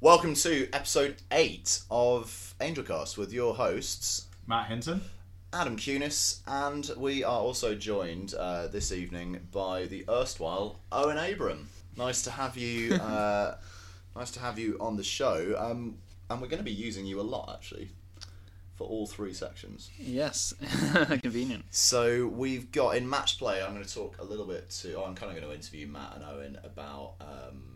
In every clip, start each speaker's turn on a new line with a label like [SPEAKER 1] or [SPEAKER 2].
[SPEAKER 1] Welcome to episode 8 of Angelcast with your hosts,
[SPEAKER 2] Matt Hinton.
[SPEAKER 1] Adam Cunis, and we are also joined uh, this evening by the erstwhile Owen Abram. Nice to have you. Uh, nice to have you on the show. Um, and we're going to be using you a lot actually for all three sections.
[SPEAKER 3] Yes, convenient.
[SPEAKER 1] So we've got in match play. I'm going to talk a little bit to. oh, I'm kind of going to interview Matt and Owen about um,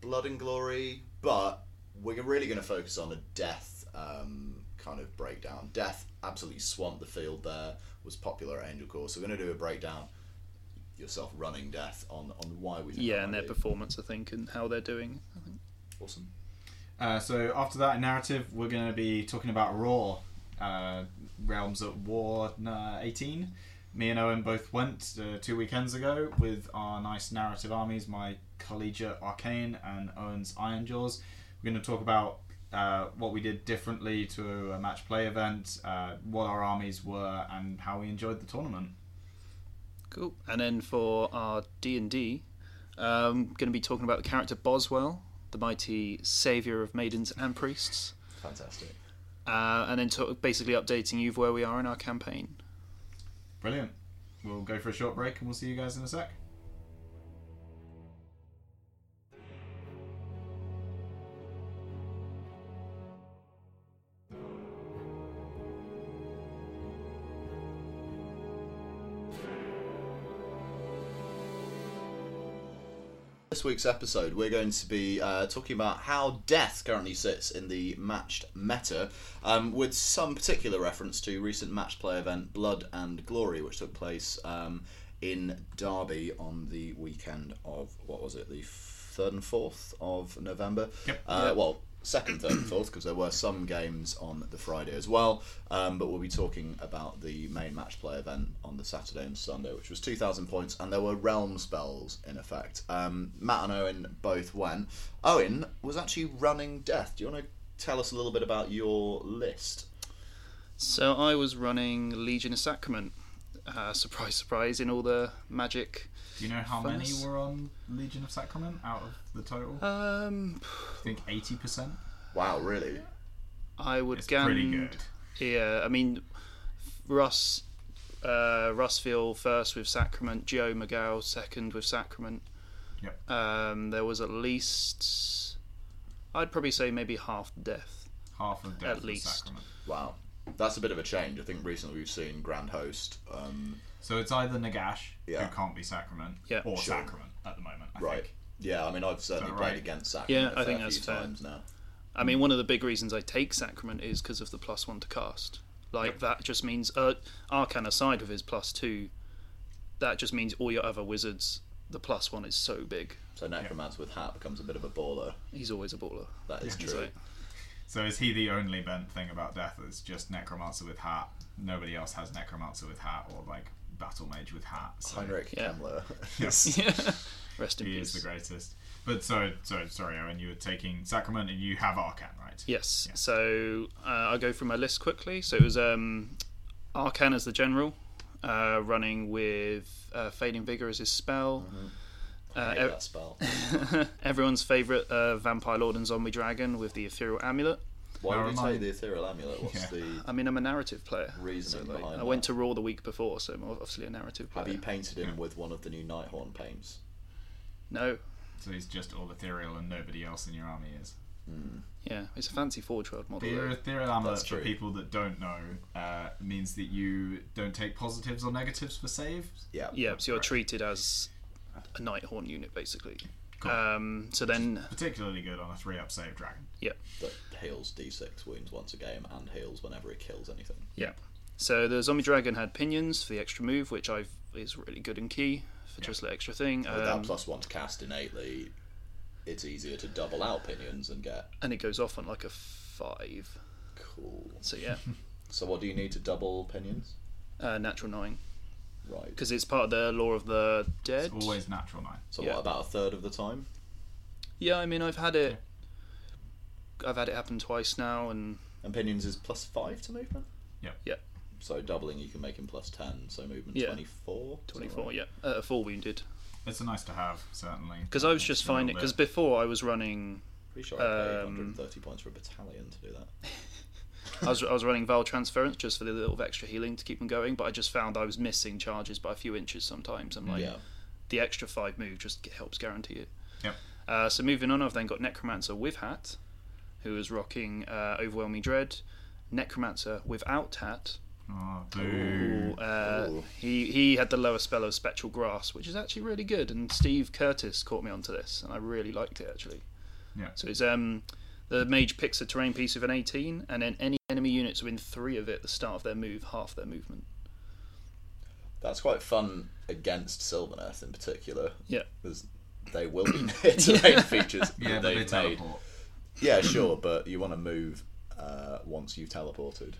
[SPEAKER 1] blood and glory, but we're really going to focus on a death um, kind of breakdown. Death absolutely swamped the field. There was popular at Angel Course. So we're going to do a breakdown yourself running death on on why we. think that
[SPEAKER 3] Yeah, and
[SPEAKER 1] might
[SPEAKER 3] their
[SPEAKER 1] be.
[SPEAKER 3] performance, I think, and how they're doing. I think.
[SPEAKER 1] awesome.
[SPEAKER 2] Uh, so after that narrative, we're going to be talking about Raw, uh, Realms at War uh, 18. Me and Owen both went uh, two weekends ago with our nice narrative armies, my collegiate Arcane and Owen's Iron Jaws. We're going to talk about uh, what we did differently to a match play event, uh, what our armies were, and how we enjoyed the tournament.
[SPEAKER 3] Cool. And then for our D and D, going to be talking about the character Boswell, the mighty savior of maidens and priests,
[SPEAKER 1] Fantastic.
[SPEAKER 3] uh, and then talk, basically updating you of where we are in our campaign.
[SPEAKER 2] Brilliant. We'll go for a short break and we'll see you guys in a sec.
[SPEAKER 1] This week's episode, we're going to be uh, talking about how death currently sits in the matched meta, um, with some particular reference to recent match play event Blood and Glory, which took place um, in Derby on the weekend of what was it, the third and fourth of November?
[SPEAKER 2] Yep.
[SPEAKER 1] Uh, Well, second, third, and fourth, because there were some games on the Friday as well. Um, but we'll be talking about the main match play event on the Saturday and Sunday, which was 2,000 points, and there were realm spells in effect. Um, Matt and Owen both went. Owen was actually running Death. Do you want to tell us a little bit about your list?
[SPEAKER 3] So I was running Legion of Sacrament. Uh, surprise, surprise! In all the magic,
[SPEAKER 2] Do you know how
[SPEAKER 3] First-
[SPEAKER 2] many were on Legion of Sacrament out of the total?
[SPEAKER 3] um,
[SPEAKER 2] I think 80%.
[SPEAKER 1] Wow, really?
[SPEAKER 3] I would
[SPEAKER 2] It's
[SPEAKER 3] gammon.
[SPEAKER 2] pretty good.
[SPEAKER 3] Yeah, I mean, Russ, uh, Russville first with Sacrament, Joe McGow second with Sacrament.
[SPEAKER 2] Yep.
[SPEAKER 3] Um, there was at least, I'd probably say maybe half death.
[SPEAKER 2] Half of Death
[SPEAKER 3] At
[SPEAKER 2] of
[SPEAKER 3] least.
[SPEAKER 2] Sacrament.
[SPEAKER 1] Wow. That's a bit of a change. I think recently we've seen Grand Host. Um,
[SPEAKER 2] So it's either Nagash,
[SPEAKER 1] Yeah.
[SPEAKER 2] who can't be Sacrament,
[SPEAKER 3] Yeah.
[SPEAKER 2] or
[SPEAKER 1] Sure.
[SPEAKER 2] Sacrament at the moment, I
[SPEAKER 1] right.
[SPEAKER 2] think.
[SPEAKER 1] Yeah, I mean, I've certainly
[SPEAKER 2] that
[SPEAKER 1] played
[SPEAKER 2] right?
[SPEAKER 1] against that.
[SPEAKER 3] Oh, Yeah,
[SPEAKER 1] a
[SPEAKER 3] I
[SPEAKER 1] fair
[SPEAKER 3] think that's
[SPEAKER 1] few
[SPEAKER 3] fair.
[SPEAKER 1] times now.
[SPEAKER 3] I
[SPEAKER 2] Hmm.
[SPEAKER 3] mean, one of the big reasons I take Sacrament is because of the plus one to cast. Like that just means uh, Arcan aside with his plus two, that just means all your other wizards. The plus one is so big.
[SPEAKER 1] So Necromance with Hat becomes a bit of a baller.
[SPEAKER 3] He's always a baller.
[SPEAKER 1] That is true.
[SPEAKER 3] So,
[SPEAKER 2] So is he the only bent thing about Death? It's just Necromancer with hat. Nobody else has Necromancer with hat or like Battle Mage with hat. So
[SPEAKER 1] Heinrich
[SPEAKER 3] Yeah.
[SPEAKER 1] Kemmler.
[SPEAKER 2] Yes.
[SPEAKER 3] yeah. Rest in
[SPEAKER 2] he
[SPEAKER 3] peace.
[SPEAKER 2] is the greatest. But so, so sorry, Owen, you were taking Sacrament and you have Arcan, right?
[SPEAKER 3] Yes.
[SPEAKER 2] Yeah.
[SPEAKER 3] So uh, I'll go through my list quickly. So it was um, Arcan as the general, uh, running with uh, Fading Vigor as his spell.
[SPEAKER 1] Mm-hmm. I hate
[SPEAKER 3] Uh,
[SPEAKER 1] that spell.
[SPEAKER 3] Everyone's favourite uh, Vampire Lord and Zombie Dragon with the Ethereal Amulet.
[SPEAKER 1] Why
[SPEAKER 2] Now
[SPEAKER 1] would you take
[SPEAKER 2] remind-
[SPEAKER 1] the ethereal amulet? What's
[SPEAKER 2] Yeah.
[SPEAKER 1] the
[SPEAKER 3] I mean, I'm a narrative player.
[SPEAKER 1] reasoning
[SPEAKER 3] Like,
[SPEAKER 1] behind
[SPEAKER 3] I
[SPEAKER 1] that?
[SPEAKER 3] went to Raw the week before, so I'm obviously a narrative player.
[SPEAKER 1] Have you painted him with one of the new Nighthorn paints?
[SPEAKER 3] No.
[SPEAKER 2] So he's just all ethereal and nobody else in your army is.
[SPEAKER 3] Yeah, it's a fancy Forge World model.
[SPEAKER 2] The
[SPEAKER 3] though.
[SPEAKER 2] ethereal amulet,
[SPEAKER 1] That's
[SPEAKER 2] for
[SPEAKER 1] true.
[SPEAKER 2] people that don't know, uh, means that you don't take positives or negatives for save.
[SPEAKER 1] Yeah.
[SPEAKER 3] Yeah, so you're
[SPEAKER 2] Right.
[SPEAKER 3] treated as a Nighthorn unit, basically.
[SPEAKER 2] Cool.
[SPEAKER 3] Um, so then,
[SPEAKER 2] Particularly good on a three-up save dragon.
[SPEAKER 3] yeah.
[SPEAKER 1] That heals D6 wounds once a game and heals whenever it kills anything.
[SPEAKER 3] Yeah. So the zombie dragon had pinions for the extra move, which I is really good and key for just the extra thing,
[SPEAKER 1] With that
[SPEAKER 3] um,
[SPEAKER 1] plus one to cast innately, it's easier to double out pinions and get
[SPEAKER 3] and it goes off on like a five.
[SPEAKER 1] cool.
[SPEAKER 3] So yeah,
[SPEAKER 1] So what do you need to double pinions?
[SPEAKER 3] uh, natural nine
[SPEAKER 1] Right.
[SPEAKER 3] because it's part of the law of the dead.
[SPEAKER 2] It's always natural nine.
[SPEAKER 1] So
[SPEAKER 3] yeah.
[SPEAKER 1] what about a third of the time?
[SPEAKER 3] Yeah, I mean I've had it. I've had it happen twice now, and
[SPEAKER 1] And pinions is plus five to movement.
[SPEAKER 3] yeah,
[SPEAKER 1] So doubling, you can make him plus ten. So movement
[SPEAKER 3] Yeah.
[SPEAKER 1] twenty-four. Is that
[SPEAKER 3] twenty-four.
[SPEAKER 1] right?
[SPEAKER 3] Yeah, uh, a four wounded.
[SPEAKER 2] It's a nice to have, certainly.
[SPEAKER 3] Because I was
[SPEAKER 2] A
[SPEAKER 3] just
[SPEAKER 2] little
[SPEAKER 3] finding
[SPEAKER 2] bit.
[SPEAKER 3] because before I was running
[SPEAKER 1] Pretty sure I paid
[SPEAKER 3] Um,
[SPEAKER 1] 130 points for a battalion to do that.
[SPEAKER 3] I was, I was running Val Transference just for the little extra healing to keep them going, but I just found I was missing charges by a few inches sometimes. I'm like,
[SPEAKER 1] yeah.
[SPEAKER 3] the extra five move just g- helps guarantee it.
[SPEAKER 2] Yep.
[SPEAKER 3] Uh, so moving on, I've then got Necromancer with hat, who is rocking uh, Overwhelming Dread. Necromancer without hat.
[SPEAKER 2] Oh,
[SPEAKER 3] Ooh,
[SPEAKER 2] boo.
[SPEAKER 3] uh,
[SPEAKER 1] Ooh.
[SPEAKER 3] he he had the lower spell of Spectral Grass, which is actually really good. And Steve Curtis caught me onto this, and I really liked it actually.
[SPEAKER 2] Yeah.
[SPEAKER 3] So it's um the mage picks a terrain piece of an 18, and then any enemy units within three of it at the start of their move, half their movement.
[SPEAKER 1] That's quite fun against Sylvaneth in particular.
[SPEAKER 3] Yeah.
[SPEAKER 1] Because they will be near terrain features
[SPEAKER 2] Yeah,
[SPEAKER 1] that
[SPEAKER 2] but they
[SPEAKER 1] they've made.
[SPEAKER 2] teleport.
[SPEAKER 1] Yeah, sure, but you want to move uh, once you've teleported.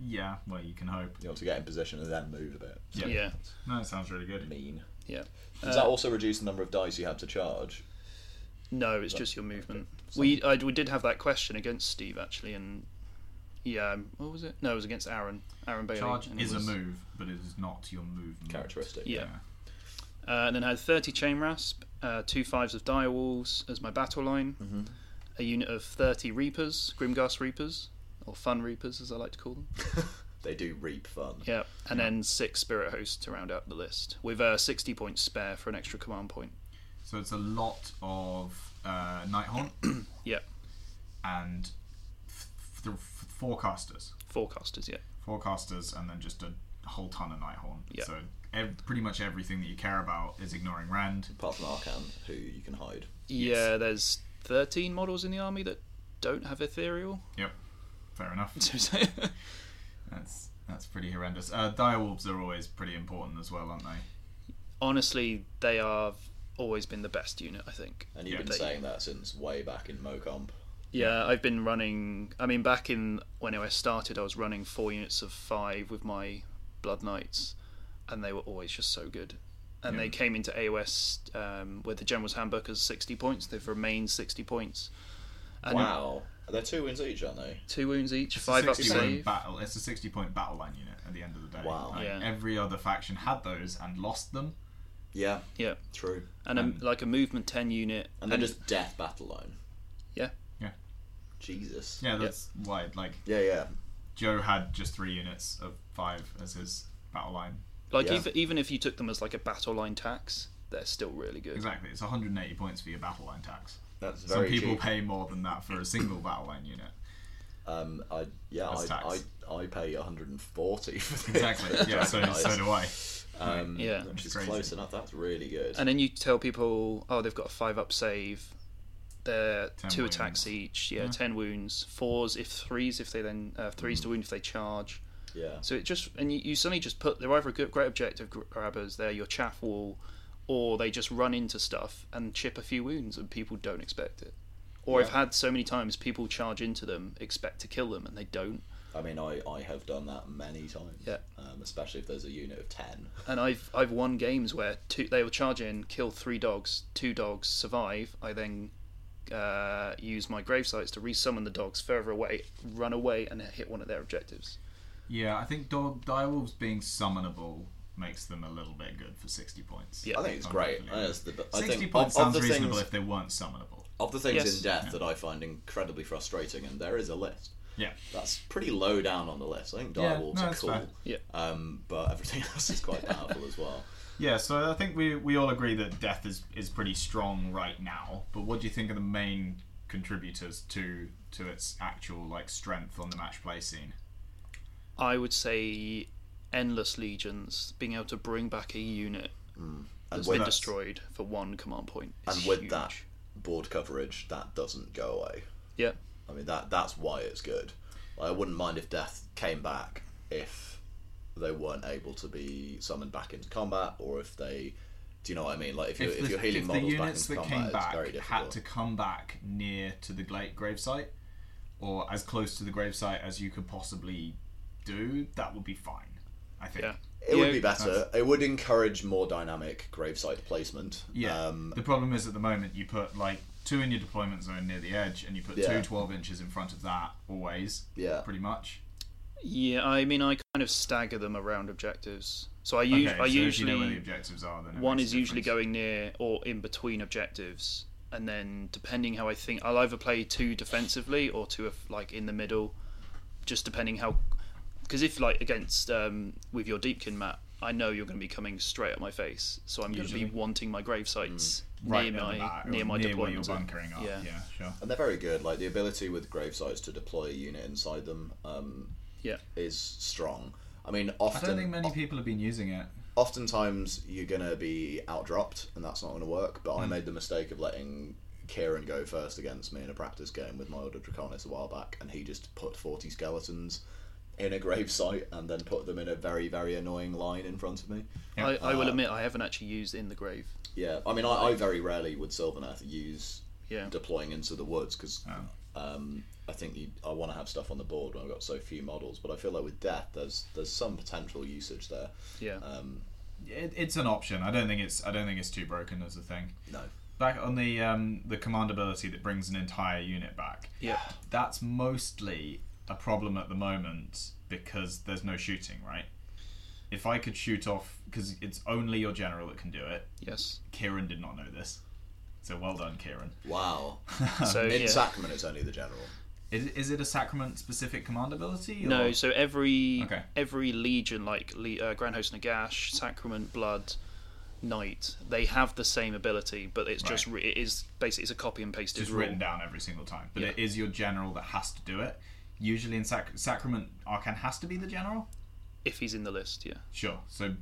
[SPEAKER 2] Yeah, well, you can hope.
[SPEAKER 1] You want to get in position and then move a bit.
[SPEAKER 2] Yeah.
[SPEAKER 3] Yeah.
[SPEAKER 2] No, it sounds really good.
[SPEAKER 1] Mean.
[SPEAKER 3] Yeah.
[SPEAKER 1] Does that also reduce the number of dice you have to charge?
[SPEAKER 3] No, it's just your movement. We I, we did have that question against Steve actually, and yeah, um, what was it? No, it was against Aaron. Aaron Bailey.
[SPEAKER 2] Charge
[SPEAKER 3] and it
[SPEAKER 2] is a
[SPEAKER 3] was-
[SPEAKER 2] move, but it is not your movement.
[SPEAKER 1] Characteristic.
[SPEAKER 3] Yeah. Uh, and then I had 30 Chain Rasp, uh, two Fives of Dire Wolves as my battle line,
[SPEAKER 2] Mm-hmm.
[SPEAKER 3] a unit of 30 Reapers, Grimghast Reapers, or Fun Reapers as I like to call them.
[SPEAKER 1] They do reap fun.
[SPEAKER 3] Yeah, and then six Spirit Hosts to round out the list, with uh, 60 points spare for an extra command point.
[SPEAKER 2] So it's a lot of uh, Night Haunt
[SPEAKER 3] Yeah,
[SPEAKER 2] and f- f- th- f- forecasters.
[SPEAKER 3] Forecasters, yeah.
[SPEAKER 2] Forecasters, and then just a whole ton of Night Haunt.
[SPEAKER 3] Yeah.
[SPEAKER 2] So ev- pretty much everything that you care about is ignoring Rand.
[SPEAKER 1] Apart from Arcan, who you can hide.
[SPEAKER 3] Yeah, there's 13 models in the army that don't have Ethereal.
[SPEAKER 2] Yep. Fair enough.
[SPEAKER 3] So it's-
[SPEAKER 2] That's that's pretty horrendous. Uh, direwolves are always pretty important as well, aren't they?
[SPEAKER 3] Honestly, they have always been the best unit, I think.
[SPEAKER 1] And you've
[SPEAKER 2] Yeah,
[SPEAKER 1] been
[SPEAKER 3] they-
[SPEAKER 1] saying that since way back in Mocomp.
[SPEAKER 3] Yeah, I've been running. I mean, back in when I started, I was running four units of five with my Blood Knights, and they were always just so good. And they came into AOS um, with the General's Handbook as 60 points. They've remained 60 points. And
[SPEAKER 1] Wow. They're two wins each, aren't they?
[SPEAKER 3] Two wounds
[SPEAKER 2] It's
[SPEAKER 3] each,
[SPEAKER 2] a
[SPEAKER 3] five up
[SPEAKER 2] 60 point
[SPEAKER 3] save.
[SPEAKER 2] battle. It's a sixty-point battle line unit at the end of the day.
[SPEAKER 1] Wow.
[SPEAKER 2] Like,
[SPEAKER 3] Yeah.
[SPEAKER 2] Every other faction had those and lost them.
[SPEAKER 1] Yeah,
[SPEAKER 3] Yeah,
[SPEAKER 1] true.
[SPEAKER 3] and a, like a movement 10 unit.
[SPEAKER 1] And then just death battle line.
[SPEAKER 3] Yeah.
[SPEAKER 2] Yeah.
[SPEAKER 1] Jesus.
[SPEAKER 2] Yeah, that's why. Like
[SPEAKER 1] Yeah, yeah.
[SPEAKER 2] Joe had just three units of five as his battle line.
[SPEAKER 3] Like,
[SPEAKER 1] Yeah.
[SPEAKER 3] even, even if you took them as like a battle line tax, they're still really good.
[SPEAKER 2] Exactly. It's one hundred and eighty points for your battle line tax.
[SPEAKER 1] That's
[SPEAKER 2] Some
[SPEAKER 1] very
[SPEAKER 2] people
[SPEAKER 1] cheap.
[SPEAKER 2] pay more than that for a single battle line unit.
[SPEAKER 1] Um, I yeah,
[SPEAKER 2] That's
[SPEAKER 1] I,
[SPEAKER 2] tax.
[SPEAKER 1] I I pay 140 for this.
[SPEAKER 2] Exactly. yeah. So so do I.
[SPEAKER 1] Um,
[SPEAKER 3] Yeah.
[SPEAKER 1] which is
[SPEAKER 2] Crazy.
[SPEAKER 1] close enough. That's really good.
[SPEAKER 3] And then you tell people, oh, they've got a five up save. They're
[SPEAKER 2] Ten
[SPEAKER 3] two attacks
[SPEAKER 2] wounds.
[SPEAKER 3] each. Yeah,
[SPEAKER 2] Yeah.
[SPEAKER 3] ten wounds. Fours if threes if they then uh, threes
[SPEAKER 2] Mm.
[SPEAKER 3] to wound if they charge.
[SPEAKER 1] yeah,
[SPEAKER 3] So it just and you, you suddenly just put they're either good, great objective gr- grabbers, they're your chaff wall, or they just run into stuff and chip a few wounds and people don't expect it. Or I've
[SPEAKER 1] Yeah.
[SPEAKER 3] had so many times people charge into them, expect to kill them, and they don't.
[SPEAKER 1] I mean, I, I have done that many times.
[SPEAKER 3] Yeah.
[SPEAKER 1] Um, especially if there's a unit of ten.
[SPEAKER 3] And I've I've won games where two they will charge in, kill three dogs, two dogs survive. I then uh, use my gravesites to resummon the dogs further away, run away, and hit one of their objectives.
[SPEAKER 2] Yeah, I think dog direwolves being summonable makes them a little bit good for sixty points.
[SPEAKER 3] Yeah.
[SPEAKER 1] I think it's great. I think it's the, be- I
[SPEAKER 2] Sixty
[SPEAKER 1] think
[SPEAKER 2] points
[SPEAKER 1] of, of
[SPEAKER 2] sounds
[SPEAKER 1] the
[SPEAKER 2] reasonable
[SPEAKER 1] things
[SPEAKER 2] if they weren't summonable.
[SPEAKER 1] of the things
[SPEAKER 3] Yes.
[SPEAKER 1] in death that I find incredibly frustrating, and there is a list.
[SPEAKER 2] Yeah.
[SPEAKER 1] That's pretty low down on the list. I think
[SPEAKER 2] Yeah,
[SPEAKER 1] direwolves
[SPEAKER 2] no,
[SPEAKER 1] are
[SPEAKER 2] that's
[SPEAKER 1] cool,
[SPEAKER 2] fair.
[SPEAKER 3] Yeah.
[SPEAKER 1] um, but everything else is quite powerful as well.
[SPEAKER 2] Yeah, so I think we, we all agree that death is, is pretty strong right now, but what do you think are the main contributors to to its actual like strength on the match play scene?
[SPEAKER 3] I would say endless legions being able to bring back a unit
[SPEAKER 1] Mm.
[SPEAKER 3] that's
[SPEAKER 1] with
[SPEAKER 3] been
[SPEAKER 1] that-
[SPEAKER 3] destroyed for one command point. is
[SPEAKER 1] And with
[SPEAKER 3] huge.
[SPEAKER 1] that board coverage, that doesn't go away.
[SPEAKER 3] yeah,
[SPEAKER 1] I mean that that's why it's good. I wouldn't mind if death came back if they weren't able to be summoned back into combat, or if they, do you know what I mean? Like if you're if,
[SPEAKER 2] the,
[SPEAKER 1] you're healing
[SPEAKER 2] if the
[SPEAKER 1] models
[SPEAKER 2] units
[SPEAKER 1] back into
[SPEAKER 2] that
[SPEAKER 1] combat,
[SPEAKER 2] came
[SPEAKER 1] it's very
[SPEAKER 2] back
[SPEAKER 1] difficult.
[SPEAKER 2] had to come back near to the gla- gravesite, or as close to the gravesite as you could possibly do, that would be fine. I think.
[SPEAKER 3] yeah,
[SPEAKER 1] It
[SPEAKER 3] Yeah,
[SPEAKER 1] would be better. It would encourage more dynamic gravesite placement.
[SPEAKER 2] Yeah.
[SPEAKER 1] Um,
[SPEAKER 2] the problem is at the moment you put like two in your deployment zone near the edge, and you put
[SPEAKER 1] Yeah.
[SPEAKER 2] two 12 inches in front of that always.
[SPEAKER 1] Yeah.
[SPEAKER 2] Pretty much.
[SPEAKER 3] yeah. I mean, I kind of stagger them around objectives. So I, us-
[SPEAKER 2] Okay,
[SPEAKER 3] I
[SPEAKER 2] so if
[SPEAKER 3] usually
[SPEAKER 2] you know where the objectives are, then it
[SPEAKER 3] One
[SPEAKER 2] makes
[SPEAKER 3] is
[SPEAKER 2] a
[SPEAKER 3] usually
[SPEAKER 2] difference.
[SPEAKER 3] going near or in between objectives, and then depending how I think, I'll either play two defensively or two of like in the middle, just depending how. Because if like against um, with your deepkin mat, I know you're going to be coming straight at my face, so I'm going to be
[SPEAKER 2] Usually. Mm.
[SPEAKER 3] wanting my grave sites
[SPEAKER 2] right
[SPEAKER 3] near
[SPEAKER 2] at the
[SPEAKER 3] my
[SPEAKER 2] back, or
[SPEAKER 3] near my
[SPEAKER 2] near where you're
[SPEAKER 3] deployment.
[SPEAKER 2] bunkering up.
[SPEAKER 3] Yeah.
[SPEAKER 2] Yeah, sure.
[SPEAKER 1] And they're very good. Like the ability with gravesites to deploy a unit inside them um,
[SPEAKER 3] yeah,
[SPEAKER 1] is strong. I mean,
[SPEAKER 2] I
[SPEAKER 1] often
[SPEAKER 2] don't think many people have been using it.
[SPEAKER 1] oftentimes you're gonna be outdropped, and that's not gonna work. But
[SPEAKER 2] Hmm.
[SPEAKER 1] I made the mistake of letting Kieran go first against me in a practice game with my Order Draconis a while back, and he just put forty skeletons in a gravesite and then put them in a very very annoying line in front of me.
[SPEAKER 2] Yeah. Uh,
[SPEAKER 3] I, I will admit I haven't actually used in the grave.
[SPEAKER 1] Yeah, I mean, I, I very rarely would Sylvaneth use
[SPEAKER 3] Yeah,
[SPEAKER 1] deploying into the woods because
[SPEAKER 2] Oh.
[SPEAKER 1] um, I think you, I want to have stuff on the board when I've got so few models. But I feel like with death, there's there's some potential usage there.
[SPEAKER 3] yeah.
[SPEAKER 2] uh,
[SPEAKER 1] Um,
[SPEAKER 2] It, it's an option. I don't think it's. I don't think it's too broken as a thing.
[SPEAKER 1] no,
[SPEAKER 2] Back on the um, the command ability that brings an entire unit back.
[SPEAKER 3] Yeah.
[SPEAKER 2] That's mostly a problem at the moment because there's no shooting, right? If I could shoot off, because it's only your general that can do it.
[SPEAKER 3] Yes.
[SPEAKER 2] Kieran did not know this, so well done, Kieran.
[SPEAKER 1] wow.
[SPEAKER 2] Oh,
[SPEAKER 3] So
[SPEAKER 1] In
[SPEAKER 3] yeah.
[SPEAKER 1] Sacrament, it's only the general.
[SPEAKER 2] Is, is it a sacrament specific command ability? Or?
[SPEAKER 3] No, so every
[SPEAKER 2] Okay.
[SPEAKER 3] every legion like Le- uh, Grand Host Nagash, Sacrament, Blood, Knight, they have the same ability, but it's just re- it is basically it's a copy and pasted
[SPEAKER 2] just
[SPEAKER 3] rule.
[SPEAKER 2] written down every single time. But it is your general that has to do it. Usually in sac- sacrament, Arcan has to be the general.
[SPEAKER 3] If he's in the list, yeah,
[SPEAKER 2] Sure. So d-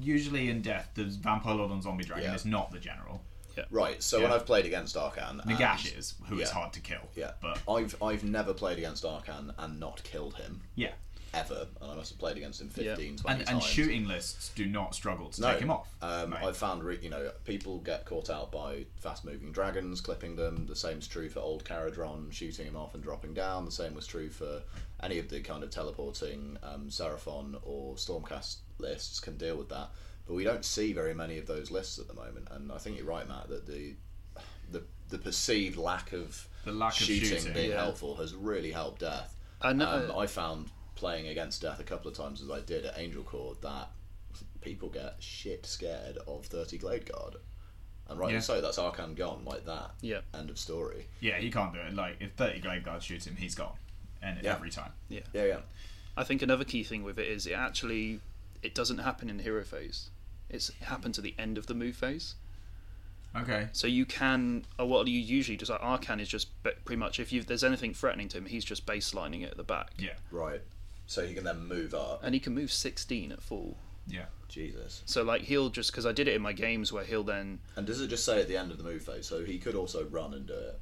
[SPEAKER 2] usually in death, the vampire lord on zombie dragon
[SPEAKER 1] Yeah.
[SPEAKER 2] is not the general.
[SPEAKER 1] Right. So when
[SPEAKER 2] Yeah.
[SPEAKER 1] I've played against Arkan, and-
[SPEAKER 2] Nagash is, who is
[SPEAKER 1] yeah.
[SPEAKER 2] hard to kill.
[SPEAKER 1] Yeah,
[SPEAKER 2] But
[SPEAKER 1] I've I've never played against Arkan and not killed him
[SPEAKER 2] yeah,
[SPEAKER 1] ever, and I must have played against him 15,
[SPEAKER 3] Yeah.
[SPEAKER 1] 20
[SPEAKER 2] and and
[SPEAKER 1] times.
[SPEAKER 2] shooting lists do not struggle to
[SPEAKER 1] No.
[SPEAKER 2] take him off.
[SPEAKER 1] Um,
[SPEAKER 2] Right.
[SPEAKER 1] I've found, re- you know, people get caught out by fast-moving dragons, clipping them. The same's true for old Caradron, shooting him off and dropping down. The same was true for any of the kind of teleporting um, Seraphon or Stormcast lists can deal with that. But we don't see very many of those lists at the moment, and I think you're right, Matt, that the the, the perceived lack of
[SPEAKER 2] The lack of
[SPEAKER 1] shooting,
[SPEAKER 2] shooting,
[SPEAKER 1] being
[SPEAKER 3] yeah.
[SPEAKER 1] helpful has really helped Death.
[SPEAKER 3] and uh,
[SPEAKER 1] Um, I found playing against death a couple of times as I did at Angel Corps that people get shit scared of 30 Glade Guard. And rightly
[SPEAKER 2] Yeah.
[SPEAKER 1] so, that's Arcan gone like that.
[SPEAKER 3] yeah,
[SPEAKER 1] End of story.
[SPEAKER 2] yeah, he can't do it. Like if thirty glade guards shoot him, he's gone, and
[SPEAKER 1] Yeah.
[SPEAKER 2] every time.
[SPEAKER 1] Yeah, yeah.
[SPEAKER 3] I think another key thing with it is it actually it doesn't happen in hero phase. It's it happens at the end of the move phase.
[SPEAKER 2] Okay.
[SPEAKER 3] So you can, or what you usually just like Arcan is just ba- pretty much if you there's anything threatening to him, he's just baselining it at the back,
[SPEAKER 2] Yeah.
[SPEAKER 1] Right. So he can then move up.
[SPEAKER 3] and he can move 16 at full.
[SPEAKER 2] Yeah.
[SPEAKER 1] Jesus.
[SPEAKER 3] So like he'll just because I did it in my games where he'll then
[SPEAKER 1] And does it just say at the end of the move phase? So he could also run and do it.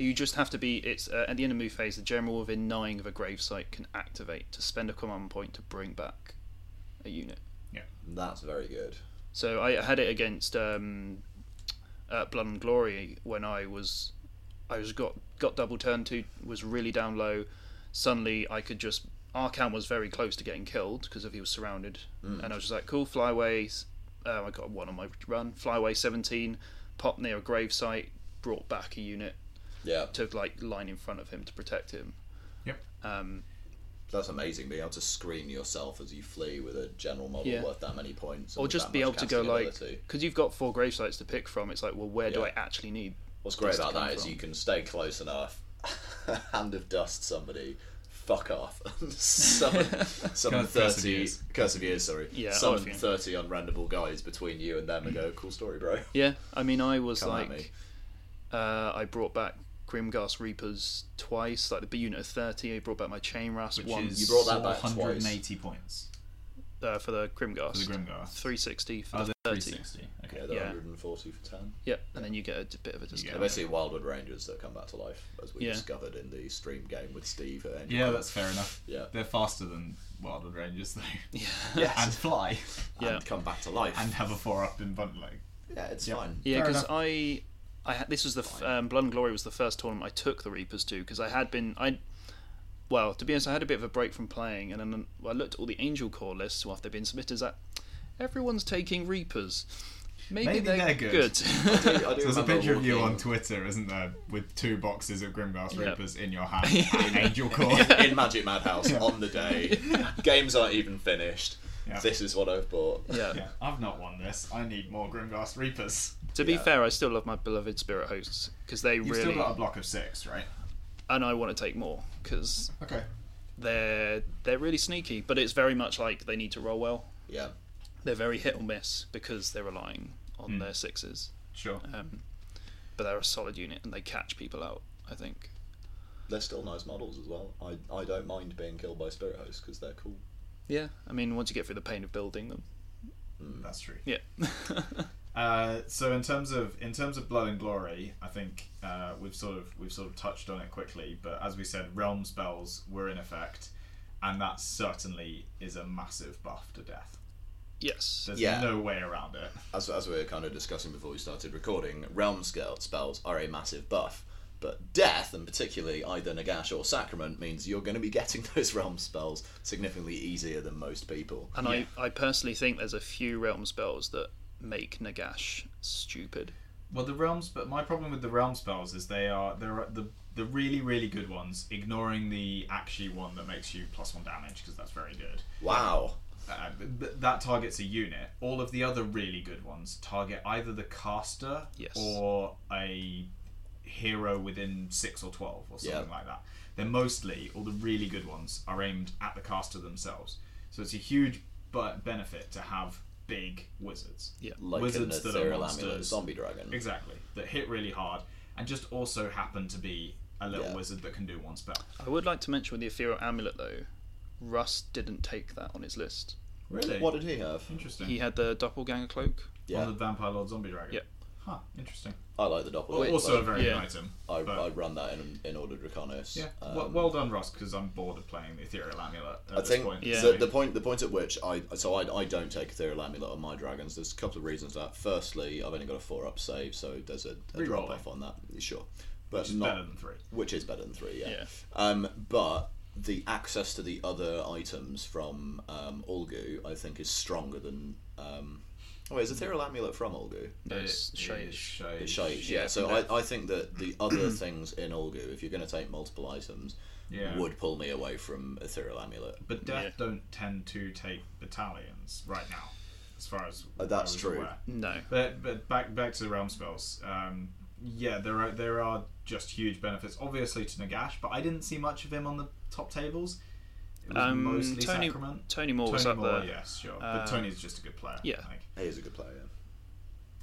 [SPEAKER 3] You just have to be. It's uh, at the end of move phase. The general within nine of a gravesite can activate to spend a command point to bring back a unit.
[SPEAKER 1] That's very good.
[SPEAKER 3] So I had it against um, uh, Blood and Glory when I was, I was got got double turn to was really down low. Suddenly I could just Arcan was very close to getting killed because of he was surrounded, and I was just like, cool, flyways. Um, I got one on my run. Flyway seventeen, pop near a gravesite, brought back a unit
[SPEAKER 1] Yeah,
[SPEAKER 3] to like line in front of him to protect him.
[SPEAKER 2] Yep.
[SPEAKER 3] Um,
[SPEAKER 1] that's amazing. Being able to screen yourself as you flee with a general model
[SPEAKER 3] Yeah.
[SPEAKER 1] worth that many points. and
[SPEAKER 3] or
[SPEAKER 1] with
[SPEAKER 3] just
[SPEAKER 1] that
[SPEAKER 3] be
[SPEAKER 1] much
[SPEAKER 3] able to go
[SPEAKER 1] casting
[SPEAKER 3] like
[SPEAKER 1] ability.
[SPEAKER 3] because you've got four grave sites to pick from. It's like, well, where do
[SPEAKER 1] Yeah.
[SPEAKER 3] I actually need?
[SPEAKER 1] What's great
[SPEAKER 3] dust
[SPEAKER 1] about
[SPEAKER 3] come
[SPEAKER 1] that is
[SPEAKER 3] from.
[SPEAKER 1] you can stay close enough, hand of dust somebody, fuck off, and summon, summon
[SPEAKER 2] Curse of
[SPEAKER 1] 30,
[SPEAKER 2] Years.
[SPEAKER 1] curse of years, sorry,
[SPEAKER 3] Yeah,
[SPEAKER 1] summon
[SPEAKER 3] oh, if you-
[SPEAKER 1] 30 unrendable guys between you and them and go, cool story, bro.
[SPEAKER 3] Yeah, I mean, I was
[SPEAKER 1] Come at me.
[SPEAKER 3] like, uh, I brought back Grimghast Reapers twice, like the B unit of thirty. I brought back my Chain Rasp
[SPEAKER 2] Which
[SPEAKER 3] once
[SPEAKER 2] is
[SPEAKER 1] You brought that back twice.
[SPEAKER 2] 180 points
[SPEAKER 3] uh, for the Grimghast.
[SPEAKER 2] for the Grimgar.
[SPEAKER 3] Three sixty for
[SPEAKER 2] Oh,
[SPEAKER 3] the
[SPEAKER 2] the
[SPEAKER 3] thirty.
[SPEAKER 2] 360. Okay.
[SPEAKER 1] Yeah, they're
[SPEAKER 3] Yeah.
[SPEAKER 1] 140 for 10.
[SPEAKER 3] Yep, and then you get a d- bit of a
[SPEAKER 2] get
[SPEAKER 3] discount.
[SPEAKER 1] They're basically Wildwood Rangers that come back to life, as we
[SPEAKER 3] Yeah.
[SPEAKER 1] discovered in the stream game with Steve. at Angel
[SPEAKER 2] Yeah,
[SPEAKER 1] Corps.
[SPEAKER 2] that's fair enough.
[SPEAKER 1] Yeah.
[SPEAKER 2] They're faster than Wildwood Rangers though,
[SPEAKER 3] Yeah,
[SPEAKER 1] Yes.
[SPEAKER 2] and fly,
[SPEAKER 1] And
[SPEAKER 3] Yeah.
[SPEAKER 1] come back to life.
[SPEAKER 2] and have a four up in front leg.
[SPEAKER 1] yeah, it's fine.
[SPEAKER 3] yeah,
[SPEAKER 2] Fair
[SPEAKER 3] because
[SPEAKER 2] enough.
[SPEAKER 3] I, I had, this was the f- um, Blood and Glory was the first tournament I took the Reapers to because I had been I, well, to be honest, I had a bit of a break from playing, and then I looked at all the Angel Core lists after they've been submitted. Is that everyone's taking Reapers? Maybe,
[SPEAKER 2] Maybe
[SPEAKER 3] they're,
[SPEAKER 2] they're good.
[SPEAKER 1] I do
[SPEAKER 2] There's a
[SPEAKER 1] remember
[SPEAKER 2] picture of you
[SPEAKER 1] walking-
[SPEAKER 2] on Twitter, isn't there, with two boxes of Grimgarth
[SPEAKER 3] Yeah.
[SPEAKER 2] Reapers in your hand and Angel Core.
[SPEAKER 1] in Magic Madhouse on the day. Games aren't even finished.
[SPEAKER 2] Yeah.
[SPEAKER 1] This is what I've bought.
[SPEAKER 3] yeah.
[SPEAKER 2] Yeah, I've not won this. I need more Grimgarth Reapers.
[SPEAKER 3] To be
[SPEAKER 1] Yeah.
[SPEAKER 3] fair, I still love my beloved spirit hosts because they
[SPEAKER 2] You've
[SPEAKER 3] really
[SPEAKER 2] still got a block of six, right?
[SPEAKER 3] and I want to take more because
[SPEAKER 2] Okay.
[SPEAKER 3] they're they're really sneaky, but it's very much like they need to roll well.
[SPEAKER 1] Yeah.
[SPEAKER 3] They're very hit or miss because they're relying on
[SPEAKER 2] Mm.
[SPEAKER 3] their sixes,
[SPEAKER 2] Sure.
[SPEAKER 3] um, but they're a solid unit and they catch people out. I think.
[SPEAKER 1] They're still nice models as well. I, I don't mind being killed by spirit hosts because they're cool.
[SPEAKER 3] Yeah, I mean, once you get through the pain of building them,
[SPEAKER 2] That's true.
[SPEAKER 3] yeah,
[SPEAKER 2] Uh, so in terms of in terms of blood and glory, I think uh, we've sort of we've sort of touched on it quickly, but as we said, realm spells were in effect, and that certainly is a massive buff to death.
[SPEAKER 3] yes,
[SPEAKER 2] There's
[SPEAKER 1] Yeah.
[SPEAKER 2] no way around it.
[SPEAKER 1] As, as we were kind of discussing before we started recording, realm scale spells are a massive buff. But death, and particularly either Nagash or Sacrament, means you're going to be getting those realm spells significantly easier than most people.
[SPEAKER 3] and I I personally think there's a few realm spells that make Nagash stupid.
[SPEAKER 2] Well, the realms, but my problem with the realm spells is they are they're the the really really good ones, ignoring the actually one that makes you plus one damage because that's very good.
[SPEAKER 1] Wow.
[SPEAKER 2] Uh, th- that targets a unit. All of the other really good ones target either the caster
[SPEAKER 3] Yes.
[SPEAKER 2] or a hero within six or twelve or something
[SPEAKER 1] Yeah.
[SPEAKER 2] like that. They're mostly all the really good ones are aimed at the caster themselves. So it's a huge but benefit to have big wizards.
[SPEAKER 3] Yeah,
[SPEAKER 1] Like
[SPEAKER 2] Wizards
[SPEAKER 1] an
[SPEAKER 2] that are
[SPEAKER 1] ethereal amulet
[SPEAKER 2] monsters.
[SPEAKER 1] zombie dragon.
[SPEAKER 2] Exactly. That hit really hard and just also happen to be a little
[SPEAKER 1] Yeah.
[SPEAKER 2] wizard that can do one spell.
[SPEAKER 3] I would like to mention with the ethereal amulet though, Russ didn't take that on his list.
[SPEAKER 2] Really?
[SPEAKER 1] What did he have?
[SPEAKER 2] Interesting.
[SPEAKER 3] He had the doppelganger cloak.
[SPEAKER 1] Yeah.
[SPEAKER 2] On the vampire lord zombie dragon.
[SPEAKER 3] Yeah.
[SPEAKER 2] Huh, interesting.
[SPEAKER 1] I like the doppelganger.
[SPEAKER 2] also a very
[SPEAKER 3] yeah.
[SPEAKER 2] good item.
[SPEAKER 1] I,
[SPEAKER 2] but-
[SPEAKER 1] I run that in, in ordered reconnaissance.
[SPEAKER 2] Yeah.
[SPEAKER 1] Um,
[SPEAKER 2] well, well done, Ross, because I'm bored of playing the ethereal amulet at
[SPEAKER 1] I
[SPEAKER 2] this
[SPEAKER 1] think
[SPEAKER 2] point.
[SPEAKER 3] Yeah.
[SPEAKER 1] the, the point the point at which I so I, I don't take ethereal amulet on my dragons. There's a couple of reasons for that. Firstly, I've only got a four up save, so there's a, a drop
[SPEAKER 2] Rerolling.
[SPEAKER 1] off on that. Sure, but
[SPEAKER 2] which is
[SPEAKER 1] not
[SPEAKER 2] better than three.
[SPEAKER 1] which is better than three. Yeah.
[SPEAKER 3] Yeah.
[SPEAKER 1] Um, but the access to the other items from um, Olgu, I think, is stronger than. Um, oh, wait, is ethereal amulet from Olgu?
[SPEAKER 3] It's shade.
[SPEAKER 1] It's Shaiish, yeah.
[SPEAKER 3] Yeah,
[SPEAKER 1] So
[SPEAKER 3] from
[SPEAKER 1] I, I think that the other things in Olgu, if you're going to take multiple items,
[SPEAKER 2] Yeah.
[SPEAKER 1] would pull me away from ethereal amulet.
[SPEAKER 2] But death
[SPEAKER 3] Yeah.
[SPEAKER 2] don't tend to take battalions right now, as far as
[SPEAKER 1] Uh, that's
[SPEAKER 2] I was
[SPEAKER 1] true.
[SPEAKER 2] aware.
[SPEAKER 3] No,
[SPEAKER 2] But but back back to the realm spells. Um, yeah, there are there are just huge benefits, obviously to Nagash, but I didn't see much of him on the top tables. It was
[SPEAKER 3] Um,
[SPEAKER 2] mostly
[SPEAKER 3] Tony-
[SPEAKER 2] Sacrament.
[SPEAKER 3] Tony Moore was
[SPEAKER 2] Tony
[SPEAKER 3] up
[SPEAKER 2] Moore,
[SPEAKER 3] there.
[SPEAKER 2] yes, sure.
[SPEAKER 3] Uh,
[SPEAKER 2] but Tony's just a good player.
[SPEAKER 3] yeah.
[SPEAKER 2] I think.
[SPEAKER 1] He is a good player.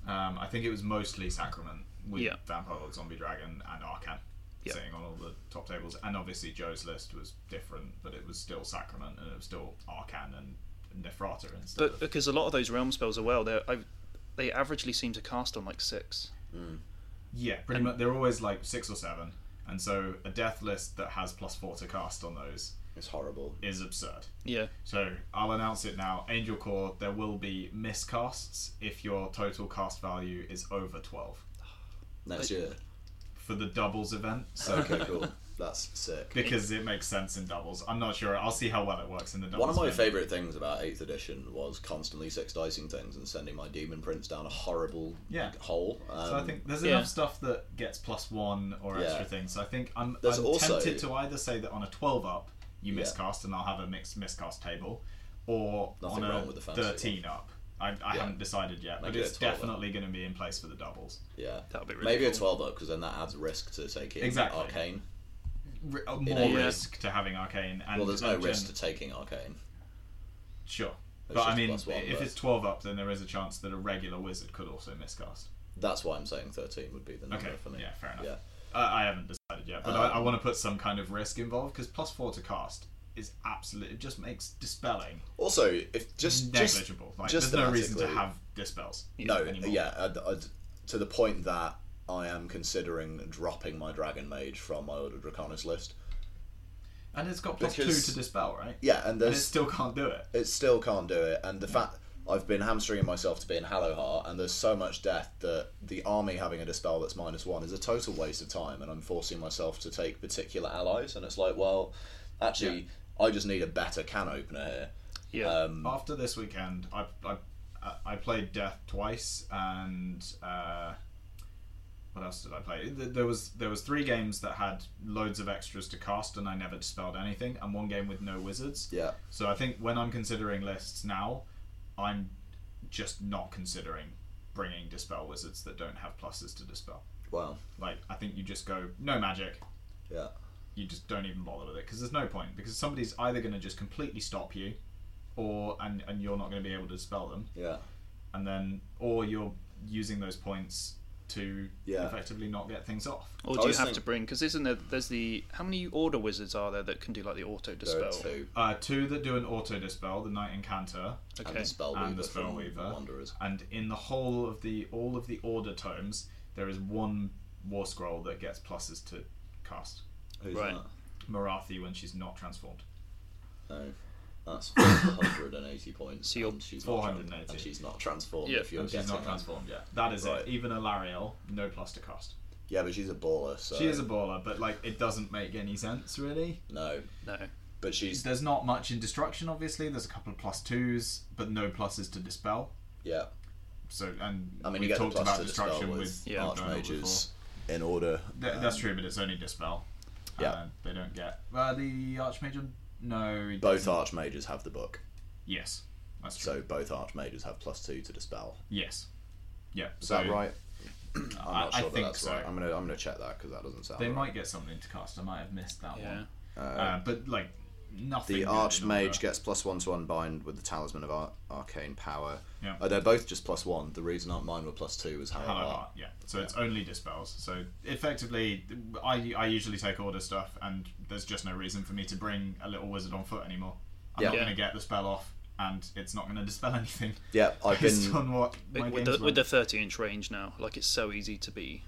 [SPEAKER 2] Um, I think it was mostly Sacrament with
[SPEAKER 3] Yeah.
[SPEAKER 2] Vampire Lord, Zombie Dragon, and Arcan
[SPEAKER 3] Yeah.
[SPEAKER 2] sitting on all the top tables. And obviously Joe's list was different, but it was still Sacrament and it was still Arcan and Nefrata instead.
[SPEAKER 3] but
[SPEAKER 2] of-
[SPEAKER 3] because a lot of those realm spells are well, they I they averagely seem to cast on like six.
[SPEAKER 2] yeah, pretty much they're always like six or seven, and so a death list that has plus four to cast on those
[SPEAKER 1] It's horrible.
[SPEAKER 2] is absurd.
[SPEAKER 3] Yeah,
[SPEAKER 2] So I'll announce it now. Angel Core, there will be miscasts if your total cast value is over twelve
[SPEAKER 1] Next year.
[SPEAKER 2] for the doubles event. So
[SPEAKER 1] Okay, cool. That's sick.
[SPEAKER 2] because it makes sense in doubles. I'm not sure. I'll see how well it works in the doubles.
[SPEAKER 1] One of my
[SPEAKER 2] event.
[SPEAKER 1] favourite things about 8th edition was constantly six dicing things and sending my demon prince down a horrible
[SPEAKER 2] Yeah.
[SPEAKER 1] hole. Um,
[SPEAKER 2] So I think there's
[SPEAKER 3] Yeah.
[SPEAKER 2] enough stuff that gets plus one or
[SPEAKER 1] Yeah.
[SPEAKER 2] extra things. So I think I'm,
[SPEAKER 1] There's
[SPEAKER 2] I'm
[SPEAKER 1] also-
[SPEAKER 2] tempted to either say that on a 12 up you
[SPEAKER 1] Yeah.
[SPEAKER 2] miscast and I'll have a mixed miscast table, or
[SPEAKER 1] Nothing
[SPEAKER 2] on
[SPEAKER 1] wrong
[SPEAKER 2] a
[SPEAKER 1] with the fancy
[SPEAKER 2] 13 up. I, I haven't decided yet, but
[SPEAKER 1] Maybe a
[SPEAKER 2] it's
[SPEAKER 1] 12 up.
[SPEAKER 2] definitely going to be in place for the doubles.
[SPEAKER 1] yeah,
[SPEAKER 3] that'll be really
[SPEAKER 1] maybe a
[SPEAKER 3] cool.
[SPEAKER 1] twelve up because then that adds risk to taking
[SPEAKER 2] Exactly.
[SPEAKER 1] arcane.
[SPEAKER 2] R- uh,
[SPEAKER 1] a
[SPEAKER 2] more
[SPEAKER 1] year.
[SPEAKER 2] risk to having arcane. And
[SPEAKER 1] Well, there's no
[SPEAKER 2] and
[SPEAKER 1] risk
[SPEAKER 2] gen-
[SPEAKER 1] to taking arcane.
[SPEAKER 2] Sure.
[SPEAKER 1] It's
[SPEAKER 2] But I
[SPEAKER 1] just
[SPEAKER 2] mean,
[SPEAKER 1] plus one,
[SPEAKER 2] if
[SPEAKER 1] but-
[SPEAKER 2] it's 12 up, then there is a chance that a regular wizard could also miscast.
[SPEAKER 1] That's why I'm saying thirteen would be the number
[SPEAKER 2] Okay,
[SPEAKER 1] for me.
[SPEAKER 2] yeah, fair enough.
[SPEAKER 1] Yeah.
[SPEAKER 2] I I haven't decided yet, but I, I
[SPEAKER 1] Um,
[SPEAKER 2] want to put some kind of risk involved because plus four to cast is absolute. It just makes dispelling
[SPEAKER 1] Also, if just just
[SPEAKER 2] negligible. like,
[SPEAKER 1] just
[SPEAKER 2] there's no reason to
[SPEAKER 1] thematically-
[SPEAKER 2] have dispels.
[SPEAKER 1] no,
[SPEAKER 2] anymore.
[SPEAKER 1] yeah, I'd, I'd- to the point that I am considering dropping my dragon mage from my ordered Draconis list.
[SPEAKER 2] and it's got plus
[SPEAKER 1] Because-
[SPEAKER 2] two to dispel, right?
[SPEAKER 1] Yeah, and
[SPEAKER 2] and it
[SPEAKER 1] there's
[SPEAKER 2] still can't do it.
[SPEAKER 1] it still can't do it. And the fact I've been hamstringing myself to being Hallow Heart, and there's so much death that the army having a dispel that's minus one is a total waste of time. And I'm forcing myself to take particular allies, and it's like, well, actually, I just need a better can opener here.
[SPEAKER 3] yeah.
[SPEAKER 1] Um,
[SPEAKER 2] After this weekend, I I, uh, I played death twice, and uh, what else did I play? Th- There was there was three games that had loads of extras to cast, and I never dispelled anything, and one game with no wizards.
[SPEAKER 1] yeah,
[SPEAKER 2] So I think when I'm considering lists now, I'm just not considering bringing dispel wizards that don't have pluses to dispel.
[SPEAKER 1] Wow.
[SPEAKER 2] Like I think you just go no magic.
[SPEAKER 1] Yeah.
[SPEAKER 2] You just don't even bother with it because there's no point because somebody's either going to just completely stop you, or and and you're not going to be able to dispel them,
[SPEAKER 1] Yeah.
[SPEAKER 2] and then or you're using those points to
[SPEAKER 1] Yeah.
[SPEAKER 2] effectively not get things off.
[SPEAKER 3] Or
[SPEAKER 1] I
[SPEAKER 3] do you
[SPEAKER 1] was
[SPEAKER 3] have
[SPEAKER 1] think-
[SPEAKER 3] to bring? Because isn't there? There's the how many order wizards are there that can do like the auto
[SPEAKER 1] There are
[SPEAKER 3] dispel?
[SPEAKER 1] two.
[SPEAKER 2] Uh, two that do an auto dispel, the knight encanter,
[SPEAKER 1] And
[SPEAKER 3] Okay.
[SPEAKER 1] the spell
[SPEAKER 2] and the
[SPEAKER 1] weaver from
[SPEAKER 2] Spellweaver.
[SPEAKER 1] Wanderers.
[SPEAKER 2] and in the whole of the all of the order tomes, there is one war scroll that gets pluses to cast.
[SPEAKER 1] Who's
[SPEAKER 3] Right.
[SPEAKER 2] Marathi when she's not transformed.
[SPEAKER 1] that? No. That's 480 points.
[SPEAKER 3] So you're-
[SPEAKER 1] and she's not tran-
[SPEAKER 2] 480.
[SPEAKER 1] And she's not transformed.
[SPEAKER 3] Yeah,
[SPEAKER 1] if you're
[SPEAKER 2] And she's
[SPEAKER 1] getting
[SPEAKER 2] not
[SPEAKER 1] her.
[SPEAKER 2] transformed yet. That is
[SPEAKER 1] Right.
[SPEAKER 2] it. Even a Lariel, no plus to cast.
[SPEAKER 1] Yeah, but she's a baller, so.
[SPEAKER 2] She is a baller, but like it doesn't make any sense really.
[SPEAKER 1] No.
[SPEAKER 3] No.
[SPEAKER 1] But she's.
[SPEAKER 2] There's not much in destruction, obviously. There's a couple of plus twos, but no pluses to dispel.
[SPEAKER 1] Yeah.
[SPEAKER 2] So and
[SPEAKER 1] I mean, you
[SPEAKER 2] we
[SPEAKER 1] get the
[SPEAKER 2] talked
[SPEAKER 1] plus
[SPEAKER 2] about
[SPEAKER 1] to
[SPEAKER 2] destruction
[SPEAKER 1] dispel with,
[SPEAKER 2] with
[SPEAKER 3] Yeah.
[SPEAKER 2] Dark Drive
[SPEAKER 1] Archmages in order. uh,
[SPEAKER 2] before. Th- that's true, but it's only dispel.
[SPEAKER 1] Um, yeah.
[SPEAKER 2] Uh, they don't get. Uh, the Archmage, on- no. he
[SPEAKER 1] Both
[SPEAKER 2] doesn't.
[SPEAKER 1] Archmages have the book,
[SPEAKER 2] Yes, that's true.
[SPEAKER 1] so both Archmages have plus two to dispel.
[SPEAKER 2] yes, yeah.
[SPEAKER 1] Is
[SPEAKER 2] so
[SPEAKER 1] that right? I'm
[SPEAKER 2] I,
[SPEAKER 1] not sure
[SPEAKER 2] I
[SPEAKER 1] that
[SPEAKER 2] think
[SPEAKER 1] that's
[SPEAKER 2] so.
[SPEAKER 1] right. I'm gonna I'm gonna check that because that doesn't sound.
[SPEAKER 2] They
[SPEAKER 1] right.
[SPEAKER 2] might get something to cast. I might have missed that
[SPEAKER 3] Yeah.
[SPEAKER 2] one. Uh, but like nothing.
[SPEAKER 1] The
[SPEAKER 2] really in order.
[SPEAKER 1] Archmage gets plus one to unbind with the Talisman of Ar- Arcane Power.
[SPEAKER 2] Yeah.
[SPEAKER 1] Uh, they're both just plus one. The reason aren't mine were plus two was Harrow
[SPEAKER 2] Hello,
[SPEAKER 1] Heart.
[SPEAKER 2] Heart, yeah. So it's only dispels. So effectively, I, I usually take order stuff, and there's just no reason for me to bring a little wizard on foot anymore. I'm
[SPEAKER 1] Yeah.
[SPEAKER 2] not
[SPEAKER 1] Yeah.
[SPEAKER 2] going to get the spell off, and it's not going to dispel anything.
[SPEAKER 1] Yeah, I've
[SPEAKER 2] Based
[SPEAKER 1] been.
[SPEAKER 2] on what my
[SPEAKER 3] With
[SPEAKER 2] games
[SPEAKER 3] the, with the
[SPEAKER 2] were.
[SPEAKER 3] 30 inch range now, like it's so easy to be.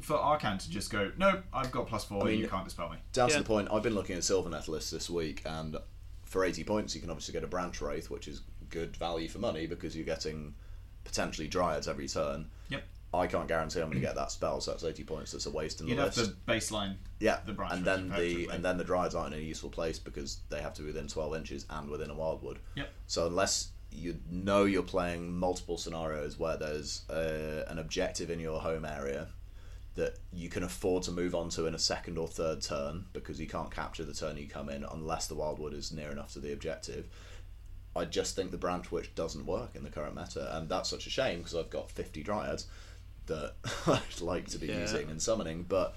[SPEAKER 2] for Arcan to just go, nope, I've got plus four,
[SPEAKER 1] I mean-
[SPEAKER 2] you can't dispel me.
[SPEAKER 1] Down
[SPEAKER 3] Yeah.
[SPEAKER 1] to the point, I've been looking at Silver Netalists this week, and for 80 points, you can obviously get a Branch Wraith, which is good value for money because you're getting potentially Dryads every turn.
[SPEAKER 2] Yep.
[SPEAKER 1] I can't guarantee I'm going to get that spell, so that's 80 points. That's a waste in the
[SPEAKER 2] You'd have
[SPEAKER 1] list.
[SPEAKER 2] to baseline.
[SPEAKER 1] yeah,
[SPEAKER 2] the Branch
[SPEAKER 1] and
[SPEAKER 2] Wraith
[SPEAKER 1] then the
[SPEAKER 2] effectively.
[SPEAKER 1] and then the Dryads aren't in a useful place because they have to be within 12 inches and within a Wildwood.
[SPEAKER 2] Yep.
[SPEAKER 1] So unless you know you're playing multiple scenarios where there's uh, an objective in your home area that you can afford to move on to in a second or third turn because you can't capture the turn you come in unless the wildwood is near enough to the objective. I just think the branch witch doesn't work in the current meta, and that's such a shame because I've got 50 dryads that I'd like to be
[SPEAKER 3] Yeah.
[SPEAKER 1] using and summoning, but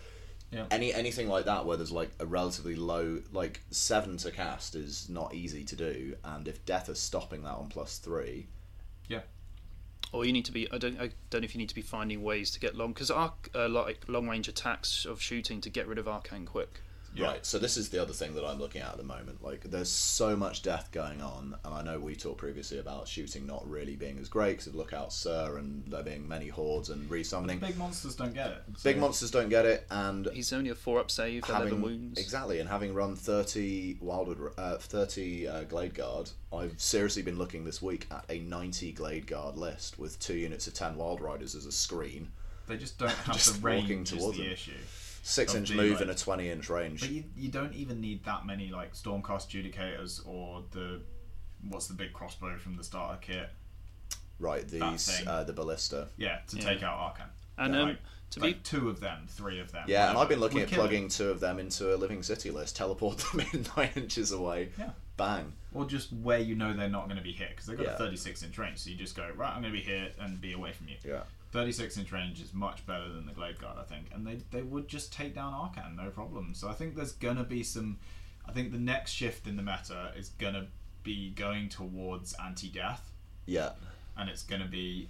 [SPEAKER 2] Yeah.
[SPEAKER 1] any anything like that where there's like a relatively low like seven to cast is not easy to do and if death is stopping that on plus three
[SPEAKER 2] Yeah.
[SPEAKER 3] Or you need to be. I don't. I don't know if you need to be finding ways to get long because arc uh, like long range attacks of shooting to get rid of arcane quick.
[SPEAKER 2] Yeah.
[SPEAKER 1] right so this is the other thing that i'm looking at at the moment like there's so much death going on and i know we talked previously about shooting not really being as great because of lookout sir and there being many hordes and resummoning
[SPEAKER 2] Big monsters don't get it. so-
[SPEAKER 1] big monsters don't get it and
[SPEAKER 3] He's only a four up save, eleven
[SPEAKER 1] having
[SPEAKER 3] wounds.
[SPEAKER 1] exactly, and having run thirty Wildwood, uh, thirty uh, Glade Guard, I've seriously been looking this week at a ninety Glade Guard list with two units of ten Wild Riders as a screen,
[SPEAKER 2] They just don't have
[SPEAKER 1] Just
[SPEAKER 2] the
[SPEAKER 1] walking
[SPEAKER 2] range is
[SPEAKER 1] towards
[SPEAKER 2] the
[SPEAKER 1] them.
[SPEAKER 2] issue.
[SPEAKER 1] six inch
[SPEAKER 2] Of the,
[SPEAKER 1] move
[SPEAKER 2] like-
[SPEAKER 1] and a twenty inch range.
[SPEAKER 2] But you, you don't even need that many like Stormcast Judicators or the what's the big crossbow from the starter kit?
[SPEAKER 1] right, the
[SPEAKER 2] that
[SPEAKER 1] s-
[SPEAKER 2] thing.
[SPEAKER 1] uh, the Ballista.
[SPEAKER 2] Yeah, to
[SPEAKER 3] Yeah.
[SPEAKER 2] take out Arcan.
[SPEAKER 3] and
[SPEAKER 2] Yeah,
[SPEAKER 3] um,
[SPEAKER 2] like,
[SPEAKER 3] to
[SPEAKER 2] like
[SPEAKER 3] be
[SPEAKER 2] two of them, three of them.
[SPEAKER 1] Yeah, and
[SPEAKER 2] whatever,
[SPEAKER 1] I've been looking
[SPEAKER 2] would
[SPEAKER 1] at
[SPEAKER 2] kill it.
[SPEAKER 1] plugging two of them into a Living City list, teleport them in nine inches away,
[SPEAKER 2] Yeah.
[SPEAKER 1] bang.
[SPEAKER 2] Or just where you know they're not going to be hit because they've got
[SPEAKER 1] Yeah.
[SPEAKER 2] a 36 inch range, so you just go right. I'm going to be hit and be away from you.
[SPEAKER 1] Yeah,
[SPEAKER 2] 36 inch range is much better than the Glade Guard, I think, and they they would just take down Arcan, no problem. So I think there's gonna be some. I think the next shift in the meta is gonna be going towards anti-death,
[SPEAKER 1] yeah.
[SPEAKER 2] and it's gonna be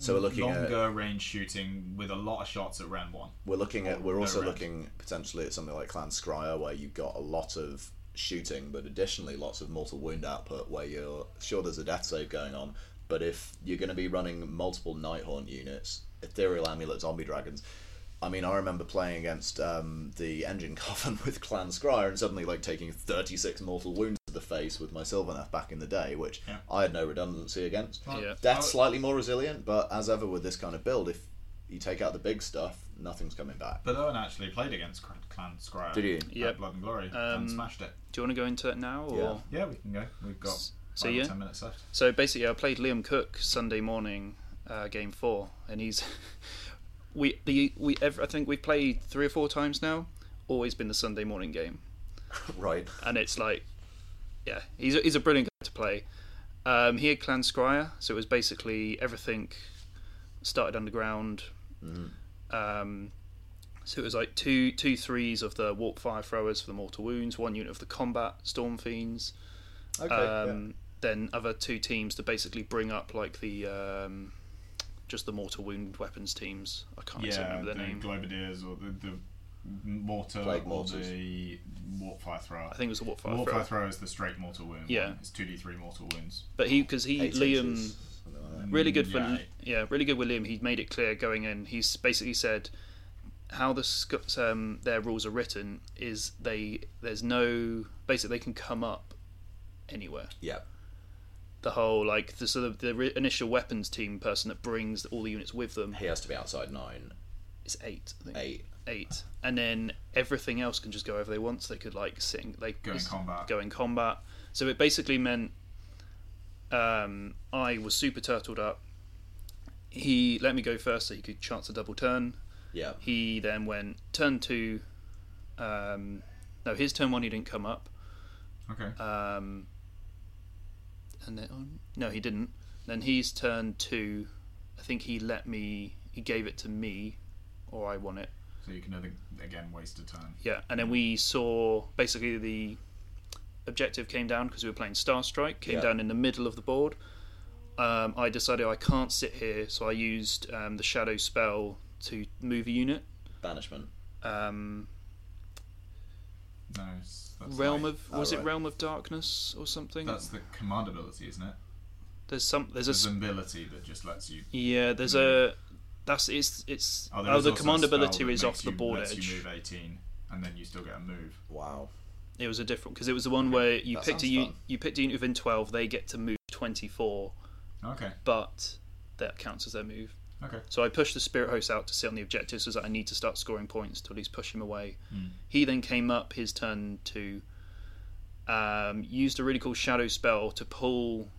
[SPEAKER 1] So we're looking at
[SPEAKER 2] longer range shooting with a lot of shots at Ren one.
[SPEAKER 1] We're looking at.
[SPEAKER 2] Or
[SPEAKER 1] We're
[SPEAKER 2] no
[SPEAKER 1] also
[SPEAKER 2] round.
[SPEAKER 1] looking potentially at something like Clan Scryer, where you've got a lot of shooting, but additionally lots of mortal wound output, where you're sure there's a death save going on, but if you're going to be running multiple Nighthaunt units, Ethereal Amulet, Zombie Dragons. I mean, I remember playing against um, the Engine Coffin with Clan Scryer and suddenly like taking 36 mortal wounds to the face with my Sylvaneth back in the day, which
[SPEAKER 2] Yeah.
[SPEAKER 1] I had no redundancy against.
[SPEAKER 3] Yeah.
[SPEAKER 1] Death's
[SPEAKER 2] I-
[SPEAKER 1] slightly more resilient, but as ever with this kind of build, if you take out the big stuff, nothing's coming back.
[SPEAKER 2] But Owen actually played against Cr- Clan Scryer.
[SPEAKER 1] Did you?
[SPEAKER 2] Yeah.
[SPEAKER 3] Yep.
[SPEAKER 2] Blood and Glory
[SPEAKER 3] Um,
[SPEAKER 2] and smashed it.
[SPEAKER 3] do you want to go into that now? Or?
[SPEAKER 1] Yeah.
[SPEAKER 2] Yeah, we can go. We've got
[SPEAKER 3] S- so
[SPEAKER 2] five or
[SPEAKER 3] yeah.
[SPEAKER 2] ten minutes left.
[SPEAKER 3] So basically, I played Liam Cook Sunday morning, uh, game four, and he's we the we ever I think we played three or four times now. Always been the Sunday morning game,
[SPEAKER 1] Right.
[SPEAKER 3] and it's like, yeah, he's a, he's a brilliant guy to play. Um, he had Clan Scryer, so it was basically everything started underground. Um, so it was like two two threes of the warp fire throwers for the mortal wounds, one unit of the combat storm fiends.
[SPEAKER 1] Okay.
[SPEAKER 3] Um, Then other two teams to basically bring up like the um, just the mortal wound weapons teams. I can't exactly
[SPEAKER 2] yeah, the
[SPEAKER 3] remember their name.
[SPEAKER 2] Globadiers or the, the mortar
[SPEAKER 1] Plague
[SPEAKER 2] or
[SPEAKER 1] mortars.
[SPEAKER 2] the warp fire thrower.
[SPEAKER 3] I think it was the warp fire
[SPEAKER 2] warp
[SPEAKER 3] thrower.
[SPEAKER 2] fire thrower is the straight mortal wound.
[SPEAKER 3] Yeah.
[SPEAKER 2] one. it's two d three mortal wounds.
[SPEAKER 3] But he because he
[SPEAKER 1] Eight
[SPEAKER 3] Liam.
[SPEAKER 1] inches, something like that.
[SPEAKER 3] really good for
[SPEAKER 2] Yeah.
[SPEAKER 3] yeah. really good with Liam. He made it clear going in. He's basically said how the Scots, um, their rules are written is they there's no basically they can come up anywhere.
[SPEAKER 1] Yeah.
[SPEAKER 3] The whole like the sort of the re- initial weapons team person that brings all the units with them
[SPEAKER 1] He has to be outside nine,
[SPEAKER 3] is eight. I think.
[SPEAKER 1] eight.
[SPEAKER 3] Eight. and then everything else can just go wherever they want. So they could like sing, they
[SPEAKER 2] Go in combat.
[SPEAKER 3] go in combat. So it basically meant um, I was super turtled up. He let me go first, so he could chance a double turn.
[SPEAKER 1] Yeah.
[SPEAKER 3] He then went turn two. Um, no, his turn one he didn't come up.
[SPEAKER 2] Okay,
[SPEAKER 3] Um, and then oh, no, he didn't. Then he's turn two. I think he let me. He gave it to me, or I won it.
[SPEAKER 2] so you can either, again waste a turn.
[SPEAKER 3] Yeah, and then we saw basically the objective came down because we were playing Star Strike, came
[SPEAKER 1] Yeah.
[SPEAKER 3] down in the middle of the board. Um, I decided I can't sit here, so I used um, the shadow spell to move a unit.
[SPEAKER 1] Banishment.
[SPEAKER 3] Um,
[SPEAKER 2] No, it's- that's
[SPEAKER 3] realm
[SPEAKER 2] like-
[SPEAKER 3] of
[SPEAKER 1] Oh,
[SPEAKER 3] was it
[SPEAKER 1] right.
[SPEAKER 3] Realm of Darkness or something?
[SPEAKER 2] that's the command ability, isn't it?
[SPEAKER 3] there's some there's a
[SPEAKER 2] There's
[SPEAKER 3] s-
[SPEAKER 2] an ability that just lets you.
[SPEAKER 3] yeah there's a that's it's it's oh,
[SPEAKER 2] there is
[SPEAKER 3] the
[SPEAKER 2] also a
[SPEAKER 3] command
[SPEAKER 2] spell
[SPEAKER 3] ability
[SPEAKER 2] that
[SPEAKER 3] is
[SPEAKER 2] makes
[SPEAKER 3] off the
[SPEAKER 2] you-
[SPEAKER 3] board
[SPEAKER 2] lets
[SPEAKER 3] edge.
[SPEAKER 2] You move eighteen, and then you still get a move.
[SPEAKER 1] Wow.
[SPEAKER 3] It was a different because it was the one where you
[SPEAKER 1] that
[SPEAKER 3] picked a
[SPEAKER 1] sounds
[SPEAKER 3] unit
[SPEAKER 1] fun.
[SPEAKER 3] you picked a unit within twelve, they get to move twenty four,
[SPEAKER 2] Okay,
[SPEAKER 3] but that counts as their move.
[SPEAKER 2] okay.
[SPEAKER 3] So I pushed the spirit host out to sit on the objective, so that I need to start scoring points to at least push him away. He then came up his turn to um, used a really cool shadow spell to pull,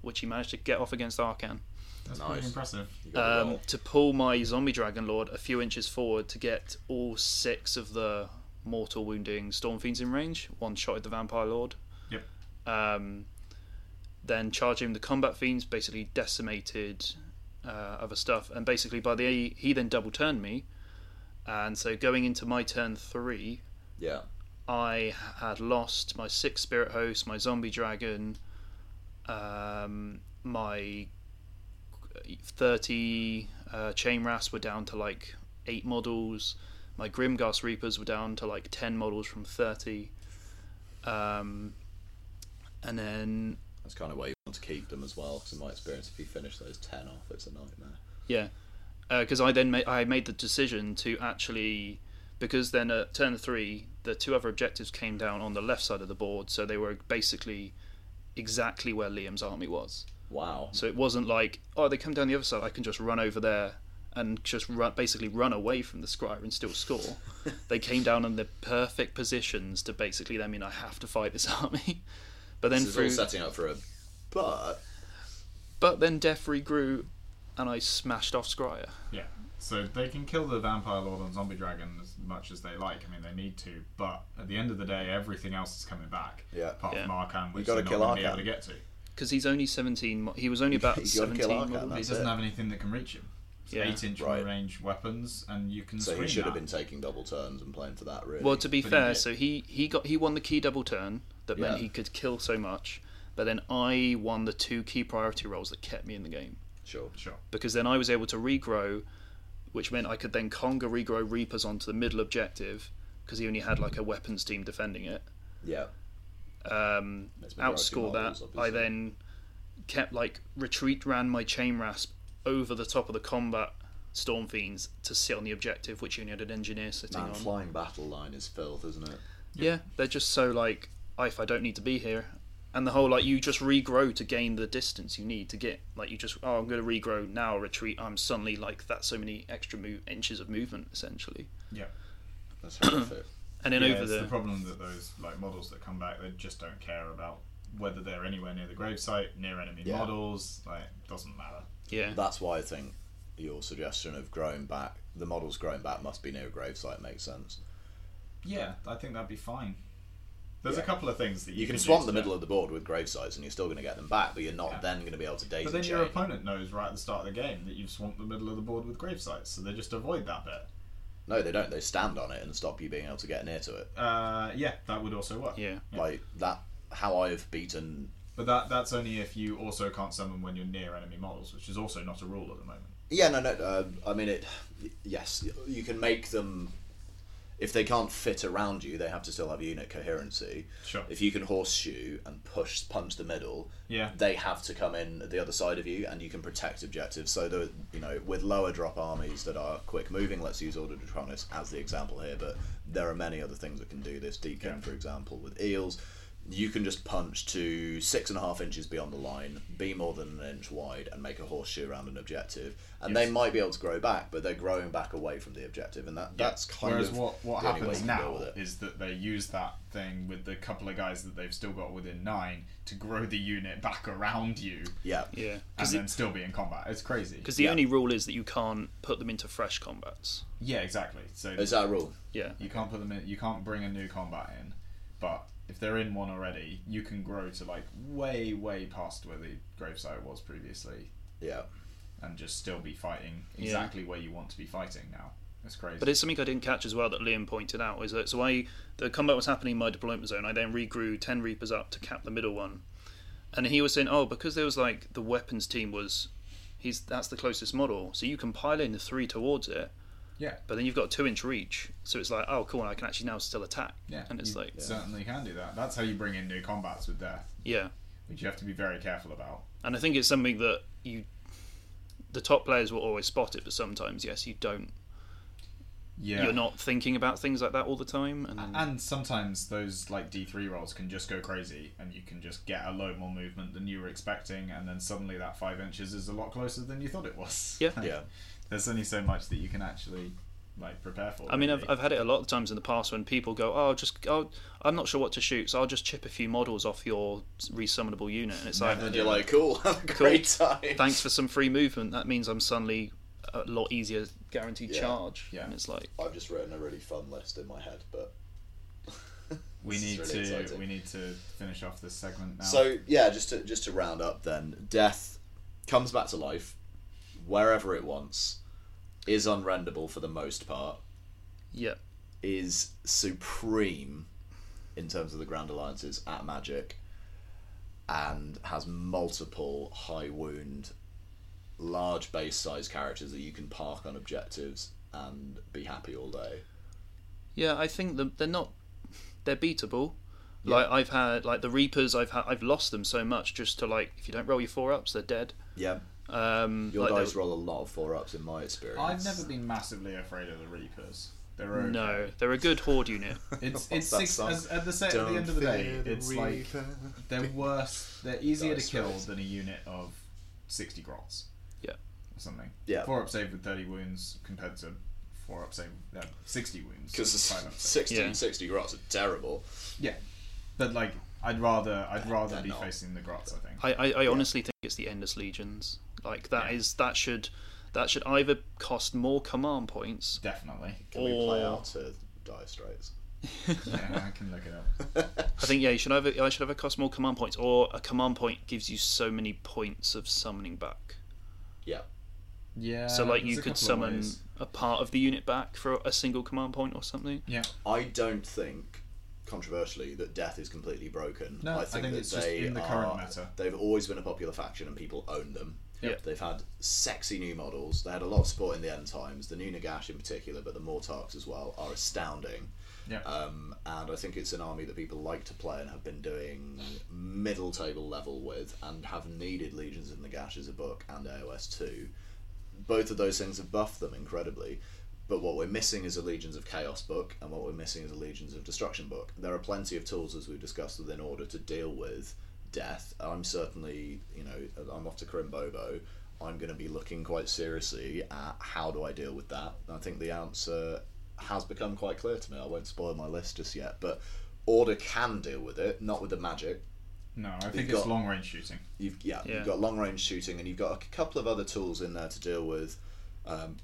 [SPEAKER 3] which he managed to get off against Arcan,
[SPEAKER 2] That's
[SPEAKER 1] Nice.
[SPEAKER 2] pretty impressive.
[SPEAKER 1] You got
[SPEAKER 3] um, to pull my zombie dragon lord a few inches forward to get all six of the mortal wounding storm fiends in range. One shotted the vampire lord.
[SPEAKER 2] Yep.
[SPEAKER 3] Um, then charging the combat fiends basically decimated uh, other stuff, and basically by the he then double turned me, and so going into my turn three,
[SPEAKER 1] yeah.
[SPEAKER 3] I had lost my six spirit host, my zombie dragon, um, my thirty uh, chain rafts were down to like eight models. My Grimghast Reapers were down to like ten models from thirty, um, and then
[SPEAKER 1] That's kind of why you want to keep them as well, because in my experience, if you finish those ten off, it's a nightmare.
[SPEAKER 3] Yeah, because I then ma- I made the decision to actually because then at turn three the two other objectives came down on the left side of the board, so they were basically exactly where Liam's army was.
[SPEAKER 1] Wow.
[SPEAKER 3] So it wasn't like oh they come down the other side, I can just run over there and just run, basically run away from the squire and still score. they came down in the perfect positions to basically then mean I have to fight this army. But then
[SPEAKER 1] This is
[SPEAKER 3] through
[SPEAKER 1] all setting up for a. But
[SPEAKER 3] but then death regrew and I smashed off Scryer.
[SPEAKER 2] Yeah. So they can kill the vampire lord and zombie dragon as much as they like. I mean, they need to, but at the end of the day, everything else is coming back.
[SPEAKER 1] Yeah.
[SPEAKER 2] Apart
[SPEAKER 3] Yeah.
[SPEAKER 2] from Arcan, which
[SPEAKER 1] gotta kill
[SPEAKER 2] they're not going to be
[SPEAKER 1] Arcan.
[SPEAKER 2] able to get to.
[SPEAKER 3] because he's only 17 mo- he was only about
[SPEAKER 1] You gotta
[SPEAKER 3] 17
[SPEAKER 1] kill Arkan,
[SPEAKER 3] models.
[SPEAKER 1] that's
[SPEAKER 2] he doesn't
[SPEAKER 1] it.
[SPEAKER 2] have anything that can reach him. It's
[SPEAKER 3] Yeah.
[SPEAKER 2] eight-inch
[SPEAKER 1] Right.
[SPEAKER 2] range weapons, and you can.
[SPEAKER 1] so he
[SPEAKER 2] screen
[SPEAKER 1] should have
[SPEAKER 2] that.
[SPEAKER 1] been taking double turns and playing for that, really.
[SPEAKER 3] well to be
[SPEAKER 2] But he
[SPEAKER 3] fair
[SPEAKER 2] did.
[SPEAKER 3] so he he got he won the key double turn that meant
[SPEAKER 1] Yeah.
[SPEAKER 3] he could kill so much but then i won the two key priority roles that kept me in the game
[SPEAKER 1] sure.
[SPEAKER 2] Sure.
[SPEAKER 3] because then i was able to regrow which meant i could then conga regrow reapers onto the middle objective because he only had like a weapons team defending it
[SPEAKER 1] Yeah.
[SPEAKER 3] um,
[SPEAKER 1] That's majority
[SPEAKER 3] outscore that.
[SPEAKER 1] models,
[SPEAKER 3] I
[SPEAKER 1] obviously.
[SPEAKER 3] then kept like retreat ran my chain rasp over the top of the combat storm fiends to sit on the objective, which only had an engineer sitting
[SPEAKER 1] Man,
[SPEAKER 3] on.
[SPEAKER 1] flying battle line is filth, isn't it?
[SPEAKER 3] Yeah, they're just so like if I don't need to be here, and the whole like you just regrow to gain the distance you need to get like you just oh I'm going to regrow now retreat I'm suddenly like that's so many extra mo- inches of movement essentially,
[SPEAKER 2] Yeah.
[SPEAKER 1] That's horrific.
[SPEAKER 3] and then
[SPEAKER 2] yeah,
[SPEAKER 3] over
[SPEAKER 2] it's
[SPEAKER 3] the,
[SPEAKER 2] the problem that those like models that come back, they just don't care about whether they're anywhere near the gravesite, near enemy
[SPEAKER 1] Yeah.
[SPEAKER 2] models. Like, doesn't matter.
[SPEAKER 3] yeah
[SPEAKER 1] That's why I think your suggestion of growing back, the models growing back must be near a gravesite makes sense.
[SPEAKER 2] Yeah, I think that'd be fine. There's a
[SPEAKER 1] Yeah.
[SPEAKER 2] couple of things that you,
[SPEAKER 1] You can
[SPEAKER 2] use
[SPEAKER 1] swamp the
[SPEAKER 2] there.
[SPEAKER 1] middle of the board with gravesites, and you're still going to get them back, but you're not
[SPEAKER 2] Yeah.
[SPEAKER 1] then going to be able to daisy
[SPEAKER 2] But then
[SPEAKER 1] chain.
[SPEAKER 2] your opponent knows right at the start of the game that you've swamped the middle of the board with gravesites, so they just avoid that bit.
[SPEAKER 1] No, they don't. They stand on it and stop you being able to get near to it.
[SPEAKER 2] Uh, yeah, that would also work.
[SPEAKER 3] Yeah.
[SPEAKER 2] Yeah.
[SPEAKER 1] Like that. How I've beaten.
[SPEAKER 2] But that that's only if you also can't summon when you're near enemy models, which is also not a rule at the moment.
[SPEAKER 1] Yeah, no, no. Uh, I mean, it. Yes, you can make them. If they can't fit around you, they have to still have unit coherency.
[SPEAKER 2] Sure.
[SPEAKER 1] If you can horseshoe and push punch the middle,
[SPEAKER 2] Yeah.
[SPEAKER 1] they have to come in at the other side of you, and you can protect objectives. So that you know, with lower drop armies that are quick moving, let's use Order Detronis as the example here. But there are many other things that can do this. Deacon,
[SPEAKER 2] Yeah.
[SPEAKER 1] for example, with eels, you can just punch to six and a half inches beyond the line, be more than an inch wide, and make a horseshoe around an objective. And they
[SPEAKER 2] Yes.
[SPEAKER 1] might be able to grow back, but they're growing back away from the objective, and that that's kind
[SPEAKER 2] Whereas
[SPEAKER 1] of
[SPEAKER 2] what what
[SPEAKER 1] the only way
[SPEAKER 2] happens
[SPEAKER 1] you can
[SPEAKER 2] now
[SPEAKER 1] deal with it.
[SPEAKER 2] is that they use that thing with the couple of guys that they've still got within nine to grow the unit back around you
[SPEAKER 1] Yeah,
[SPEAKER 3] Yeah.
[SPEAKER 2] and
[SPEAKER 3] Because
[SPEAKER 2] then still be in combat. It's crazy.
[SPEAKER 3] the,
[SPEAKER 1] Yeah.
[SPEAKER 3] only rule is that you can't put them into fresh combats.
[SPEAKER 2] Yeah, exactly. So
[SPEAKER 1] is that a rule?
[SPEAKER 3] Yeah.
[SPEAKER 2] you can't put them in. You can't bring a new combat in, but if they're in one already, you can grow to like way way past where the gravesite was previously,
[SPEAKER 1] Yeah.
[SPEAKER 2] and just still be fighting
[SPEAKER 3] Yeah.
[SPEAKER 2] exactly where you want to be fighting now. That's crazy.
[SPEAKER 3] But it's something I didn't catch as well that Liam pointed out is that so I the combat was happening in my deployment zone. I then regrew ten reapers up to cap the middle one, and he was saying, oh, because there was like the weapons team was, he's that's the closest model, so you can pile in three towards it.
[SPEAKER 2] Yeah.
[SPEAKER 3] But then you've got a two inch reach, so it's like oh cool, I can actually now still attack.
[SPEAKER 2] yeah,
[SPEAKER 3] And it's
[SPEAKER 2] you
[SPEAKER 3] like
[SPEAKER 2] certainly can do that. That's how you bring in new combats with death,
[SPEAKER 3] yeah.
[SPEAKER 2] which you have to be very careful about.
[SPEAKER 3] And I think it's something that you, the top players will always spot it, but sometimes yes, you don't.
[SPEAKER 2] Yeah,
[SPEAKER 3] You're not thinking about things like that all the time, and then,
[SPEAKER 2] And sometimes those like D three rolls can just go crazy, and you can just get a load more movement than you were expecting, and then suddenly that five inches is a lot closer than you thought it was.
[SPEAKER 3] Yeah.
[SPEAKER 1] Yeah.
[SPEAKER 2] There's only so much that you can actually like prepare for.
[SPEAKER 3] I mean, I've,
[SPEAKER 2] really.
[SPEAKER 3] I've had it a lot of times in the past when people go, "Oh, just oh, I'm not sure what to shoot, so I'll just chip a few models off your resummonable unit," and it's like,
[SPEAKER 2] Never
[SPEAKER 1] And you're like, cool, have a great time.
[SPEAKER 3] "Thanks for some free movement. That means I'm suddenly a lot easier guaranteed
[SPEAKER 1] Yeah.
[SPEAKER 3] charge."
[SPEAKER 2] Yeah.
[SPEAKER 3] And it's like,
[SPEAKER 1] I've just written a really fun list in my head, but
[SPEAKER 2] we
[SPEAKER 1] this is
[SPEAKER 2] need
[SPEAKER 1] really
[SPEAKER 2] to
[SPEAKER 1] exciting.
[SPEAKER 2] we need to finish off this segment now.
[SPEAKER 1] so yeah, just to just to round up then, death comes back to life wherever it wants, is unrendable for the most part,
[SPEAKER 3] yeah,
[SPEAKER 1] is supreme in terms of the Grand Alliances at Magic, and has multiple high wound, large base size characters that you can park on objectives and be happy all day.
[SPEAKER 3] yeah. I think that they're not they're beatable. Like I've had like the Reapers, I've had I've lost them so much just to like if you don't roll your four ups, they're dead.
[SPEAKER 1] Yeah,
[SPEAKER 3] Um,
[SPEAKER 1] Mm, your
[SPEAKER 3] like they-
[SPEAKER 1] dice roll a lot of four ups in my experience.
[SPEAKER 2] I've never been massively afraid of the Reapers. They're okay.
[SPEAKER 3] No, they're a good horde unit.
[SPEAKER 2] It's
[SPEAKER 1] What's
[SPEAKER 2] it's
[SPEAKER 1] that
[SPEAKER 2] six,
[SPEAKER 1] song?
[SPEAKER 2] as, at the sa- at the end of the day, it's like they're worse. They're easier to
[SPEAKER 1] Dice
[SPEAKER 2] kill
[SPEAKER 1] rolls.
[SPEAKER 2] than a unit of sixty grots.
[SPEAKER 3] Yeah.
[SPEAKER 2] or something.
[SPEAKER 1] Yeah.
[SPEAKER 2] Four up save with 30 wounds compared to four up save uh, 60 wounds.
[SPEAKER 1] because
[SPEAKER 2] Five up save.
[SPEAKER 1] 60,
[SPEAKER 3] Yeah.
[SPEAKER 1] 60 grots are terrible.
[SPEAKER 2] Yeah. But like, I'd rather I'd rather
[SPEAKER 1] they're
[SPEAKER 2] be
[SPEAKER 1] not.
[SPEAKER 2] facing the grots. I think.
[SPEAKER 3] I, I, I honestly think it's the endless legions. Like that is
[SPEAKER 2] Yeah.
[SPEAKER 3] that should that should either cost more command points.
[SPEAKER 2] Definitely.
[SPEAKER 1] Can we play
[SPEAKER 3] Or-
[SPEAKER 1] out to dice rates?
[SPEAKER 2] Yeah, I can look it up.
[SPEAKER 3] I think yeah, you should either I should either cost more command points or a command point gives you so many points of summoning back.
[SPEAKER 1] Yeah,
[SPEAKER 2] Yeah.
[SPEAKER 3] so like
[SPEAKER 2] Uh, there's
[SPEAKER 3] you
[SPEAKER 2] a
[SPEAKER 3] could
[SPEAKER 2] couple of
[SPEAKER 3] summon
[SPEAKER 2] ways.
[SPEAKER 3] a part of the unit back for a single command point or something.
[SPEAKER 2] Yeah.
[SPEAKER 1] I don't think controversially that death is completely broken.
[SPEAKER 2] No, I
[SPEAKER 1] I think,
[SPEAKER 2] think
[SPEAKER 1] that
[SPEAKER 2] it's just
[SPEAKER 1] they
[SPEAKER 2] in the
[SPEAKER 1] are,
[SPEAKER 2] current meta.
[SPEAKER 1] They've always been a popular faction and people own them.
[SPEAKER 3] Yep.
[SPEAKER 1] They've had sexy new models. They had a lot of support in the end times. The new Nagash in particular, but the Mortarks as well, are astounding.
[SPEAKER 2] Yeah.
[SPEAKER 1] Um, and I think it's an army that people like to play and have been doing middle table level with and have needed Legions of Nagash as a book and AOS 2. Both of those things have buffed them incredibly. But what we're missing is a Legions of Chaos book, and what we're missing is a Legions of Destruction book. There are plenty of tools, as we've discussed, within order to deal with death. I'm certainly, you know, I'm off to Crimbobo. I'm going to be looking quite seriously at how do I deal with that. And I think the answer has become quite clear to me. I won't spoil my list just yet, but order can deal with it, not with the magic.
[SPEAKER 2] no, I think
[SPEAKER 1] got-
[SPEAKER 2] it's long range shooting.
[SPEAKER 1] You've yeah,
[SPEAKER 3] Yeah.
[SPEAKER 1] you've got long range shooting, and you've got a couple of other tools in there to deal with um,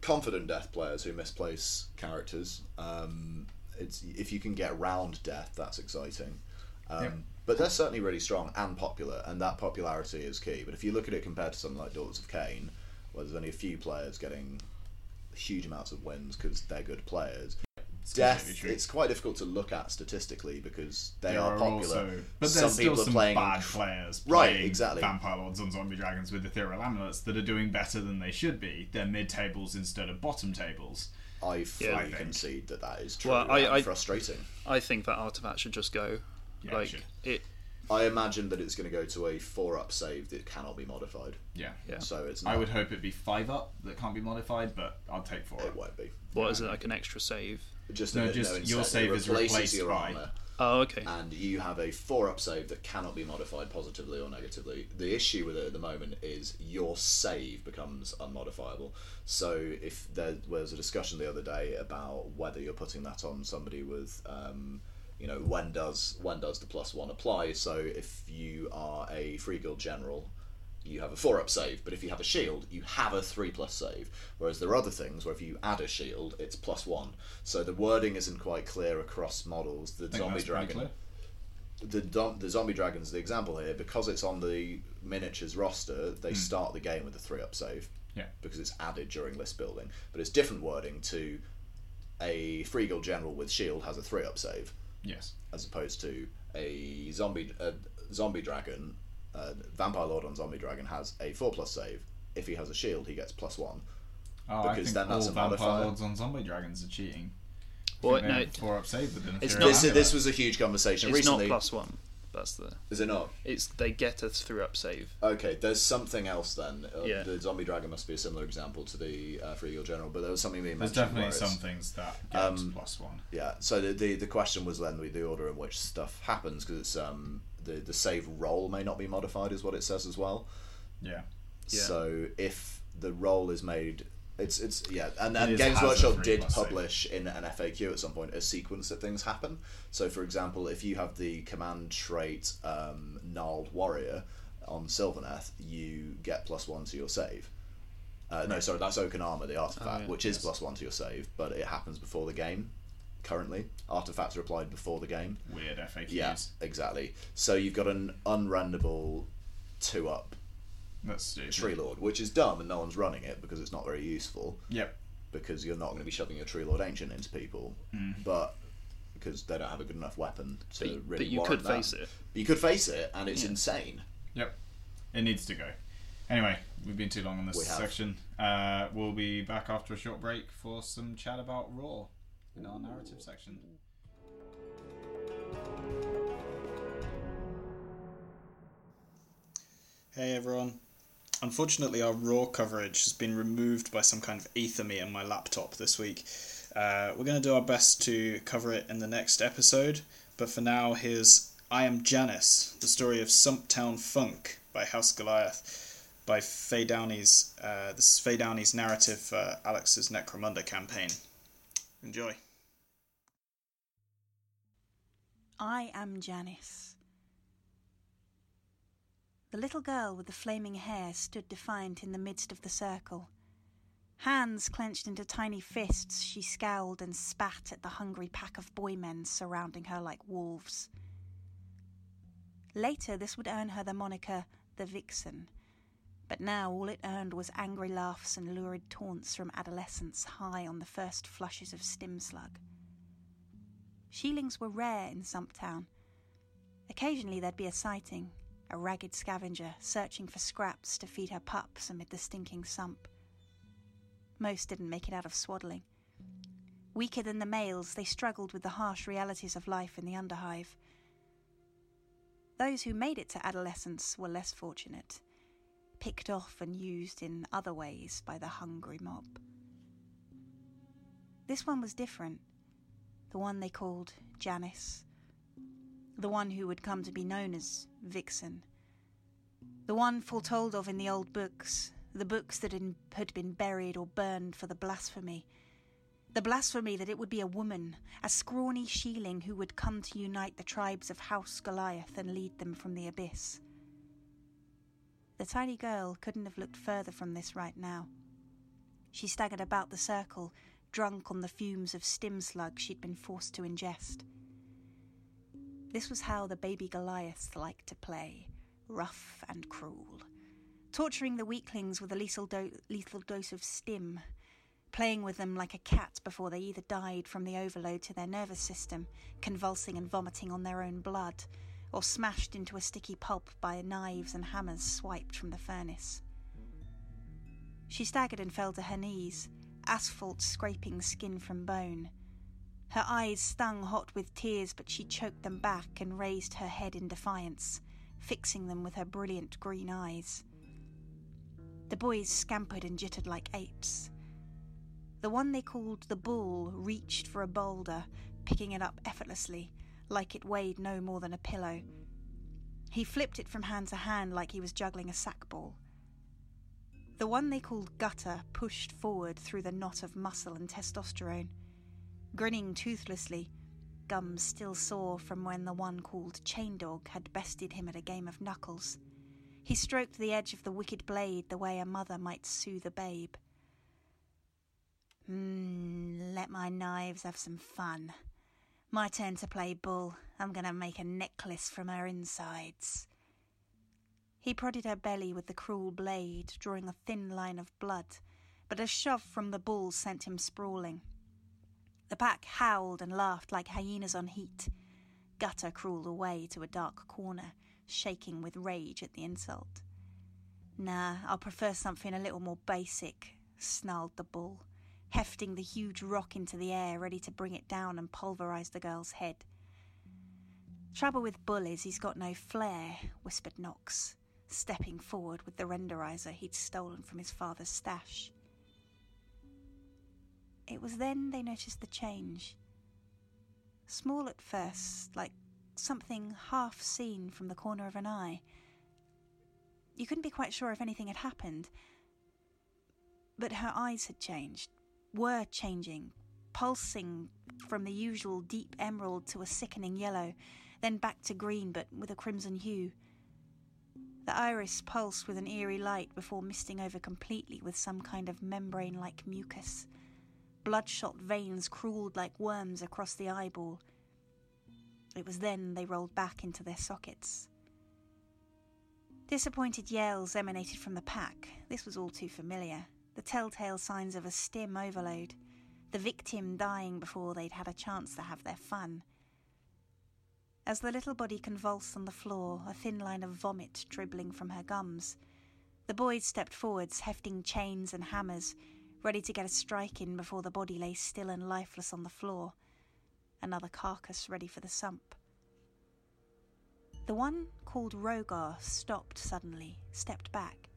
[SPEAKER 1] confident death players who misplace characters. Um, it's if you can get around death, that's exciting. Um,
[SPEAKER 2] Yeah.
[SPEAKER 1] But they're certainly really strong and popular, and that popularity is key. But if you look at it compared to something like Daughters of Cain, where there's only a few players getting huge amounts of wins because they're good players,
[SPEAKER 2] It's
[SPEAKER 1] death
[SPEAKER 2] completely true.
[SPEAKER 1] it's quite difficult to look at statistically because they
[SPEAKER 2] There
[SPEAKER 1] are
[SPEAKER 2] are
[SPEAKER 1] popular.
[SPEAKER 2] also, but
[SPEAKER 1] some
[SPEAKER 2] there's still
[SPEAKER 1] people are
[SPEAKER 2] some
[SPEAKER 1] playing
[SPEAKER 2] bad
[SPEAKER 1] inc-
[SPEAKER 2] players,
[SPEAKER 1] Right,
[SPEAKER 2] playing
[SPEAKER 1] exactly.
[SPEAKER 2] Vampire lords and zombie dragons with ethereal amulets that are doing better than they should be. They're mid tables instead of bottom tables.
[SPEAKER 1] I fully
[SPEAKER 3] I
[SPEAKER 2] think.
[SPEAKER 1] concede that that is true
[SPEAKER 3] Well, I-
[SPEAKER 1] and
[SPEAKER 3] I-
[SPEAKER 1] frustrating.
[SPEAKER 3] I think that artifact should just go.
[SPEAKER 2] Yeah, it
[SPEAKER 3] like
[SPEAKER 2] should.
[SPEAKER 3] it,
[SPEAKER 1] I imagine that it's going to go to a four up save that cannot be modified.
[SPEAKER 2] Yeah.
[SPEAKER 3] Yeah.
[SPEAKER 1] So it's not.
[SPEAKER 2] I would hope it'd be five up that can't be modified, but I'll take four
[SPEAKER 1] It
[SPEAKER 2] up.
[SPEAKER 1] won't be.
[SPEAKER 3] what is it like an extra save?
[SPEAKER 1] Just
[SPEAKER 2] No,
[SPEAKER 1] a bit-
[SPEAKER 2] just
[SPEAKER 1] instead
[SPEAKER 2] your
[SPEAKER 1] it
[SPEAKER 2] save is
[SPEAKER 1] replaces
[SPEAKER 2] replaced
[SPEAKER 1] your
[SPEAKER 2] by-
[SPEAKER 1] armor,
[SPEAKER 3] Oh, okay.
[SPEAKER 2] Uh,
[SPEAKER 1] and you have a four up save that cannot be modified positively or negatively. The issue with it at the moment is your save becomes unmodifiable. So if there was a discussion the other day about whether you're putting that on somebody with. Um, you know when does when does the plus one apply? So if you are a free guild general, you have a four up save, but if you have a shield, you have a three plus save. Whereas there are other things where if you add a shield, it's plus one. So the wording isn't quite clear across models. The
[SPEAKER 2] I think
[SPEAKER 1] zombie
[SPEAKER 2] that's pretty
[SPEAKER 1] dragon,
[SPEAKER 2] clear.
[SPEAKER 1] the dom- the zombie dragon's the example here because it's on the miniatures roster. They
[SPEAKER 3] Hmm.
[SPEAKER 1] start the game with a three up save
[SPEAKER 2] Yeah.
[SPEAKER 1] because it's added during list building, but it's different wording to a free guild general with shield has a three up save
[SPEAKER 2] Yes.
[SPEAKER 1] as opposed to a zombie a zombie dragon. Uh, Vampire Lord on Zombie Dragon has a four plus save. If he has a shield, he gets plus one.
[SPEAKER 2] Oh, I
[SPEAKER 1] Because then
[SPEAKER 2] think
[SPEAKER 1] that's
[SPEAKER 2] all
[SPEAKER 1] a
[SPEAKER 2] vampire
[SPEAKER 1] modifier.
[SPEAKER 2] lords on zombie dragons are cheating.
[SPEAKER 3] Well,
[SPEAKER 2] They
[SPEAKER 3] no,
[SPEAKER 2] have four up save with an
[SPEAKER 3] It's
[SPEAKER 2] ethereal
[SPEAKER 3] not-
[SPEAKER 1] This
[SPEAKER 2] amulet.
[SPEAKER 1] this was a huge conversation
[SPEAKER 3] it's not
[SPEAKER 1] recently.
[SPEAKER 3] plus one. That's the.
[SPEAKER 1] Is it not?
[SPEAKER 3] It's they get a through up save.
[SPEAKER 2] Ah,
[SPEAKER 1] Okay, there's something else then. Uh,
[SPEAKER 3] Yeah.
[SPEAKER 1] The Zombie Dragon must be a similar example to the uh, Free Guild General, but there was something being
[SPEAKER 2] There's
[SPEAKER 1] mentioned. where
[SPEAKER 2] definitely
[SPEAKER 1] it's-
[SPEAKER 2] some things that get
[SPEAKER 1] Um,
[SPEAKER 2] plus one.
[SPEAKER 1] Yeah. So the, the the question was then the, the order in which stuff happens because it's um the the save roll may not be modified is what it says as well.
[SPEAKER 2] Yeah.
[SPEAKER 3] Yeah.
[SPEAKER 1] So if the roll is made, it's it's yeah, and, and
[SPEAKER 2] is
[SPEAKER 1] Games
[SPEAKER 2] hazard
[SPEAKER 1] Workshop
[SPEAKER 2] free
[SPEAKER 1] did
[SPEAKER 2] plus save.
[SPEAKER 1] publish in an FAQ at some point a sequence that things happen. So for example, if you have the command trait um, gnarled warrior on Sylvaneth, you get plus one to your save. Uh, no, sorry, that's Oaken Armor, the artifact,
[SPEAKER 3] Oh, yeah,
[SPEAKER 1] which is plus one to your save, but it happens before the game. Currently, artifacts are applied before the game.
[SPEAKER 3] Mm.
[SPEAKER 2] Weird FAQs.
[SPEAKER 1] Yeah, exactly. So you've got an unrandable two up
[SPEAKER 2] That's stupid.
[SPEAKER 1] Tree Lord, which is dumb and no one's running it because it's not very useful
[SPEAKER 2] Yep.
[SPEAKER 1] because you're not going to be shoving your Tree Lord Ancient into people,
[SPEAKER 2] Hmm.
[SPEAKER 1] but because they don't have a good enough weapon to
[SPEAKER 3] But,
[SPEAKER 1] really
[SPEAKER 3] but you
[SPEAKER 1] warrant
[SPEAKER 3] could
[SPEAKER 1] that.
[SPEAKER 3] face it.
[SPEAKER 1] You could face it, and it's
[SPEAKER 3] Yeah.
[SPEAKER 1] insane.
[SPEAKER 2] Yep. It needs to go. Anyway, we've been too long on this
[SPEAKER 1] We have.
[SPEAKER 2] section. Uh, we'll be back after a short break for some chat about Raw in our narrative section.
[SPEAKER 4] Hey everyone. Unfortunately, our raw coverage has been removed by some kind of etherme in my laptop this week. Uh, we're going to do our best to cover it in the next episode, but for now, here's I Am Janice, the story of Sumptown Funk by House Goliath by Faye Downey's. Uh, this is Faye Downey's narrative for Alex's Necromunda campaign. Enjoy.
[SPEAKER 5] I am Janice. The little girl with the flaming hair stood defiant in the midst of the circle. Hands clenched into tiny fists, she scowled and spat at the hungry pack of boymen surrounding her like wolves. Later, this would earn her the moniker the Vixen, but now all it earned was angry laughs and lurid taunts from adolescents high on the first flushes of stim slug. Sheelings were rare in Sumptown. Occasionally there'd be a sighting, a ragged scavenger searching for scraps to feed her pups amid the stinking sump. Most didn't make it out of swaddling. Weaker than the males, they struggled with the harsh realities of life in the underhive. Those who made it to adolescence were less fortunate, picked off and used in other ways by the hungry mob. This one was different the one they called Janice, the one who would come to be known as Vixen, the one foretold of in the old books, the books that in- had been buried or burned for the blasphemy. The blasphemy that it would be a woman, a scrawny sheeling who would come to unite the tribes of House Goliath and lead them from the abyss. The tiny girl couldn't have looked further from this right now. She staggered about the circle, drunk on the fumes of stim slug she'd been forced to ingest. This was how the baby Goliaths liked to play rough and cruel. Torturing the weaklings with a lethal, do- lethal dose of stim, playing with them like a cat before they either died from the overload to their nervous system, convulsing and vomiting on their own blood, or smashed into a sticky pulp by knives and hammers swiped from the furnace. She staggered and fell to her knees, asphalt scraping skin from bone. Her eyes stung hot with tears, but she choked them back and raised her head in defiance, fixing them with her brilliant green eyes. The boys scampered and jittered like apes. The one they called the bull reached for a boulder, picking it up effortlessly, like it weighed no more than a pillow. He flipped it from hand to hand like he was juggling a sack ball. The one they called Gutter pushed forward through the knot of muscle and testosterone. Grinning toothlessly, gums still sore from when the one called Chain Dog had bested him at a game of knuckles. He stroked the edge of the wicked blade the way a mother might soothe a babe. Mmm, let my knives have some fun. My turn to play bull. I'm gonna make a necklace from her insides. He prodded her belly with the cruel blade, drawing a thin line of blood, but a shove from the bull sent him sprawling. The pack howled and laughed like hyenas on heat. Gutter crawled away to a dark corner, shaking with rage at the insult. Nah, I'll prefer something a little more basic, snarled the bull, hefting the huge rock into the air, ready to bring it down and pulverize the girl's head. Trouble with Bull is he's got no flair, whispered Knox, stepping forward with the renderizer he'd stolen from his father's stash. It was then they noticed the change. Small at first, like something half seen from the corner of an eye. You couldn't be quite sure if anything had happened, but her eyes had changed, were changing, pulsing from the usual deep emerald to a sickening yellow, then back to green but with a crimson hue. The iris pulsed with an eerie light before misting over completely with some kind of membrane like mucus. Bloodshot veins crawled like worms across the eyeball. It was then they rolled back into their sockets. Disappointed yells emanated from the pack. This was all too familiar. The telltale signs of a stim overload. The victim dying before they'd had a chance to have their fun. As the little body convulsed on the floor, a thin line of vomit dribbling from her gums, the boys stepped forwards, hefting chains and hammers, ready to get a strike in before the body lay still and lifeless on the floor, another carcass ready for the sump. The one called Rogar stopped suddenly, stepped back.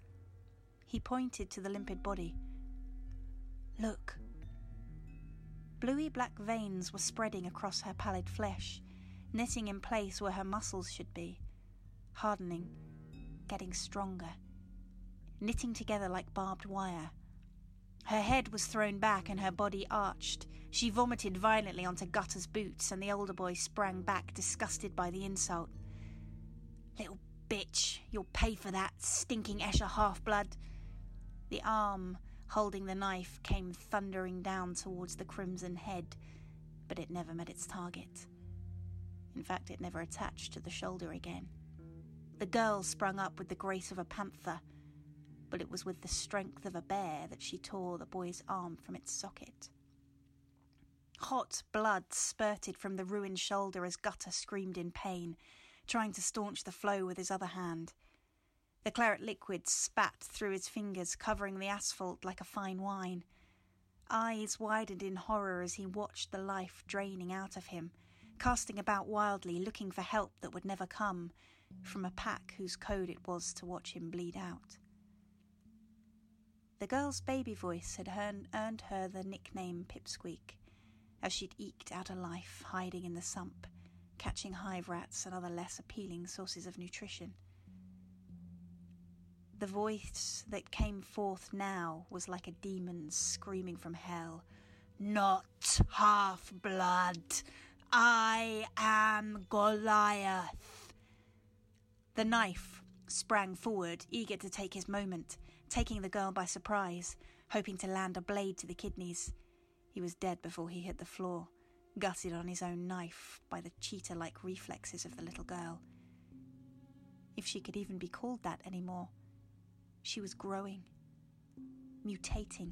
[SPEAKER 5] He pointed to the limpid body. Look. Bluey black veins were spreading across her pallid flesh knitting in place where her muscles should be, hardening, getting stronger, knitting together like barbed wire. Her head was thrown back and her body arched. She vomited violently onto Gutter's boots, and the older boy sprang back, disgusted by the insult. Little bitch, you'll pay for that, stinking Escher half blood. The arm holding the knife came thundering down towards the crimson head, but it never met its target. In fact, it never attached to the shoulder again. The girl sprung up with the grace of a panther, but it was with the strength of a bear that she tore the boy's arm from its socket. Hot blood spurted from the ruined shoulder as Gutter screamed in pain, trying to staunch the flow with his other hand. The claret liquid spat through his fingers, covering the asphalt like a fine wine. Eyes widened in horror as he watched the life draining out of him casting about wildly, looking for help that would never come from a pack whose code it was to watch him bleed out. The girl's baby voice had earned her the nickname Pipsqueak, as she'd eked out a life hiding in the sump, catching hive rats and other less appealing sources of nutrition. The voice that came forth now was like a demon screaming from hell. Not half blood! I am Goliath. The knife sprang forward, eager to take his moment, taking the girl by surprise, hoping to land a blade to the kidneys. He was dead before he hit the floor, gutted on his own knife by the cheetah like reflexes of the little girl. If she could even be called that anymore, she was growing, mutating.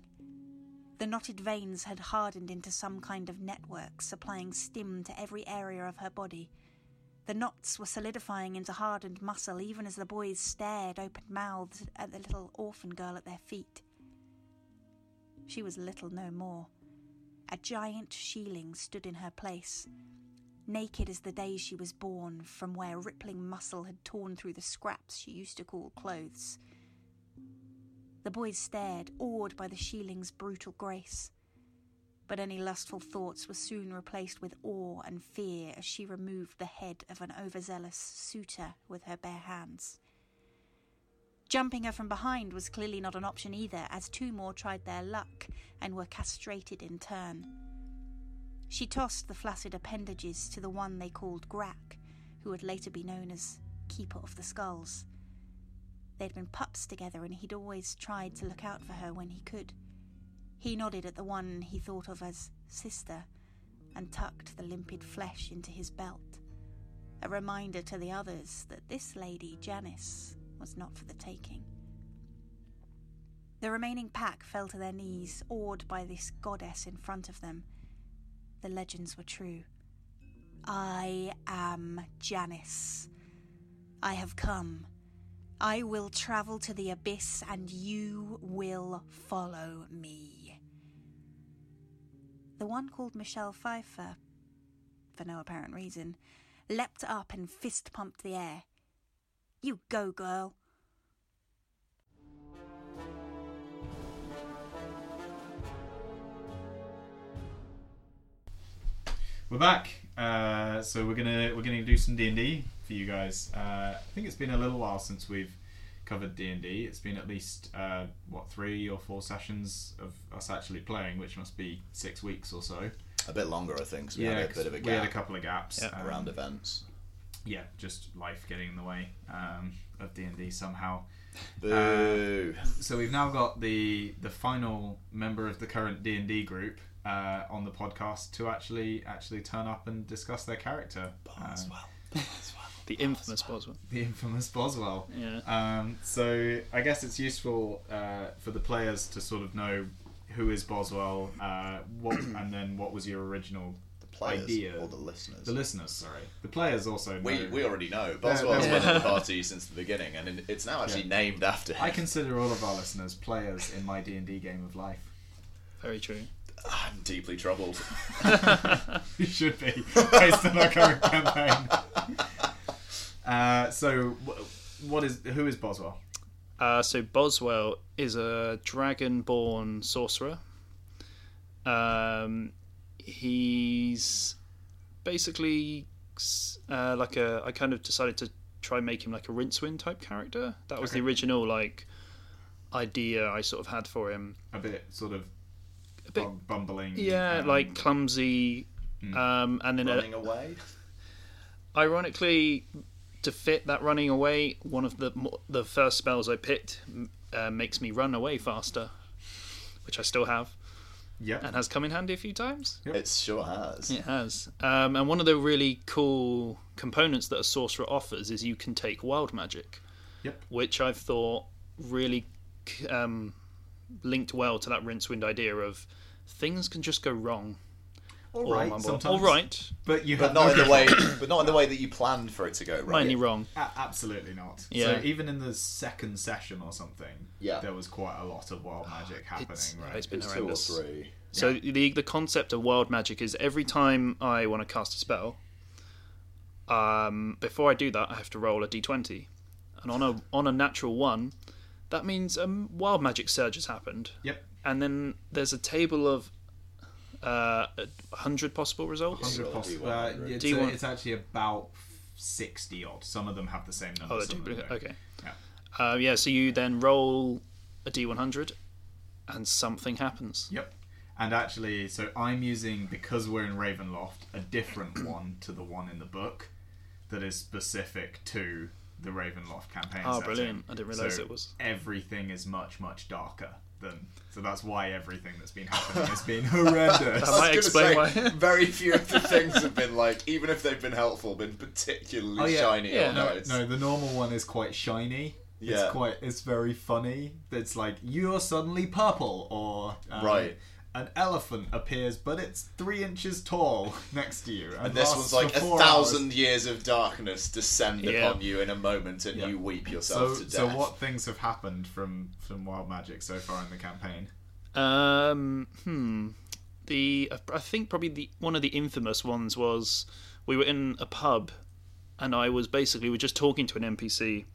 [SPEAKER 5] The knotted veins had hardened into some kind of network, supplying stim to every area of her body. The knots were solidifying into hardened muscle even as the boys stared open mouthed at the little orphan girl at their feet. She was little no more. A giant sheeling stood in her place, naked as the day she was born, from where rippling muscle had torn through the scraps she used to call clothes. The boys stared, awed by the sheeling's brutal grace. But any lustful thoughts were soon replaced with awe and fear as she removed the head of an overzealous suitor with her bare hands. Jumping her from behind was clearly not an option either, as two more tried their luck and were castrated in turn. She tossed the flaccid appendages to the one they called Grak, who would later be known as Keeper of the Skulls. They'd been pups together, and he'd always tried to look out for her when he could. He nodded at the one he thought of as sister and tucked the limpid flesh into his belt. A reminder to the others that this lady, Janice, was not for the taking. The remaining pack fell to their knees, awed by this goddess in front of them. The legends were true. I am Janice. I have come. I will travel to the abyss and you will follow me. The one called Michelle Pfeiffer, for no apparent reason, leapt up and fist pumped the air. You go, girl.
[SPEAKER 2] We're back. Uh, so we're gonna we're gonna do some D and D for you guys. Uh, I think it's been a little while since we've covered D and D. It's been at least uh, what three or four sessions of us actually playing, which must be six weeks or so.
[SPEAKER 1] A bit longer, I think. 'cause we had a
[SPEAKER 2] 'cause
[SPEAKER 1] bit of a
[SPEAKER 2] we had a
[SPEAKER 1] gap
[SPEAKER 2] couple of gaps
[SPEAKER 3] Yeah.
[SPEAKER 2] um,
[SPEAKER 1] around events.
[SPEAKER 2] Yeah, just life getting in the way um, of D and D somehow. uh,
[SPEAKER 1] Boo!
[SPEAKER 2] so we've now got the the final member of the current D and D group uh, on the podcast to actually actually turn up and discuss their character, uh,
[SPEAKER 1] Boswell.
[SPEAKER 3] The infamous Boswell.
[SPEAKER 2] the infamous Boswell.
[SPEAKER 3] Yeah.
[SPEAKER 2] Um, so I guess it's useful uh, for the players to sort of know who is Boswell, uh, what, and then what was your original
[SPEAKER 1] the players
[SPEAKER 2] idea.
[SPEAKER 1] or the listeners.
[SPEAKER 2] The listeners, sorry, the players also.
[SPEAKER 1] we,
[SPEAKER 2] know.
[SPEAKER 1] we already know. Boswell's
[SPEAKER 2] they're-
[SPEAKER 1] been at the party since the beginning, and it- it's now actually named after him.
[SPEAKER 2] I consider all of our listeners players in my D and D game of life.
[SPEAKER 3] Very true.
[SPEAKER 1] I'm deeply troubled.
[SPEAKER 2] You should be based on our current campaign. Uh, so, wh- what is who is Boswell?
[SPEAKER 3] Uh, so Boswell is a dragon-born sorcerer. Um, he's basically s- uh, like a. I kind of decided to try and make him like a Rincewind type character. That was the original like idea I sort of had for him.
[SPEAKER 2] A bit sort of
[SPEAKER 3] A bit-
[SPEAKER 2] bum- bumbling.
[SPEAKER 3] Yeah,
[SPEAKER 2] um,
[SPEAKER 3] like clumsy, um, and then a-
[SPEAKER 1] Running away.
[SPEAKER 3] ironically to fit that running away one of the mo- the first spells i picked m- uh, makes me run away faster which i still have
[SPEAKER 2] Yep.
[SPEAKER 3] and has come in handy a few times
[SPEAKER 1] It sure has.
[SPEAKER 3] it has um, and one of the really cool components that a sorcerer offers is you can take wild magic
[SPEAKER 2] Yep.
[SPEAKER 3] which i've thought really c- um, linked well to that rincewind idea of things can just go wrong
[SPEAKER 2] All
[SPEAKER 3] or
[SPEAKER 2] right.
[SPEAKER 3] mumble,
[SPEAKER 2] Sometimes.
[SPEAKER 3] all right
[SPEAKER 2] But you
[SPEAKER 1] But
[SPEAKER 2] have
[SPEAKER 1] not in
[SPEAKER 2] no
[SPEAKER 1] the way. But not in the way that you planned for it to go. Right.
[SPEAKER 3] mainly wrong
[SPEAKER 2] A- absolutely not.
[SPEAKER 3] Yeah.
[SPEAKER 2] So even in the second session or something,
[SPEAKER 1] Yeah.
[SPEAKER 2] there was quite a lot of wild magic happening.
[SPEAKER 3] Ah, it's,
[SPEAKER 2] right.
[SPEAKER 3] it's been
[SPEAKER 1] It's two or
[SPEAKER 3] horrendous
[SPEAKER 1] three.
[SPEAKER 3] So the the concept of wild magic is every time I want to cast a spell, um, before I do that, I have to roll a d20, and on a on a natural one, that means um, wild magic surge has happened,
[SPEAKER 2] Yep.
[SPEAKER 3] and then there's a table of uh, hundred possible results.
[SPEAKER 1] Hundred.
[SPEAKER 2] Hundred
[SPEAKER 1] roll a
[SPEAKER 2] poss-
[SPEAKER 1] D100.
[SPEAKER 2] uh, it's,
[SPEAKER 3] Do you
[SPEAKER 2] uh,
[SPEAKER 3] want-
[SPEAKER 2] it's actually about sixty odd. Some of them have the same number.
[SPEAKER 3] Oh, they
[SPEAKER 2] some
[SPEAKER 3] do.
[SPEAKER 2] of them don't.
[SPEAKER 3] Okay.
[SPEAKER 2] Yeah.
[SPEAKER 3] Uh, yeah. So you then roll a d100, and something happens.
[SPEAKER 2] Yep. And actually, so I'm using because we're in Ravenloft a different one to the one in the book that is specific to the Ravenloft campaign.
[SPEAKER 3] Ah,
[SPEAKER 2] setting.
[SPEAKER 3] brilliant. I didn't realise
[SPEAKER 2] So
[SPEAKER 3] it was-
[SPEAKER 2] Everything is much, much darker than. So that's why everything that's been happening has been horrendous.
[SPEAKER 3] That might
[SPEAKER 1] I was gonna say,
[SPEAKER 3] explain why.
[SPEAKER 1] very few of the things have been like, even if they've been helpful, been particularly
[SPEAKER 2] Oh, yeah.
[SPEAKER 1] shiny
[SPEAKER 3] Yeah.
[SPEAKER 1] or
[SPEAKER 3] No,
[SPEAKER 1] nice.
[SPEAKER 2] No, the normal one is quite shiny.
[SPEAKER 1] Yeah.
[SPEAKER 2] It's quite. It's very funny. It's like you're suddenly purple, or um,
[SPEAKER 1] Right.
[SPEAKER 2] An elephant appears, but it's three inches tall next to you, and,
[SPEAKER 1] And this one's
[SPEAKER 2] lasts
[SPEAKER 1] like
[SPEAKER 2] for
[SPEAKER 1] a
[SPEAKER 2] four
[SPEAKER 1] thousand
[SPEAKER 2] hours.
[SPEAKER 1] years of darkness descend
[SPEAKER 3] Yeah.
[SPEAKER 1] upon you in a moment, and
[SPEAKER 2] Yeah.
[SPEAKER 1] you weep yourself
[SPEAKER 2] So,
[SPEAKER 1] to
[SPEAKER 2] so
[SPEAKER 1] death.
[SPEAKER 2] what things have happened from from Wild Magic so far in the campaign?
[SPEAKER 3] Um, hmm. The I think probably the one of the infamous ones was we were in a pub, and I was basically we were just talking to an NPC,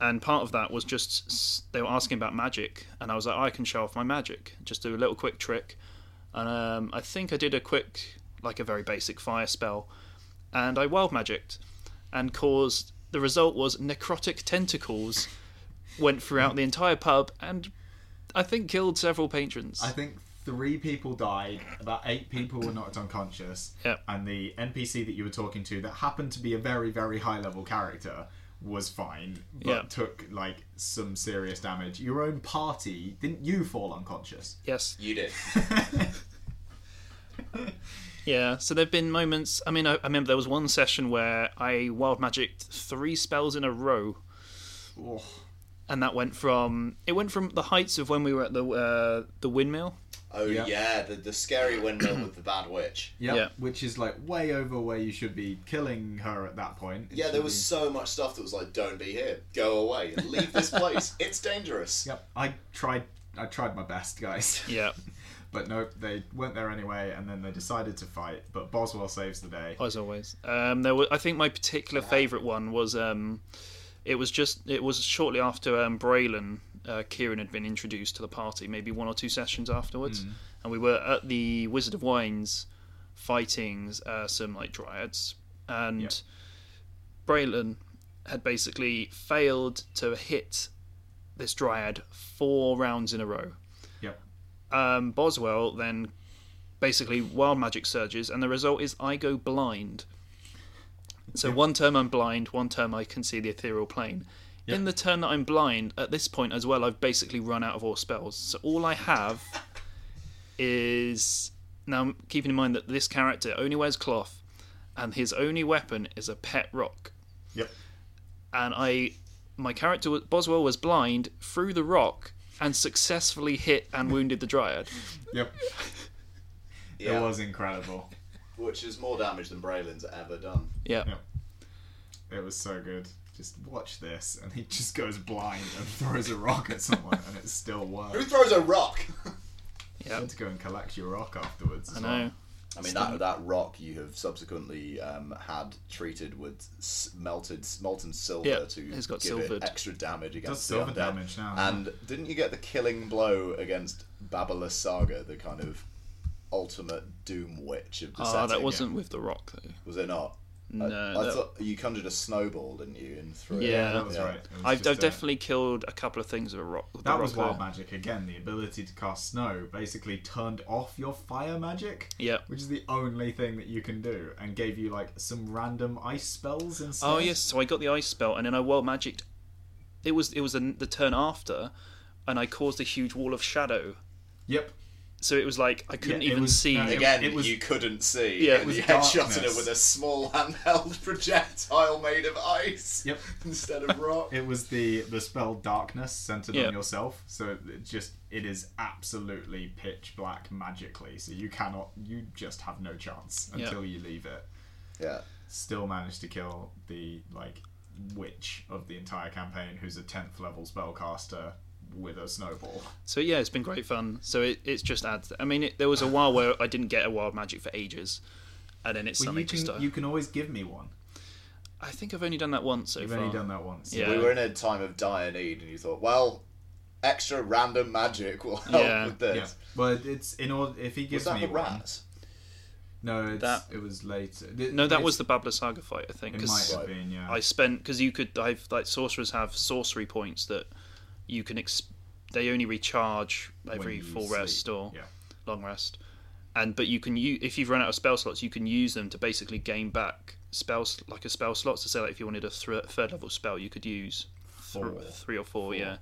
[SPEAKER 3] and part of that was just s- they were asking about magic, and I was like, "Oh, I can show off my magic, just do a little quick trick, and um, I think I did a quick like a very basic fire spell, and I wild magicked, and caused the result was necrotic tentacles went throughout the entire pub and I think killed several patrons.
[SPEAKER 2] I think three people died, about eight people were knocked unconscious,
[SPEAKER 3] Yep.
[SPEAKER 2] and the NPC that you were talking to that happened to be a very, very high level character was fine, but
[SPEAKER 3] Yep.
[SPEAKER 2] took like some serious damage. Your own party, didn't you fall unconscious?
[SPEAKER 3] yes.
[SPEAKER 1] you did.
[SPEAKER 3] Yeah. So there've been moments. I mean, I, I remember there was one session where I wild magicked three spells in a row,
[SPEAKER 2] Oh,
[SPEAKER 3] and that went from it went from the heights of when we were at the uh, the windmill.
[SPEAKER 1] Oh
[SPEAKER 2] Yeah.
[SPEAKER 1] yeah, the, the scary window with the bad witch.
[SPEAKER 2] yep,
[SPEAKER 3] Yeah.
[SPEAKER 2] which is like way over where you should be killing her at that point. It
[SPEAKER 1] Yeah, there
[SPEAKER 2] should
[SPEAKER 1] was
[SPEAKER 2] be-
[SPEAKER 1] so much stuff that was like, "Don't be here, go away, leave this place. It's dangerous."
[SPEAKER 2] Yep, I tried. I tried my best, guys.
[SPEAKER 3] Yeah.
[SPEAKER 2] But nope, they went there anyway, and then they decided to fight. But Boswell saves the day.
[SPEAKER 3] as always. Um, there were, I think my particular favourite one was um, it was just it was shortly after um, Braylon uh, Kieran had been introduced to the party, maybe one or two sessions afterwards, and we were at the Wizard of Wines fighting uh, some like dryads, and
[SPEAKER 2] Yeah.
[SPEAKER 3] Braylon had basically failed to hit this dryad four rounds in a row
[SPEAKER 2] Yep.
[SPEAKER 3] um, Boswell then basically wild magic surges, and the result is I go blind. So one term I'm blind, one term I can see the ethereal plane. In the turn that I'm blind, at this point as well, I've basically run out of all spells. So all I have is now keeping in mind that this character only wears cloth, and his only weapon is a pet rock
[SPEAKER 2] Yep.
[SPEAKER 3] and I, my character was, Boswell was blind, threw the rock, and successfully hit and wounded the dryad.
[SPEAKER 2] Yep.
[SPEAKER 1] Yeah,
[SPEAKER 2] It was incredible.
[SPEAKER 1] which is more damage than Braylon's ever done.
[SPEAKER 3] Yeah,
[SPEAKER 2] Yeah. It was so good. Just watch this, and he just goes blind and throws a rock at someone, and it still
[SPEAKER 1] Who
[SPEAKER 2] works.
[SPEAKER 1] throws a rock?
[SPEAKER 3] yeah,
[SPEAKER 2] You had to go and collect your rock afterwards.
[SPEAKER 3] I
[SPEAKER 2] As
[SPEAKER 3] know.
[SPEAKER 1] I mean that that rock you have subsequently um, had treated with s- melted molten silver
[SPEAKER 3] Yeah,
[SPEAKER 1] to
[SPEAKER 3] it's got
[SPEAKER 1] give it
[SPEAKER 3] silvered.
[SPEAKER 1] extra damage against
[SPEAKER 2] does
[SPEAKER 1] the
[SPEAKER 2] silver
[SPEAKER 1] undead.
[SPEAKER 2] damage now, yeah.
[SPEAKER 1] And didn't you get the killing blow against Babala Saga, the kind of ultimate doom witch of the
[SPEAKER 3] Ah,
[SPEAKER 1] setting?
[SPEAKER 3] that wasn't with the rock though.
[SPEAKER 1] Was it not?
[SPEAKER 3] No,
[SPEAKER 1] I, I
[SPEAKER 3] that-
[SPEAKER 1] thought you conjured a snowball, didn't you? And threw
[SPEAKER 3] Yeah.
[SPEAKER 1] it.
[SPEAKER 2] Well. Yeah, that was
[SPEAKER 1] Yeah.
[SPEAKER 2] right. It was
[SPEAKER 3] I've,
[SPEAKER 2] just
[SPEAKER 3] I've
[SPEAKER 2] a-
[SPEAKER 3] definitely killed a couple of things with a rock. With the
[SPEAKER 2] That
[SPEAKER 3] rock
[SPEAKER 2] was wild
[SPEAKER 3] there.
[SPEAKER 2] magic again. The ability to cast snow basically turned off your fire magic.
[SPEAKER 3] Yep.
[SPEAKER 2] Which is the only thing that you can do, and gave you like some random ice spells instead.
[SPEAKER 3] Oh yes, so I got the ice spell, and then I wild magicked. It was it was the, the turn after, and I caused a huge wall of shadow.
[SPEAKER 2] Yep.
[SPEAKER 3] So it was like I couldn't
[SPEAKER 2] Yeah, it
[SPEAKER 3] even
[SPEAKER 2] was-
[SPEAKER 3] see.
[SPEAKER 2] no,
[SPEAKER 1] And
[SPEAKER 2] it-
[SPEAKER 1] Again,
[SPEAKER 2] was-
[SPEAKER 1] you couldn't see.
[SPEAKER 3] Yeah, it
[SPEAKER 1] and
[SPEAKER 2] was
[SPEAKER 1] you headshotted
[SPEAKER 2] darkness.
[SPEAKER 1] it with a small handheld projectile made of ice
[SPEAKER 2] Yep.
[SPEAKER 1] instead of rock.
[SPEAKER 2] It was the the spell darkness centered
[SPEAKER 3] Yeah.
[SPEAKER 2] on yourself, so it just it is absolutely pitch black magically. So you cannot, you just have no chance
[SPEAKER 3] Yeah.
[SPEAKER 2] until you leave it.
[SPEAKER 1] yeah.
[SPEAKER 2] Still managed to kill the like witch of the entire campaign, who's a tenth level spellcaster with a snowball.
[SPEAKER 3] So yeah, it's been great fun. So it, it's just adds. I mean, it, there was a while where I didn't get a wild magic for ages, and then it's
[SPEAKER 2] Well,
[SPEAKER 3] suddenly
[SPEAKER 2] you can
[SPEAKER 3] just. a-
[SPEAKER 2] you can always give me one.
[SPEAKER 3] I think I've only done that once so
[SPEAKER 2] You've
[SPEAKER 3] far.
[SPEAKER 2] only done that once.
[SPEAKER 3] Yeah.
[SPEAKER 1] We were in a time of dire need, and you thought, well, extra random magic will help
[SPEAKER 3] Yeah,
[SPEAKER 1] with
[SPEAKER 2] Yeah,
[SPEAKER 1] this.
[SPEAKER 2] but it's in order if he
[SPEAKER 1] Was
[SPEAKER 2] gives
[SPEAKER 1] that the
[SPEAKER 2] me one.
[SPEAKER 1] rats?
[SPEAKER 2] No, it's,
[SPEAKER 3] That-
[SPEAKER 2] it was later.
[SPEAKER 3] No, that was the Babbler Saga fight, I think.
[SPEAKER 2] It
[SPEAKER 3] 'cause
[SPEAKER 2] might
[SPEAKER 1] Right.
[SPEAKER 2] have been. Yeah.
[SPEAKER 3] I spent because you could. I've like sorcerers have sorcery points that you can. Exp- they only recharge
[SPEAKER 2] when
[SPEAKER 3] every
[SPEAKER 2] you
[SPEAKER 3] full
[SPEAKER 2] sleep.
[SPEAKER 3] rest or
[SPEAKER 2] yeah.
[SPEAKER 3] long rest, and but you can use if you've run out of spell slots, you can use them to basically gain back spells like a spell slot to say like if you wanted a thr third level spell you could use thr-
[SPEAKER 2] Four.
[SPEAKER 3] three or four, yeah.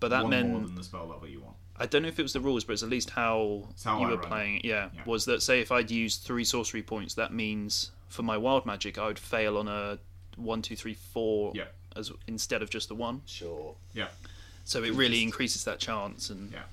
[SPEAKER 3] But that
[SPEAKER 2] one
[SPEAKER 3] meant
[SPEAKER 2] more than the spell level you want.
[SPEAKER 3] I don't know if it was the rules, but it's at least how,
[SPEAKER 2] It's how
[SPEAKER 3] you
[SPEAKER 2] I
[SPEAKER 3] were
[SPEAKER 2] run it.
[SPEAKER 3] playing it. Yeah,
[SPEAKER 2] Yeah.
[SPEAKER 3] was that say if I'd used three sorcery points, that means for my wild magic I would fail on a one, two, three, four,
[SPEAKER 2] Yeah.
[SPEAKER 3] as instead of just the one.
[SPEAKER 1] Sure.
[SPEAKER 2] Yeah,
[SPEAKER 3] So it really increases that chance and
[SPEAKER 2] yeah.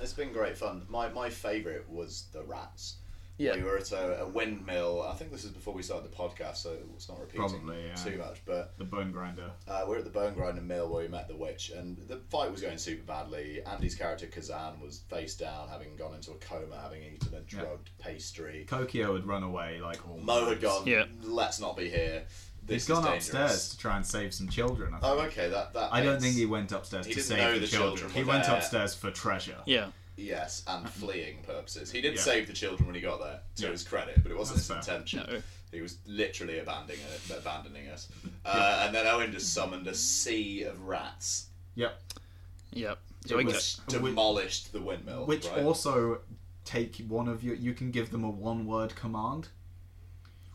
[SPEAKER 1] It's been great fun. My my favourite was the rats.
[SPEAKER 3] Yeah.
[SPEAKER 1] We were at a, a windmill. I think this is before we started the podcast, so it's not repeating
[SPEAKER 2] Probably, yeah.
[SPEAKER 1] too much. But
[SPEAKER 2] The bone grinder.
[SPEAKER 1] uh, we're at the Bone Grinder Mill where we met the witch, and the fight was going super badly. Andy's character Kazan was face down, having gone into a coma, having eaten a drugged pastry.
[SPEAKER 2] Kokio had run away like all.
[SPEAKER 1] Mo had
[SPEAKER 2] mad.
[SPEAKER 1] gone.
[SPEAKER 3] Yeah.
[SPEAKER 1] Let's not be here. This
[SPEAKER 2] He's gone
[SPEAKER 1] is dangerous."
[SPEAKER 2] upstairs to try and save some children. I, think.
[SPEAKER 1] Oh, okay. That that.
[SPEAKER 2] I don't
[SPEAKER 1] makes-
[SPEAKER 2] think he went upstairs
[SPEAKER 1] He
[SPEAKER 2] to
[SPEAKER 1] didn't
[SPEAKER 2] save
[SPEAKER 1] know
[SPEAKER 2] the,
[SPEAKER 1] the
[SPEAKER 2] children.
[SPEAKER 1] children
[SPEAKER 2] He
[SPEAKER 1] were
[SPEAKER 2] went
[SPEAKER 1] there.
[SPEAKER 2] upstairs for treasure.
[SPEAKER 3] yeah,
[SPEAKER 1] Yes, and fleeing purposes. He did
[SPEAKER 2] Yeah.
[SPEAKER 1] save the children when he got there, to
[SPEAKER 2] Yeah.
[SPEAKER 1] his credit, but it wasn't
[SPEAKER 2] That's
[SPEAKER 1] his
[SPEAKER 2] fair.
[SPEAKER 1] intention.
[SPEAKER 3] No.
[SPEAKER 1] He was literally abandoning it, abandoning us. Uh, and then Owen just summoned a sea of rats,
[SPEAKER 2] Yep.
[SPEAKER 3] yeah.
[SPEAKER 2] It
[SPEAKER 3] So I
[SPEAKER 2] was-
[SPEAKER 3] guess
[SPEAKER 1] which
[SPEAKER 2] Whi-
[SPEAKER 1] demolished the windmill.
[SPEAKER 2] Which
[SPEAKER 1] right?
[SPEAKER 2] also take one of your. You can give them a one-word command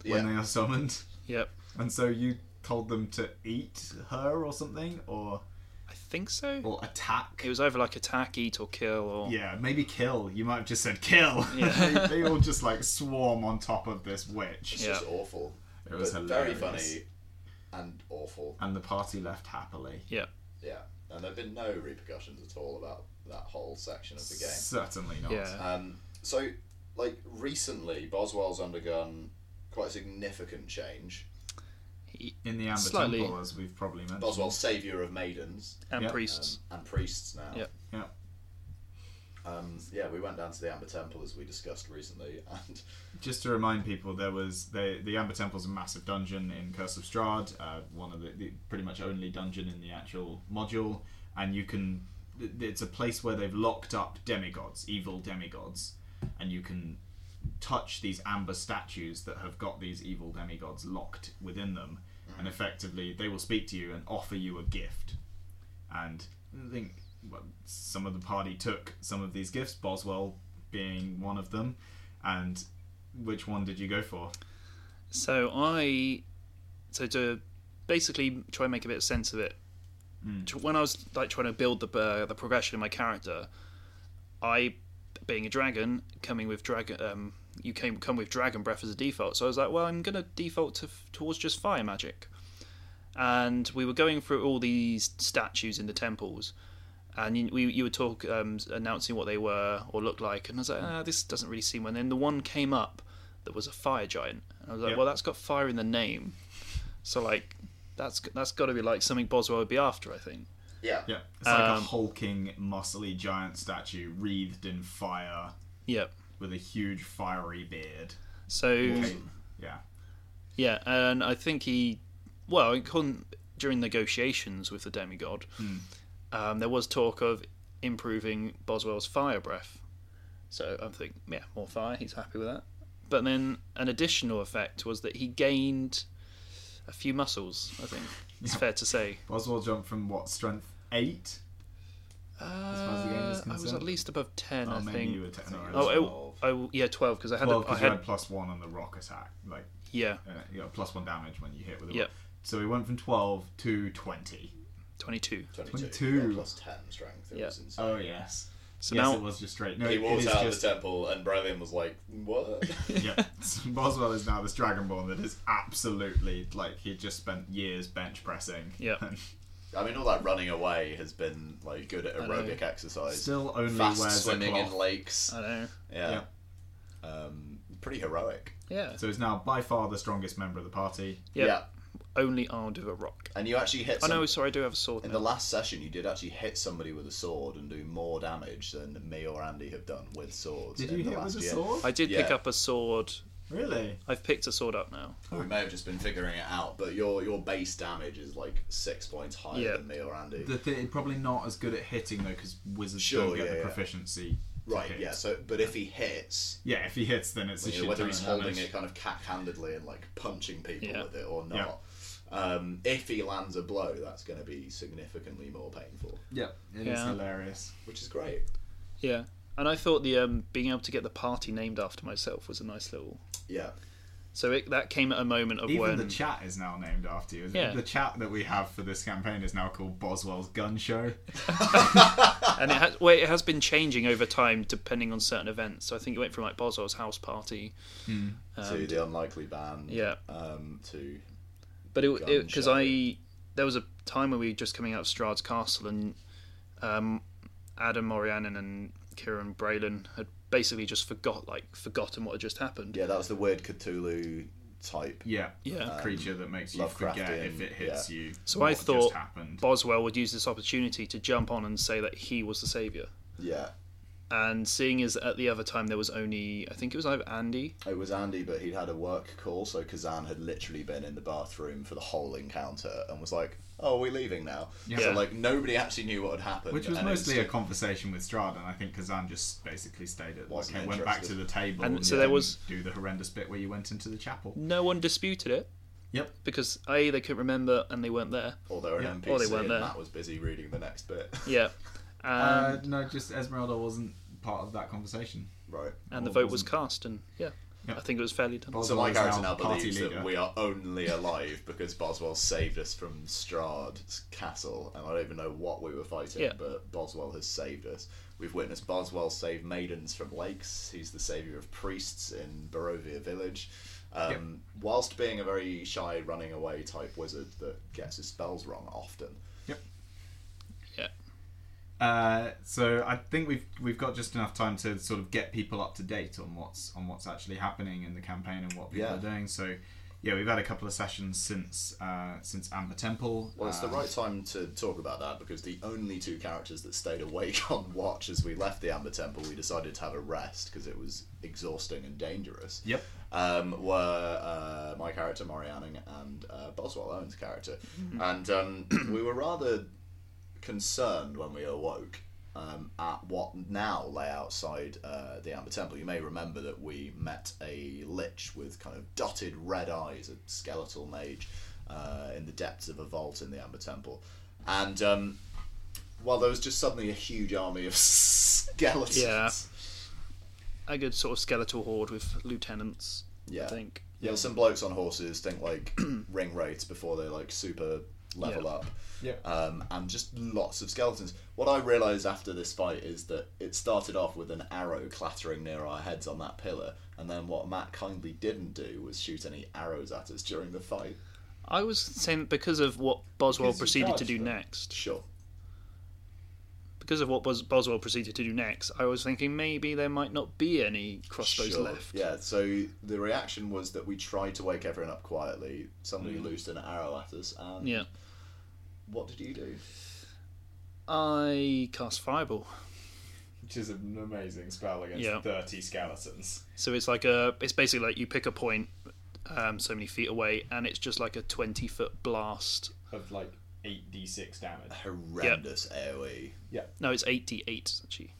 [SPEAKER 1] yeah.
[SPEAKER 2] when they are summoned,
[SPEAKER 3] yeah,
[SPEAKER 2] and so you told them to eat her or something, or
[SPEAKER 3] I think so.
[SPEAKER 2] or attack.
[SPEAKER 3] It was either like attack, eat, or kill, or
[SPEAKER 2] Yeah, maybe kill. You might have just said kill.
[SPEAKER 3] Yeah.
[SPEAKER 2] they, they all just like swarm on top of this witch.
[SPEAKER 1] It's just awful.
[SPEAKER 2] It was
[SPEAKER 1] but
[SPEAKER 2] hilarious.
[SPEAKER 1] very funny and awful.
[SPEAKER 2] And the party left happily.
[SPEAKER 3] yeah.
[SPEAKER 1] Yeah. And there have been no repercussions at all about that whole section of the game.
[SPEAKER 2] Certainly not.
[SPEAKER 3] Yeah.
[SPEAKER 1] Um, so, like, recently, Boswell's undergone quite a significant change.
[SPEAKER 2] In the Amber
[SPEAKER 3] Slightly.
[SPEAKER 2] Temple, as we've probably mentioned.
[SPEAKER 1] Boswell, saviour of maidens um,
[SPEAKER 3] and
[SPEAKER 2] Yeah.
[SPEAKER 3] priests.
[SPEAKER 1] and priests now.
[SPEAKER 3] Yeah.
[SPEAKER 2] Yeah.
[SPEAKER 1] Um, yeah, we went down to the Amber Temple as we discussed recently, and
[SPEAKER 2] Just to remind people, there was the the Amber Temple's a massive dungeon in Curse of Strahd, uh, one of the, the pretty much only dungeon in the actual module, and you can. it- It's a place where they've locked up demigods, evil demigods, and you can touch these amber statues that have got these evil demigods locked within them, and effectively they will speak to you and offer you a gift. And I think well, some of the party took some of these gifts, Boswell being one of them. And which one did you go for?
[SPEAKER 3] So I, so to basically try and make a bit of sense of it, tr- when I was like trying to build the uh, the progression of my character, I, being a dragon, coming with dragon, um, you came come with dragon breath as a default. So I was like, well, I'm gonna default to towards just fire magic, and we were going through all these statues in the temples. And you, we, you were talk um, announcing what they were or looked like, and I was like, ah, this doesn't really seem. And then the one came up that was a fire giant, and I was like,
[SPEAKER 2] Yep.
[SPEAKER 3] well, that's got fire in the name, so like, that's that's got to be like something Boswell would be after, I think.
[SPEAKER 1] yeah,
[SPEAKER 2] Yeah, it's like a
[SPEAKER 3] Um,
[SPEAKER 2] hulking, muscly giant statue wreathed in fire
[SPEAKER 3] Yep.
[SPEAKER 2] with a huge fiery beard.
[SPEAKER 3] So
[SPEAKER 2] Yeah,
[SPEAKER 3] yeah, and I think he, well, it couldn't- during negotiations with the demigod,
[SPEAKER 2] Hmm.
[SPEAKER 3] um, there was talk of improving Boswell's fire breath. So I'm thinking, yeah, more fire. He's happy with that. But then an additional effect was that he gained a few muscles. I think it's fair to say.
[SPEAKER 2] Boswell jumped from what strength eight? far as the game is
[SPEAKER 3] Uh, I was
[SPEAKER 2] concerned?
[SPEAKER 3] at least above ten.
[SPEAKER 2] Oh,
[SPEAKER 3] I
[SPEAKER 2] maybe
[SPEAKER 3] think.
[SPEAKER 2] you were ten.
[SPEAKER 1] think
[SPEAKER 2] or
[SPEAKER 1] it was-
[SPEAKER 3] oh, I-
[SPEAKER 1] 12.
[SPEAKER 3] I, yeah, twelve because I had,
[SPEAKER 2] Well,
[SPEAKER 3] a, I
[SPEAKER 2] because you
[SPEAKER 3] had
[SPEAKER 2] had plus one on the rock attack, like
[SPEAKER 3] yeah,
[SPEAKER 2] uh, you got plus one damage when you hit with it.
[SPEAKER 3] Yep.
[SPEAKER 2] So we went from twelve to twenty.
[SPEAKER 3] twenty-two.
[SPEAKER 1] 22,
[SPEAKER 2] 22.
[SPEAKER 1] yeah, plus 10 strength. It
[SPEAKER 3] Yeah.
[SPEAKER 1] was insane.
[SPEAKER 2] Oh yes.
[SPEAKER 3] So
[SPEAKER 2] yes,
[SPEAKER 3] now
[SPEAKER 2] it was just straight. No,
[SPEAKER 1] he
[SPEAKER 2] Oh, it
[SPEAKER 1] walked
[SPEAKER 2] is
[SPEAKER 1] out of
[SPEAKER 2] just.
[SPEAKER 1] the temple, and Brevin was like, "What?"
[SPEAKER 2] yeah. Boswell is now this dragonborn that is absolutely like he just spent years bench pressing.
[SPEAKER 3] Yeah.
[SPEAKER 1] I mean, all that running away has been like good at
[SPEAKER 3] know.
[SPEAKER 1] aerobic exercise.
[SPEAKER 2] Still only
[SPEAKER 1] fast
[SPEAKER 2] wears
[SPEAKER 1] swimming
[SPEAKER 2] a
[SPEAKER 1] in
[SPEAKER 2] cloth.
[SPEAKER 1] lakes.
[SPEAKER 3] I know.
[SPEAKER 1] Yeah, Um, pretty heroic.
[SPEAKER 3] Yeah.
[SPEAKER 2] So he's now by far the strongest member of the party.
[SPEAKER 3] Yeah.
[SPEAKER 1] Yeah,
[SPEAKER 3] Only armed with a rock.
[SPEAKER 1] and you actually hit.
[SPEAKER 3] Oh no,
[SPEAKER 1] some-
[SPEAKER 3] sorry, I do have a sword.
[SPEAKER 1] In
[SPEAKER 3] now.
[SPEAKER 1] the last session, you did actually hit somebody with a sword and do more damage than me or Andy have done with swords.
[SPEAKER 2] Did
[SPEAKER 1] in
[SPEAKER 2] you
[SPEAKER 1] the
[SPEAKER 2] hit
[SPEAKER 1] last
[SPEAKER 2] with a
[SPEAKER 1] year.
[SPEAKER 2] sword?
[SPEAKER 3] I did pick
[SPEAKER 1] Yeah.
[SPEAKER 3] up a sword.
[SPEAKER 2] Really?
[SPEAKER 3] I've picked a sword up now.
[SPEAKER 1] Or We may have just been figuring it out, but your your base damage is like six points higher
[SPEAKER 3] Yeah.
[SPEAKER 1] than me or Andy.
[SPEAKER 2] The thing probably not as good at hitting though, because wizards
[SPEAKER 1] Sure,
[SPEAKER 2] don't get
[SPEAKER 1] yeah,
[SPEAKER 2] the
[SPEAKER 1] yeah.
[SPEAKER 2] proficiency. to
[SPEAKER 1] right,
[SPEAKER 2] hit.
[SPEAKER 1] yeah. So, but if he hits,
[SPEAKER 2] Yeah, if he hits, then it's a
[SPEAKER 1] you
[SPEAKER 2] shit
[SPEAKER 1] know, whether
[SPEAKER 2] ton
[SPEAKER 1] he's
[SPEAKER 2] of
[SPEAKER 1] holding
[SPEAKER 2] damage.
[SPEAKER 1] it kind of cack-handedly and like punching people
[SPEAKER 3] Yeah.
[SPEAKER 1] with it or not, um, if he lands a blow, that's going to be significantly more painful,
[SPEAKER 2] Yep, it is
[SPEAKER 3] Yeah.
[SPEAKER 2] hilarious.
[SPEAKER 1] which is great.
[SPEAKER 3] Yeah. And I thought the um, being able to get the party named after myself was a nice little
[SPEAKER 1] Yeah,
[SPEAKER 3] So it, that came at a moment of
[SPEAKER 2] Even
[SPEAKER 3] when
[SPEAKER 2] the chat is now named after you.
[SPEAKER 3] Yeah.
[SPEAKER 2] The chat that we have for this campaign is now called Boswell's Gun Show.
[SPEAKER 3] and it has, well, it has been changing over time depending on certain events. So I think it went from like Boswell's house party,
[SPEAKER 1] to
[SPEAKER 2] Um,
[SPEAKER 1] the unlikely band.
[SPEAKER 3] yeah.
[SPEAKER 1] Um, to
[SPEAKER 3] But
[SPEAKER 1] Gun
[SPEAKER 3] it because
[SPEAKER 1] show.
[SPEAKER 3] I there was a time when we were just coming out of Strahd's Castle and um, Adam Morianen and Kieran Braylon had basically just forgot like forgotten what had just happened.
[SPEAKER 1] yeah, that was the weird Cthulhu type.
[SPEAKER 2] Yeah. Um,
[SPEAKER 3] Yeah.
[SPEAKER 2] A creature that makes you forget
[SPEAKER 1] Lovecraftian,
[SPEAKER 2] if it hits you.
[SPEAKER 3] So
[SPEAKER 2] what
[SPEAKER 3] I
[SPEAKER 2] just
[SPEAKER 3] thought
[SPEAKER 2] happened.
[SPEAKER 3] Boswell would use this opportunity to jump on and say that he was the savior.
[SPEAKER 1] Yeah,
[SPEAKER 3] And seeing as at the other time there was only I think it was either Andy
[SPEAKER 1] it was Andy, but he'd had a work call, so Kazan had literally been in the bathroom for the whole encounter and was like, "Oh, we're leaving now."
[SPEAKER 2] Yeah.
[SPEAKER 1] So like nobody actually knew what had happened,
[SPEAKER 2] Which was
[SPEAKER 1] and it
[SPEAKER 2] mostly a
[SPEAKER 1] just-
[SPEAKER 2] conversation with Strad, and I think Kazan just basically stayed at
[SPEAKER 1] Wasn't
[SPEAKER 2] okay, went back to
[SPEAKER 1] interested.
[SPEAKER 2] the table
[SPEAKER 3] And so
[SPEAKER 2] let
[SPEAKER 3] there
[SPEAKER 2] him
[SPEAKER 3] was-
[SPEAKER 2] do the horrendous bit where you went into the chapel.
[SPEAKER 3] no one disputed it
[SPEAKER 2] Yep.
[SPEAKER 3] because a they couldn't remember and they weren't there.
[SPEAKER 1] or they were an NPC,
[SPEAKER 3] or they weren't
[SPEAKER 1] and
[SPEAKER 3] there.
[SPEAKER 1] Matt was busy reading the next bit.
[SPEAKER 3] Yeah. Um,
[SPEAKER 2] Uh, no, just Esmeralda wasn't part of that conversation.
[SPEAKER 1] right.
[SPEAKER 3] and the
[SPEAKER 2] or
[SPEAKER 3] vote was
[SPEAKER 2] oh, wasn't.
[SPEAKER 3] cast and yeah,
[SPEAKER 2] Yeah.
[SPEAKER 3] I think it was fairly done.
[SPEAKER 1] So
[SPEAKER 2] Boswell
[SPEAKER 1] my
[SPEAKER 2] is
[SPEAKER 1] character now
[SPEAKER 2] now party
[SPEAKER 1] believes
[SPEAKER 2] leader.
[SPEAKER 1] that we are only alive because Boswell saved us from Strahd's castle, and I don't even know what we were fighting,
[SPEAKER 3] Yeah.
[SPEAKER 1] but Boswell has saved us. We've witnessed Boswell save maidens from lakes. He's the saviour of priests in Barovia village. Um, Whilst being a very shy, running away type wizard that gets his spells wrong often.
[SPEAKER 3] Yeah.
[SPEAKER 2] Uh, so I think we've we've got just enough time to sort of get people up to date on what's on what's actually happening in the campaign and what people
[SPEAKER 1] Yeah.
[SPEAKER 2] are doing. So yeah, we've had a couple of sessions since uh, since Amber Temple.
[SPEAKER 1] Well, it's the
[SPEAKER 2] Uh,
[SPEAKER 1] right time to talk about that because the only two characters that stayed awake on watch as we left the Amber Temple, we decided to have a rest because it was exhausting and dangerous.
[SPEAKER 2] Yep.
[SPEAKER 1] um, were uh, my character Marianne and uh, Boswell Owen's character, and um, we were rather concerned when we awoke um, at what now lay outside uh, the Amber Temple. You may remember that we met a lich with kind of dotted red eyes, a skeletal mage, uh, in the depths of a vault in the Amber Temple, and. Um, well, there was just suddenly a huge army of skeletons.
[SPEAKER 3] Yeah. a good sort of skeletal horde with lieutenants.
[SPEAKER 1] Yeah.
[SPEAKER 3] I think.
[SPEAKER 1] Yeah, some blokes on horses think like ring rates before they like super level
[SPEAKER 3] Yeah.
[SPEAKER 1] up.
[SPEAKER 2] Yeah.
[SPEAKER 1] Um, and just lots of skeletons. What I realised after this fight is that it started off with an arrow clattering near our heads on that pillar, and then what Matt kindly didn't do was shoot any arrows at us during the fight.
[SPEAKER 3] I was saying that because of what Boswell
[SPEAKER 2] Because you
[SPEAKER 3] proceeded to
[SPEAKER 2] dodged
[SPEAKER 3] do
[SPEAKER 2] them.
[SPEAKER 3] next,
[SPEAKER 1] Sure.
[SPEAKER 3] because of what Bos- Boswell proceeded to do next, I was thinking maybe there might not be any crossbows
[SPEAKER 1] Sure.
[SPEAKER 3] left.
[SPEAKER 1] Yeah, so the reaction was that we tried to wake everyone up quietly. Somebody loosed an arrow at us, and
[SPEAKER 3] Yeah.
[SPEAKER 1] what did you do?
[SPEAKER 3] I cast fireball,
[SPEAKER 6] which is an amazing spell against
[SPEAKER 3] Yeah.
[SPEAKER 6] 30 skeletons.
[SPEAKER 3] so it's like a, it's basically like you pick a point, um, so many feet away, and it's just like a twenty foot blast.
[SPEAKER 6] of like 8d6 damage.
[SPEAKER 1] Horrendous E. AoE.
[SPEAKER 3] No, it's eighty eight actually.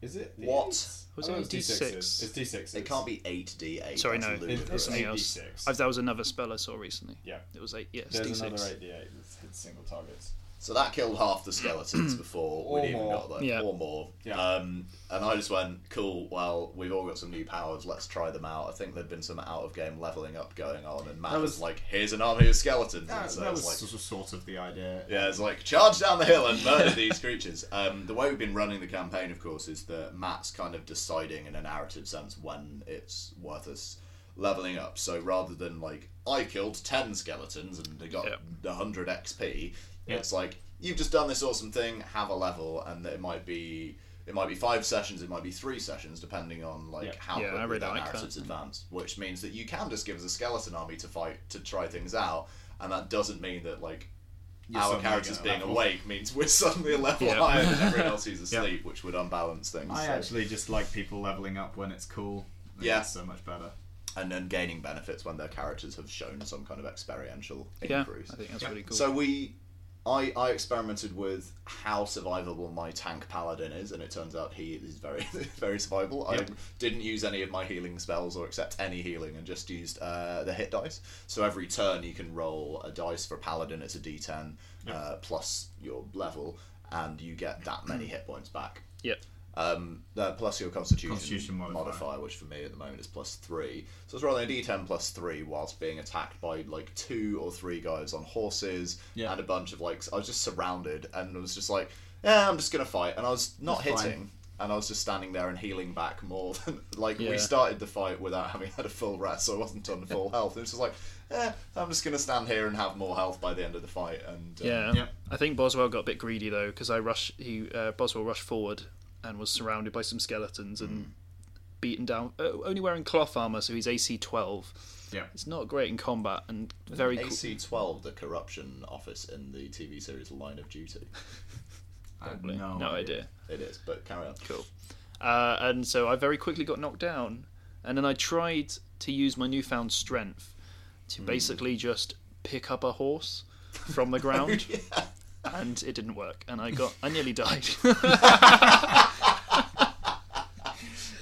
[SPEAKER 6] Is it? the
[SPEAKER 1] What?
[SPEAKER 6] eights?
[SPEAKER 3] Was
[SPEAKER 6] Oh,
[SPEAKER 3] it
[SPEAKER 6] it's d6s.
[SPEAKER 3] 8d6?
[SPEAKER 6] It's d6.
[SPEAKER 1] It can't be 8d8.
[SPEAKER 3] Sorry,
[SPEAKER 1] that's
[SPEAKER 3] no,
[SPEAKER 6] It-
[SPEAKER 1] ludicrous.
[SPEAKER 6] it's
[SPEAKER 3] something else.
[SPEAKER 6] 8d6.
[SPEAKER 3] I've, that was another spell I saw recently.
[SPEAKER 6] Yeah.
[SPEAKER 3] It was eight. Yes,
[SPEAKER 6] There's
[SPEAKER 3] D6.
[SPEAKER 6] another 8d8 that's hit single targets.
[SPEAKER 1] So that killed half the skeletons before we
[SPEAKER 6] Or
[SPEAKER 1] would even
[SPEAKER 6] more.
[SPEAKER 1] got there,
[SPEAKER 3] Yeah.
[SPEAKER 1] or more.
[SPEAKER 6] Yeah.
[SPEAKER 1] Um, and I just went, cool. Well, we've all got some new powers. Let's try them out. I think there'd been some out of game leveling up going on, and Matt
[SPEAKER 2] That
[SPEAKER 1] was,
[SPEAKER 2] was-
[SPEAKER 1] like, "Here's an army of skeletons."
[SPEAKER 2] That,
[SPEAKER 1] and so
[SPEAKER 2] that
[SPEAKER 1] it's
[SPEAKER 2] was
[SPEAKER 1] like,
[SPEAKER 2] sort of- sort of the idea.
[SPEAKER 1] yeah, it's like charge down the hill and murder these creatures. Um, the way we've been running the campaign, of course, is that Matt's kind of deciding in a narrative sense when it's worth us leveling up. So rather than like I killed ten skeletons and they got
[SPEAKER 3] Yeah.
[SPEAKER 1] a hundred XP,
[SPEAKER 2] Yeah.
[SPEAKER 1] it's like you've just done this awesome thing. Have a level, and it might be it might be five sessions, it might be three sessions, depending on like
[SPEAKER 6] Yeah.
[SPEAKER 1] how
[SPEAKER 3] Yeah, I
[SPEAKER 1] quickly
[SPEAKER 3] really
[SPEAKER 1] that
[SPEAKER 3] like that.
[SPEAKER 1] narrative's advanced. Which means that you can just give us a skeleton army to fight to try things out, and that doesn't mean that like
[SPEAKER 2] You're
[SPEAKER 1] our
[SPEAKER 2] suddenly
[SPEAKER 1] characters
[SPEAKER 2] gonna
[SPEAKER 1] being
[SPEAKER 2] level.
[SPEAKER 1] awake means we're suddenly a level
[SPEAKER 3] Yeah.
[SPEAKER 1] higher than everyone else who's
[SPEAKER 2] Yeah.
[SPEAKER 1] asleep, which would unbalance things.
[SPEAKER 2] I
[SPEAKER 1] so-
[SPEAKER 2] actually just like people leveling up when it's cool. It's
[SPEAKER 1] Yeah.
[SPEAKER 2] so much better.
[SPEAKER 1] And then gaining benefits when their characters have shown some kind of experiential
[SPEAKER 3] Yeah,
[SPEAKER 1] increase.
[SPEAKER 3] I think that's
[SPEAKER 2] Yeah.
[SPEAKER 3] really cool.
[SPEAKER 1] So we, I, I experimented with how survivable my tank paladin is, and it turns out he is very, very survivable.
[SPEAKER 2] Yep.
[SPEAKER 1] I didn't use any of my healing spells or accept any healing, and just used uh, the hit dice. So every turn you can roll a dice for paladin. It's a D10 uh, plus your level, and you get that many hit points back.
[SPEAKER 3] yep.
[SPEAKER 1] Um, uh, plus your constitution,
[SPEAKER 2] Constitution modifier.
[SPEAKER 1] which for me at the moment is plus three. So it's rolling a d10 plus three whilst being attacked by like two or three guys on horses
[SPEAKER 2] Yeah.
[SPEAKER 1] and a bunch of like. I was just surrounded and I was just like, yeah, I'm just gonna fight. And I was not
[SPEAKER 2] That's fine.
[SPEAKER 1] hitting, and I was just standing there and healing back more than like
[SPEAKER 3] Yeah.
[SPEAKER 1] we started the fight without having had a full rest, so I wasn't on full health. It was just like, eh, I'm just gonna stand here and have more health by the end of the fight. And um,
[SPEAKER 3] Yeah.
[SPEAKER 2] Yeah.
[SPEAKER 3] I think Boswell got a bit greedy though because I rush he uh, Boswell rushed forward and was surrounded by some skeletons
[SPEAKER 6] Hmm.
[SPEAKER 3] and beaten down. Uh, only wearing cloth armor, so he's AC twelve.
[SPEAKER 2] Yeah.
[SPEAKER 3] It's not great in combat and very cool.
[SPEAKER 1] AC 12, the corruption office in the TV series Line of Duty.
[SPEAKER 2] I have
[SPEAKER 3] no, idea.
[SPEAKER 1] It is, but carry on.
[SPEAKER 3] Cool. Uh, and so I very quickly got knocked down, and then I tried to use my newfound strength to basically just pick up a horse from the ground, and it didn't work. And I got I nearly died.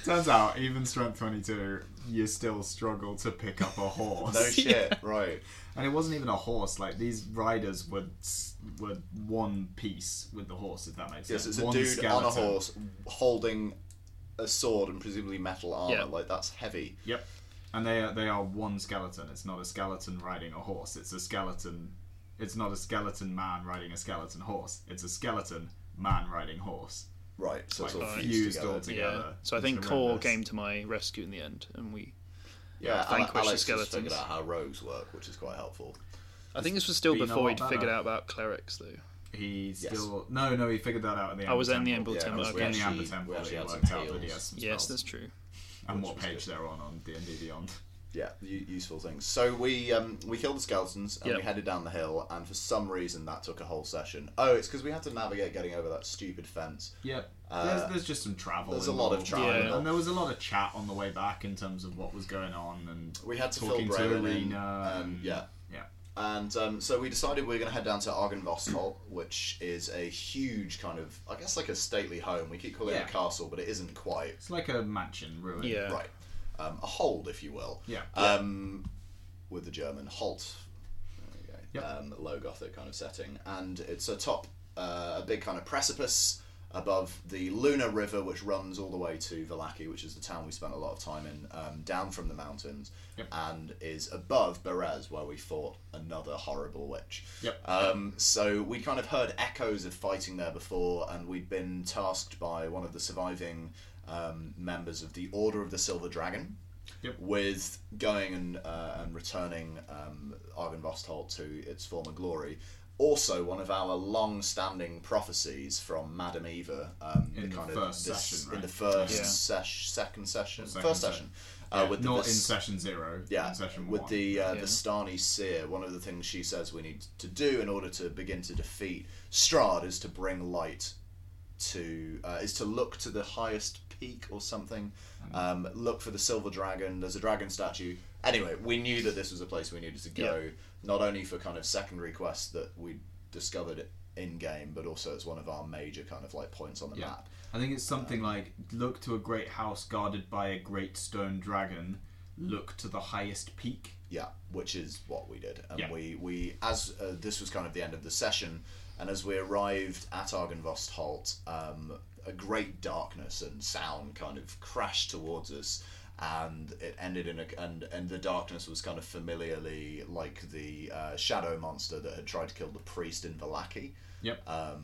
[SPEAKER 2] Turns out, even strength 22, you still struggle to pick up a horse.
[SPEAKER 1] No shit, right.
[SPEAKER 2] And it wasn't even a horse. Like these riders were s- were one piece with the horse, if that makes
[SPEAKER 1] Yes,
[SPEAKER 2] sense.
[SPEAKER 1] it's a
[SPEAKER 2] one
[SPEAKER 1] dude on a
[SPEAKER 2] skeleton.
[SPEAKER 1] horse holding a sword and presumably metal armor.
[SPEAKER 3] Yeah.
[SPEAKER 1] Like, that's heavy.
[SPEAKER 2] Yep. And they are, they are one skeleton. It's not a skeleton riding a horse. It's a skeleton. It's not a skeleton man riding a skeleton horse. It's a skeleton man riding horse.
[SPEAKER 1] Right, so it's all
[SPEAKER 2] Like,
[SPEAKER 1] fused,
[SPEAKER 2] fused
[SPEAKER 1] together.
[SPEAKER 2] all together.
[SPEAKER 3] Yeah. So I
[SPEAKER 2] It's
[SPEAKER 3] think Core
[SPEAKER 2] horrendous.
[SPEAKER 3] came to my rescue in the end, and we.
[SPEAKER 1] Yeah, Ale-
[SPEAKER 3] vanquish the
[SPEAKER 1] Alex has
[SPEAKER 3] skeletons.
[SPEAKER 1] figured out how rogues work, which is quite helpful.
[SPEAKER 3] I think this was still
[SPEAKER 2] been a
[SPEAKER 3] before
[SPEAKER 2] lot
[SPEAKER 3] he'd
[SPEAKER 2] better.
[SPEAKER 3] figured out about clerics, though.
[SPEAKER 2] He still no no. He figured that out in the.
[SPEAKER 3] I was
[SPEAKER 2] Amber
[SPEAKER 3] in
[SPEAKER 2] Temple.
[SPEAKER 3] the Emble
[SPEAKER 1] Yeah, that was weird.
[SPEAKER 2] In
[SPEAKER 3] Temple. okay.
[SPEAKER 1] Actually-
[SPEAKER 2] the Amber Temple,
[SPEAKER 1] we actually
[SPEAKER 2] he
[SPEAKER 1] had
[SPEAKER 2] worked
[SPEAKER 1] some
[SPEAKER 2] out that he
[SPEAKER 1] heals.
[SPEAKER 2] has some
[SPEAKER 3] Yes,
[SPEAKER 2] spells.
[SPEAKER 3] that's true.
[SPEAKER 2] and
[SPEAKER 1] Which
[SPEAKER 2] what
[SPEAKER 1] was
[SPEAKER 2] page they're on on D and D Beyond.
[SPEAKER 1] Yeah, u- useful things. So we um, we killed the skeletons and
[SPEAKER 3] Yep.
[SPEAKER 1] we headed down the hill, and for some reason that took a whole session. Oh, it's because we had to navigate getting over that stupid fence.
[SPEAKER 2] Yep.
[SPEAKER 1] Uh,
[SPEAKER 2] there's, there's just some travel.
[SPEAKER 1] there's a lot of
[SPEAKER 2] involved.
[SPEAKER 1] travel
[SPEAKER 2] And-
[SPEAKER 3] Yeah.
[SPEAKER 2] And there was a lot of chat on the way back in terms of what was going on and
[SPEAKER 1] We had to
[SPEAKER 2] talking
[SPEAKER 1] fill
[SPEAKER 2] to
[SPEAKER 1] Braylon in.
[SPEAKER 2] Arena.
[SPEAKER 1] Um,
[SPEAKER 2] and-
[SPEAKER 1] yeah,
[SPEAKER 2] Yeah.
[SPEAKER 1] and um, so we decided we are going to head down to Argenvostel, which is a huge kind of, I guess, like a stately home. We keep calling
[SPEAKER 2] Yeah.
[SPEAKER 1] it a castle, but it isn't quite
[SPEAKER 2] It's like a mansion ruin.
[SPEAKER 3] Yeah.
[SPEAKER 1] right. Um, a hold, if you will.
[SPEAKER 2] Yeah.
[SPEAKER 1] Um, with the German Holt. There we
[SPEAKER 2] Yep.
[SPEAKER 1] go. Um, low Gothic kind of setting. And it's atop uh, a big kind of precipice above the Luna River, which runs all the way to Valaki, which is the town we spent a lot of time in, um, down from the mountains,
[SPEAKER 2] Yep.
[SPEAKER 1] and is above Berez, where we fought another horrible witch.
[SPEAKER 2] Yep.
[SPEAKER 1] Um, so we kind of heard echoes of fighting there before, and we'd been tasked by one of the surviving um, members of the Order of the Silver Dragon
[SPEAKER 2] Yep.
[SPEAKER 1] with going and uh, and returning um, Argon Vostholt to its former glory. Also, one of our long-standing prophecies from Madam Eva, um,
[SPEAKER 2] In the
[SPEAKER 1] kind
[SPEAKER 2] first
[SPEAKER 1] of this-
[SPEAKER 2] session, right?
[SPEAKER 1] in the first
[SPEAKER 3] Yeah.
[SPEAKER 1] sesh, second session,
[SPEAKER 2] Second
[SPEAKER 1] first
[SPEAKER 2] session.
[SPEAKER 1] session, uh, with the
[SPEAKER 2] Not
[SPEAKER 1] vis-
[SPEAKER 2] in session zero.
[SPEAKER 1] yeah,
[SPEAKER 2] In session
[SPEAKER 1] with
[SPEAKER 2] one.
[SPEAKER 1] the uh,
[SPEAKER 3] Yeah.
[SPEAKER 1] the Stani Seer, one of the things she says we need to do in order to begin to defeat Strahd is to bring light to uh, is to look to the highest peak or something. Um, look for the silver dragon. There's a dragon statue. Anyway, we knew that this was a place we needed to go, not only for kind of secondary quests that we discovered in game, but also it's one of our major kind of like points on the
[SPEAKER 2] Yeah.
[SPEAKER 1] map.
[SPEAKER 2] I think it's something like look to a great house guarded by a great stone dragon. Look to the highest peak.
[SPEAKER 1] Yeah, which is what we did, and
[SPEAKER 2] Yeah.
[SPEAKER 1] we we as uh, this was kind of the end of the session, and as we arrived at Argenvost Holt, um, a great darkness and sound kind of crashed towards us, and it ended in a and and the darkness was kind of familiarly like the uh, shadow monster that had tried to kill the priest in Valaki.
[SPEAKER 2] Yep.
[SPEAKER 1] Uh,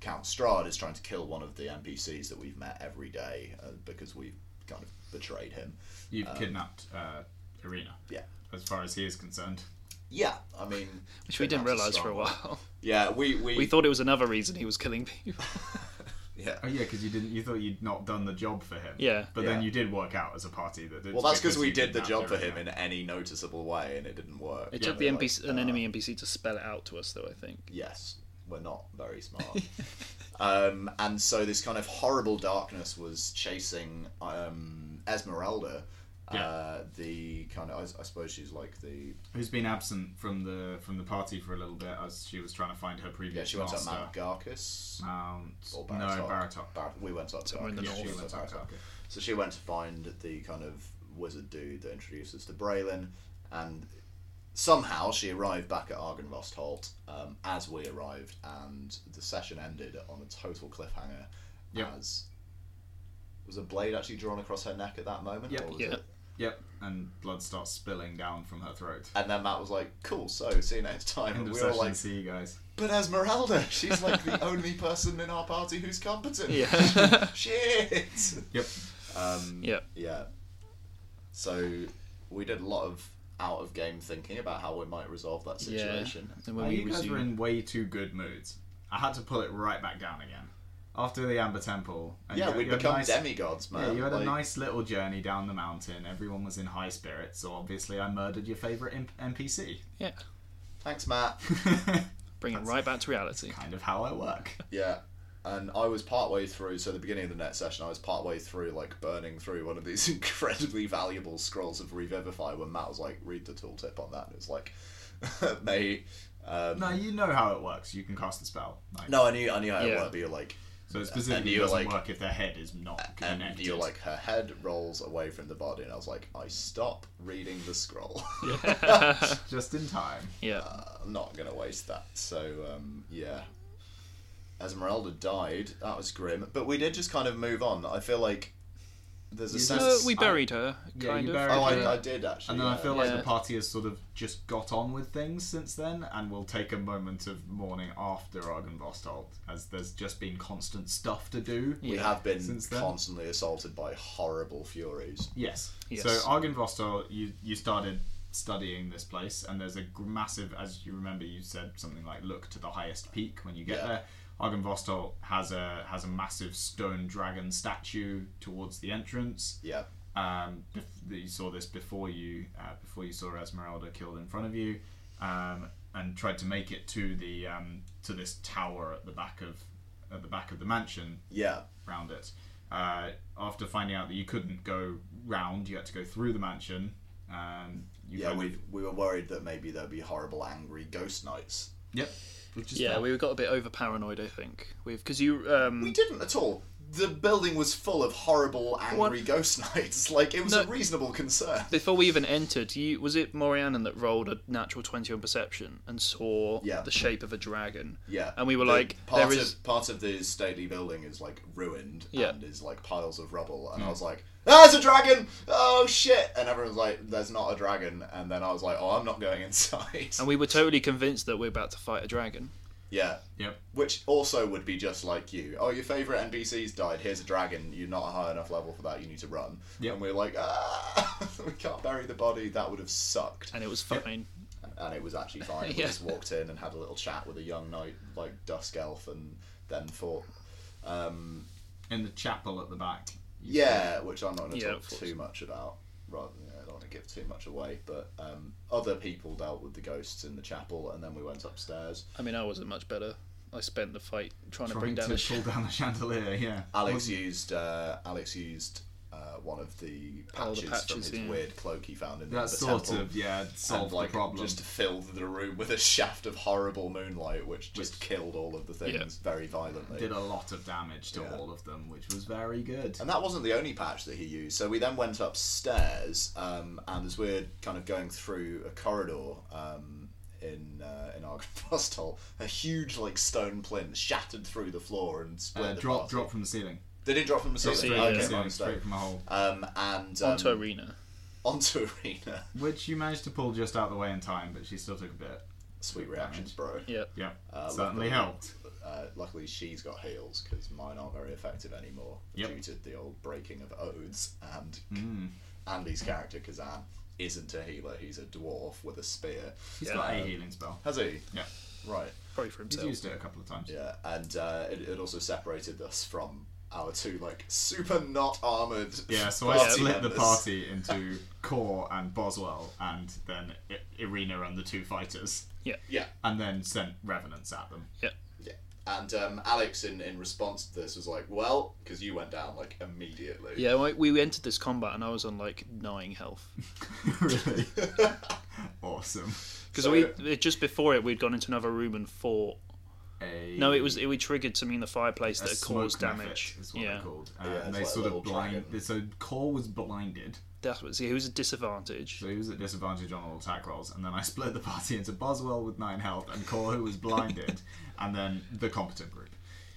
[SPEAKER 1] Count Strahd is trying to kill one of the NPCs that we've met every day uh, because we've kind of betrayed him.
[SPEAKER 2] You've kidnapped uh, Arena.
[SPEAKER 1] Yeah.
[SPEAKER 2] As far as he is concerned.
[SPEAKER 1] Yeah, I mean,
[SPEAKER 3] Which we didn't
[SPEAKER 1] that's
[SPEAKER 3] realise for a
[SPEAKER 1] strong
[SPEAKER 3] while.
[SPEAKER 1] Yeah, we we,
[SPEAKER 3] We thought it was another reason he was killing people.
[SPEAKER 1] yeah.
[SPEAKER 2] Oh yeah, because you didn't. You thought you'd not done the job for him.
[SPEAKER 3] Yeah.
[SPEAKER 2] But then
[SPEAKER 1] Yeah.
[SPEAKER 2] you did work out as a party that. it's
[SPEAKER 1] Well, that's because we
[SPEAKER 2] you
[SPEAKER 1] did the
[SPEAKER 2] kidnapped
[SPEAKER 1] job for
[SPEAKER 2] Arena.
[SPEAKER 1] him in any noticeable way, and it didn't work.
[SPEAKER 3] It
[SPEAKER 2] Yeah,
[SPEAKER 3] took the
[SPEAKER 1] like,
[SPEAKER 3] NPC, an enemy NPC to spell it out to us, though, I think.
[SPEAKER 1] Yes, we're not very smart. um, and so this kind of horrible darkness was chasing um, Esmeralda. Uh, the kind of I, I suppose she's like the
[SPEAKER 2] Who's been absent from the from the party for a little bit as she was trying to find her previous
[SPEAKER 1] yeah she went
[SPEAKER 2] master.
[SPEAKER 1] up Mount Garkus or
[SPEAKER 2] Mount no
[SPEAKER 1] Baratok.
[SPEAKER 2] Baratop.
[SPEAKER 1] Bar- we went up
[SPEAKER 3] Somewhere in the
[SPEAKER 1] Garkus, she went
[SPEAKER 2] She
[SPEAKER 3] north.
[SPEAKER 2] went
[SPEAKER 1] up
[SPEAKER 2] up
[SPEAKER 1] Baratok.
[SPEAKER 2] Baratok.
[SPEAKER 1] So she went to find the kind of wizard dude that introduced us to Braylon, and somehow she arrived back at Argenvost Holt um, as we arrived, and the session ended on a total cliffhanger
[SPEAKER 2] Yep.
[SPEAKER 1] as Was a blade actually drawn across her neck at that moment?
[SPEAKER 2] Yep.
[SPEAKER 1] or was
[SPEAKER 3] Yeah.
[SPEAKER 1] it-
[SPEAKER 2] Yep, and blood starts spilling down from her throat.
[SPEAKER 1] And then Matt was like, "Cool, so see you next time."
[SPEAKER 2] End
[SPEAKER 1] And
[SPEAKER 2] of
[SPEAKER 1] we were all
[SPEAKER 2] session.
[SPEAKER 1] like,
[SPEAKER 2] See you guys.
[SPEAKER 1] "But Esmeralda, she's like the only person in our party who's competent."
[SPEAKER 3] Yeah.
[SPEAKER 1] Shit.
[SPEAKER 2] Yep.
[SPEAKER 1] Um,
[SPEAKER 3] Yeah.
[SPEAKER 1] Yeah. So we did a lot of out of game thinking about how we might resolve that situation.
[SPEAKER 3] And
[SPEAKER 2] Well,
[SPEAKER 3] when we
[SPEAKER 2] Uh, you guys were
[SPEAKER 3] resume,
[SPEAKER 2] in way too good moods. I had to pull it right back down again after the Amber Temple. and
[SPEAKER 1] Yeah,
[SPEAKER 2] you-
[SPEAKER 1] we'd
[SPEAKER 2] you had a
[SPEAKER 1] become
[SPEAKER 2] nice-
[SPEAKER 1] demigods, man.
[SPEAKER 2] Yeah, you had a
[SPEAKER 1] Like,
[SPEAKER 2] nice little journey down the mountain. Everyone was in high spirits, so obviously I murdered your favorite imp- NPC.
[SPEAKER 3] yeah,
[SPEAKER 1] Thanks, Matt.
[SPEAKER 3] bring it right back to reality.
[SPEAKER 2] kind of how I work.
[SPEAKER 1] Yeah. And I was partway through, so the beginning of the next session, I was partway through, like, burning through one of these incredibly valuable scrolls of Revivify when Matt was like, read the tooltip on that. And it was like, may. Um,
[SPEAKER 2] No, you know how it works. You can cast the spell. Like,
[SPEAKER 1] no, I knew, I knew how it
[SPEAKER 3] Yeah.
[SPEAKER 1] worked, but you're like,
[SPEAKER 2] So it specifically
[SPEAKER 1] you're
[SPEAKER 2] doesn't
[SPEAKER 1] like-
[SPEAKER 2] work if their head is not
[SPEAKER 1] and
[SPEAKER 2] connected.
[SPEAKER 1] you're like, her head rolls away from the body. And I was like, I stop reading the scroll.
[SPEAKER 2] just in time.
[SPEAKER 3] Yeah,
[SPEAKER 1] I'm not going to waste that. So, um, yeah. Esmeralda died. That was grim. But we did just kind of move on. I feel like there's a sense.
[SPEAKER 3] uh, we buried her,
[SPEAKER 2] Yeah,
[SPEAKER 3] kind
[SPEAKER 2] you
[SPEAKER 3] of.
[SPEAKER 2] buried
[SPEAKER 1] Oh,
[SPEAKER 2] her.
[SPEAKER 1] I, I did actually.
[SPEAKER 2] And then I
[SPEAKER 1] yeah.
[SPEAKER 2] feel like
[SPEAKER 3] Yeah.
[SPEAKER 2] the party has sort of just got on with things since then, and will take a moment of mourning after Argenvostolt, as there's just been constant stuff to do.
[SPEAKER 1] we
[SPEAKER 3] Yeah.
[SPEAKER 1] have been
[SPEAKER 2] Since then.
[SPEAKER 1] constantly assaulted by horrible furies.
[SPEAKER 2] Yes.
[SPEAKER 3] Yes.
[SPEAKER 2] So Argenvostolt, you you started studying this place, and there's a gr- massive, as you remember, you said something like, "Look to the highest peak when you get
[SPEAKER 1] Yeah.
[SPEAKER 2] there." Argenvostolt has a has a massive stone dragon statue towards the entrance.
[SPEAKER 1] Yeah,
[SPEAKER 2] um, bef- that you saw this before you uh, before you saw Esmeralda killed in front of you, um, and tried to make it to the um, to this tower at the back of at the back of the mansion
[SPEAKER 1] yeah,
[SPEAKER 2] round it. Uh, after finding out that you couldn't go round, you had to go through the mansion. Um, you
[SPEAKER 1] yeah.
[SPEAKER 2] kind
[SPEAKER 1] We
[SPEAKER 2] of-
[SPEAKER 1] we were worried that maybe there'd be horrible angry ghost knights.
[SPEAKER 2] yep. Which is
[SPEAKER 3] yeah,
[SPEAKER 2] fair.
[SPEAKER 3] we got a bit over paranoid, I think. We've because you um,
[SPEAKER 1] We didn't at all. The building was full of horrible angry
[SPEAKER 3] What?
[SPEAKER 1] ghost knights. Like it was a
[SPEAKER 3] No.
[SPEAKER 1] reasonable concern.
[SPEAKER 3] before we even entered, you was it Morianan that rolled a natural twenty on perception and saw
[SPEAKER 1] Yeah.
[SPEAKER 3] the shape of a dragon.
[SPEAKER 1] Yeah,
[SPEAKER 3] and we were
[SPEAKER 1] The-
[SPEAKER 3] like,
[SPEAKER 1] part
[SPEAKER 3] there
[SPEAKER 1] of,
[SPEAKER 3] is
[SPEAKER 1] part of the stately building is like ruined
[SPEAKER 3] Yeah.
[SPEAKER 1] and is like piles of rubble, and I was like, "There's a dragon! Oh shit!" And everyone's like, "There's not a dragon," and then I was like, "Oh, I'm not going inside."
[SPEAKER 3] and we were totally convinced that we're about to fight a dragon.
[SPEAKER 1] yeah,
[SPEAKER 2] Yep.
[SPEAKER 1] Which also would be just like you. Oh, your favourite NPC's died. Here's a dragon. You're not a high enough level for that. You need to run.
[SPEAKER 2] Yeah.
[SPEAKER 1] And we're like, ah, we can't bury the body. That would have sucked.
[SPEAKER 3] And it was fine.
[SPEAKER 1] And it was actually fine. We
[SPEAKER 3] Yeah.
[SPEAKER 1] just walked in and had a little chat with a young knight, like Dusk Elf, and then fought. Um,
[SPEAKER 2] In the chapel at the back. you
[SPEAKER 1] yeah, which I'm not going to
[SPEAKER 3] Yeah,
[SPEAKER 1] talk
[SPEAKER 3] of course.
[SPEAKER 1] too much about. Rather, than, I don't want to give too much away. But um, other people dealt with the ghosts in the chapel, and then we went upstairs.
[SPEAKER 3] I mean, I wasn't much better. I spent the fight trying to
[SPEAKER 2] Trying
[SPEAKER 3] bring
[SPEAKER 2] to
[SPEAKER 3] down
[SPEAKER 2] pull
[SPEAKER 3] the sh-
[SPEAKER 2] down the chandelier. Yeah.
[SPEAKER 1] Alex
[SPEAKER 2] Wasn't-
[SPEAKER 1] used uh, Alex used uh, one of the
[SPEAKER 3] Oh,
[SPEAKER 1] patches,
[SPEAKER 3] the
[SPEAKER 1] from
[SPEAKER 3] patches,
[SPEAKER 1] his
[SPEAKER 3] yeah.
[SPEAKER 1] weird cloak he found in the
[SPEAKER 2] That sort
[SPEAKER 1] temple,
[SPEAKER 2] of yeah
[SPEAKER 1] and,
[SPEAKER 2] solved
[SPEAKER 1] like,
[SPEAKER 2] the problem.
[SPEAKER 1] just filled the room with a shaft of horrible moonlight, which just killed all of the things very violently.
[SPEAKER 2] did a lot of damage to
[SPEAKER 1] Yeah.
[SPEAKER 2] all of them, which was very good.
[SPEAKER 1] And that wasn't the only patch that he used. So we then went upstairs, um, and as we're kind of going through a corridor um, in uh, in our hostel, a huge like stone plinth shattered through the floor and split.
[SPEAKER 2] Uh,
[SPEAKER 1] the
[SPEAKER 2] drop,
[SPEAKER 1] party.
[SPEAKER 2] drop from the ceiling.
[SPEAKER 1] They did drop from the
[SPEAKER 3] Drop
[SPEAKER 1] ceiling.
[SPEAKER 3] straight
[SPEAKER 1] Okay,
[SPEAKER 3] from the
[SPEAKER 1] my
[SPEAKER 2] ceiling,
[SPEAKER 1] mistake.
[SPEAKER 2] straight from a hole.
[SPEAKER 1] Um, and um,
[SPEAKER 3] onto arena.
[SPEAKER 1] onto arena.
[SPEAKER 2] Which you managed to pull just out of the way in time, but she still took a bit.
[SPEAKER 1] Sweet reactions, bro.
[SPEAKER 3] Yeah.
[SPEAKER 2] Yeah,
[SPEAKER 1] Uh, luckily-
[SPEAKER 2] certainly helped.
[SPEAKER 1] Uh, luckily, she's got heals because mine aren't very effective anymore
[SPEAKER 2] Yep. Hmm.
[SPEAKER 1] due to the old breaking of oaths. And Andy's character Kazan isn't a healer; he's a dwarf with a spear.
[SPEAKER 2] He's
[SPEAKER 3] Yeah.
[SPEAKER 2] got a healing spell.
[SPEAKER 1] Has he?
[SPEAKER 2] Yeah,
[SPEAKER 1] Right.
[SPEAKER 3] Probably for
[SPEAKER 2] he's
[SPEAKER 3] himself.
[SPEAKER 2] used it a couple of times.
[SPEAKER 1] Yeah, and uh, it, it also separated us from our two like super not armored.
[SPEAKER 2] Yeah, so I split the party into Core and Boswell, and then I- Irina and the two fighters,
[SPEAKER 1] Yeah.
[SPEAKER 2] and then sent revenants at them.
[SPEAKER 1] Yeah. And um, Alex, in, in response to this, was like, "Well, because you went down like immediately."
[SPEAKER 3] Yeah, we, we entered this combat and I was on like nine health
[SPEAKER 2] really awesome.
[SPEAKER 3] because
[SPEAKER 1] So-
[SPEAKER 3] we it- just before it we'd gone into another room and fought.
[SPEAKER 2] A-
[SPEAKER 3] No, it was it, we triggered something in the fireplace
[SPEAKER 2] a
[SPEAKER 3] that
[SPEAKER 2] smoke
[SPEAKER 3] caused
[SPEAKER 2] method
[SPEAKER 3] damage.
[SPEAKER 2] Is what
[SPEAKER 3] Yeah,
[SPEAKER 2] they're called. Uh,
[SPEAKER 1] Yeah, it's
[SPEAKER 2] and they
[SPEAKER 1] like a
[SPEAKER 2] sort
[SPEAKER 1] little
[SPEAKER 2] of blind.
[SPEAKER 1] dragon.
[SPEAKER 2] So Core was blinded.
[SPEAKER 3] that was it was a disadvantage.
[SPEAKER 2] So he was at disadvantage on all attack rolls, and then I split the party into Boswell with nine health and Core, who was blinded, and then the competent group.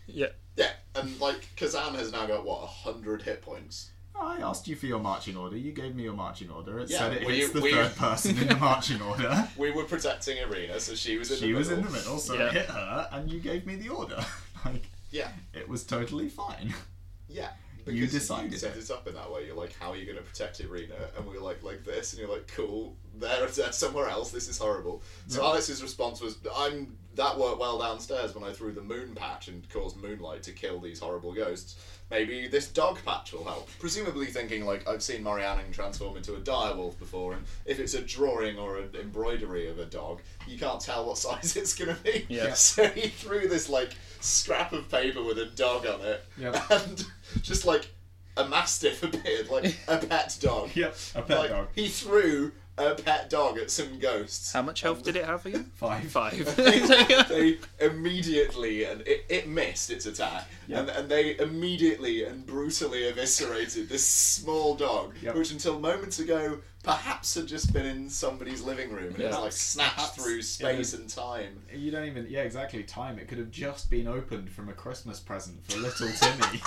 [SPEAKER 3] Yeah,
[SPEAKER 1] Yeah, and like Kazan has now got what hundred hit points.
[SPEAKER 2] I asked you for your marching order. You gave me your marching order. It
[SPEAKER 1] Yeah,
[SPEAKER 2] said it
[SPEAKER 1] we-
[SPEAKER 2] hits the
[SPEAKER 1] we-
[SPEAKER 2] third person in the marching order.
[SPEAKER 1] We were protecting Irina, so she was in
[SPEAKER 2] She
[SPEAKER 1] the
[SPEAKER 2] was
[SPEAKER 1] middle.
[SPEAKER 2] in the middle, so
[SPEAKER 3] Yeah.
[SPEAKER 2] it hit her, and you gave me the order. like
[SPEAKER 1] Yeah,
[SPEAKER 2] it was totally fine.
[SPEAKER 1] yeah.
[SPEAKER 2] You
[SPEAKER 1] because
[SPEAKER 2] decided
[SPEAKER 1] set
[SPEAKER 2] it.
[SPEAKER 1] it up in that way. You're like, how are you going to protect Irina? And we were like, like this, and you're like, cool. They're, they're somewhere else. This is horrible. So Alex's response was, I'm that worked well downstairs when I threw the moon patch and caused moonlight to kill these horrible ghosts. Maybe this dog patch will help. Presumably thinking like I've seen Marianne transform into a direwolf before, and if it's a drawing or an embroidery of a dog, you can't tell what size it's gonna be.
[SPEAKER 3] Yeah.
[SPEAKER 1] So he threw this like scrap of paper with a dog on it,
[SPEAKER 2] Yep.
[SPEAKER 1] and just like a mastiff appeared, like a pet dog.
[SPEAKER 2] Yep, a pet
[SPEAKER 1] Like,
[SPEAKER 2] dog.
[SPEAKER 1] He threw a pet dog at some ghosts.
[SPEAKER 3] How much health did it have again?
[SPEAKER 2] Five.
[SPEAKER 3] Five.
[SPEAKER 1] they immediately and it, it missed its attack, and, and they immediately and brutally eviscerated this small dog,
[SPEAKER 2] Yep.
[SPEAKER 1] which until moments ago perhaps had just been in somebody's living room and it was
[SPEAKER 3] Yeah.
[SPEAKER 1] like snatched
[SPEAKER 2] Perhaps.
[SPEAKER 1] through space
[SPEAKER 2] Yeah.
[SPEAKER 1] and time.
[SPEAKER 2] You don't even yeah exactly time. It could have just been opened from a Christmas present for little Timmy.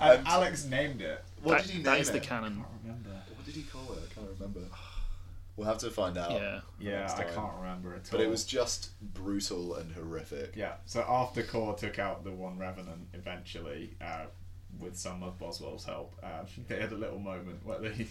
[SPEAKER 2] and
[SPEAKER 1] Um,
[SPEAKER 2] Alex named it.
[SPEAKER 1] What
[SPEAKER 3] That-
[SPEAKER 1] did he name
[SPEAKER 3] that is
[SPEAKER 1] it?
[SPEAKER 3] the canon.
[SPEAKER 2] I can't remember.
[SPEAKER 1] What did he call it? I can't remember. We'll have to find
[SPEAKER 2] Oh,
[SPEAKER 1] out.
[SPEAKER 3] Yeah.
[SPEAKER 2] Yeah,
[SPEAKER 1] next
[SPEAKER 2] I
[SPEAKER 1] time.
[SPEAKER 2] can't remember at all.
[SPEAKER 1] But it was just brutal and horrific.
[SPEAKER 2] Yeah, so after Core took out the one Revenant eventually, uh, with some of Boswell's help, uh, they had a little moment where they.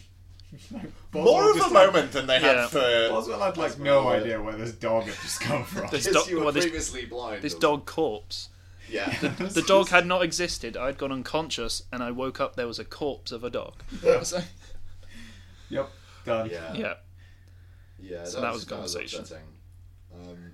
[SPEAKER 2] Boswell
[SPEAKER 1] More of a
[SPEAKER 2] just had-
[SPEAKER 1] moment than they
[SPEAKER 3] Yeah.
[SPEAKER 1] had for.
[SPEAKER 2] Boswell had like
[SPEAKER 1] Boswell
[SPEAKER 2] no
[SPEAKER 1] had-
[SPEAKER 2] idea where this dog had just come from.
[SPEAKER 3] This
[SPEAKER 1] Because
[SPEAKER 3] dog-
[SPEAKER 1] you were
[SPEAKER 3] well, this-
[SPEAKER 1] previously blind.
[SPEAKER 3] This
[SPEAKER 1] or-
[SPEAKER 3] dog corpse.
[SPEAKER 1] Yeah.
[SPEAKER 3] The dog had not existed. I'd gone unconscious, and I woke up. There was a corpse of a dog. So-
[SPEAKER 2] Yep, done.
[SPEAKER 1] yeah.
[SPEAKER 3] yeah.
[SPEAKER 1] Yeah,
[SPEAKER 3] So that was a conversation.
[SPEAKER 1] upsetting. Um,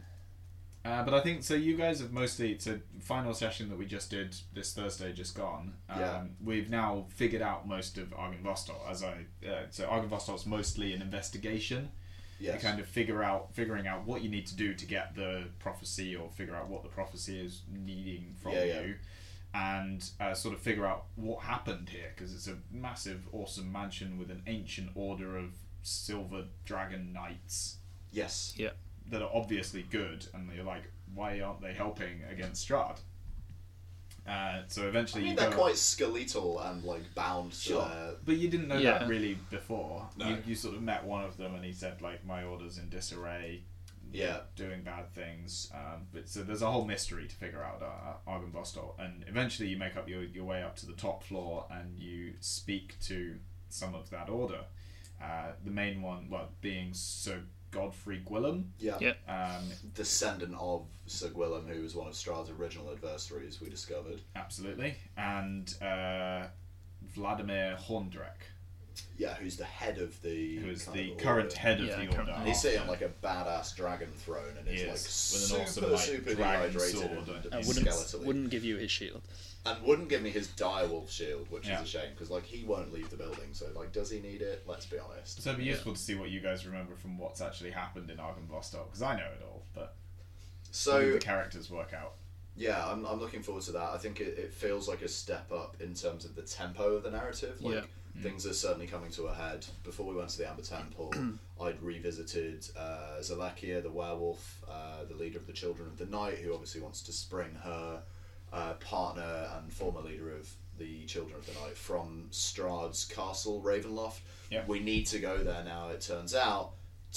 [SPEAKER 2] Uh, but I think so. You guys have mostly so final session that we just did this Thursday just gone. Um,
[SPEAKER 1] Yeah.
[SPEAKER 2] We've now figured out most of Argon Vostok as I uh, so Argon Vostok's mostly an investigation.
[SPEAKER 1] yes.
[SPEAKER 2] to kind of figure out figuring out what you need to do to get the prophecy or figure out what the prophecy is needing from
[SPEAKER 1] Yeah, yeah.
[SPEAKER 2] you and uh, sort of figure out what happened here because it's a massive awesome mansion with an ancient order of silver dragon knights
[SPEAKER 1] yes.
[SPEAKER 3] Yeah.
[SPEAKER 2] that are obviously good and you're like why aren't they helping against Strahd uh, so
[SPEAKER 1] I
[SPEAKER 2] eventually
[SPEAKER 1] mean,
[SPEAKER 2] you
[SPEAKER 1] they're
[SPEAKER 2] go
[SPEAKER 1] quite skeletal and like bound uh, to their.
[SPEAKER 2] but you didn't know
[SPEAKER 3] Yeah.
[SPEAKER 2] that really before.
[SPEAKER 1] No.
[SPEAKER 2] You, you sort of met one of them, and he said like, "My orders in disarray,
[SPEAKER 1] Yeah.
[SPEAKER 2] doing bad things." Um, but so there's a whole mystery to figure out, uh, Argon Vostok, and eventually you make up your, your way up to the top floor, and you speak to some of that order. Uh, the main one, well, being Sir Godfrey Gwillem.
[SPEAKER 1] Yeah.
[SPEAKER 3] Yeah.
[SPEAKER 2] Um,
[SPEAKER 1] Descendant of Sir Gwillem, who was one of Strahd's original adversaries, we discovered.
[SPEAKER 2] absolutely, and uh, Vladimir Horndrek,
[SPEAKER 1] Yeah, who's the head of the.
[SPEAKER 2] who is
[SPEAKER 1] kind
[SPEAKER 2] the
[SPEAKER 1] of
[SPEAKER 2] current
[SPEAKER 1] order.
[SPEAKER 2] head of
[SPEAKER 3] Yeah,
[SPEAKER 2] the
[SPEAKER 3] current-
[SPEAKER 2] order.
[SPEAKER 1] And he's sitting on
[SPEAKER 2] after-
[SPEAKER 1] like a badass dragon throne, and it's
[SPEAKER 2] He
[SPEAKER 1] like
[SPEAKER 2] is,
[SPEAKER 1] super,
[SPEAKER 2] Oh. with an awesome, like,
[SPEAKER 1] super
[SPEAKER 2] dragon
[SPEAKER 1] dehydrated
[SPEAKER 2] sword
[SPEAKER 1] and,
[SPEAKER 2] and-
[SPEAKER 1] and
[SPEAKER 2] And
[SPEAKER 1] skeletally.
[SPEAKER 3] Wouldn't wouldn't give you his shield.
[SPEAKER 1] And wouldn't give me his direwolf shield, which
[SPEAKER 2] Yeah.
[SPEAKER 1] is a shame because like he won't leave the building. So like, does he need it? Let's be honest.
[SPEAKER 2] So it'd be useful to see what you guys remember from what's actually happened in Argon Vostok, because I know it all, but
[SPEAKER 1] So
[SPEAKER 2] the characters work out.
[SPEAKER 1] Yeah, I'm, I'm looking forward to that. I think it, it feels like a step up in terms of the tempo of the narrative. Like, things are certainly coming to a head. Before we went to the Amber Temple, I'd revisited uh, Zalakia, the werewolf, uh, the leader of the Children of the Night, who obviously wants to spring her uh, partner and former leader of the Children of the Night from Strahd's castle, Ravenloft.
[SPEAKER 2] Yeah.
[SPEAKER 1] We need to go there now, it turns out,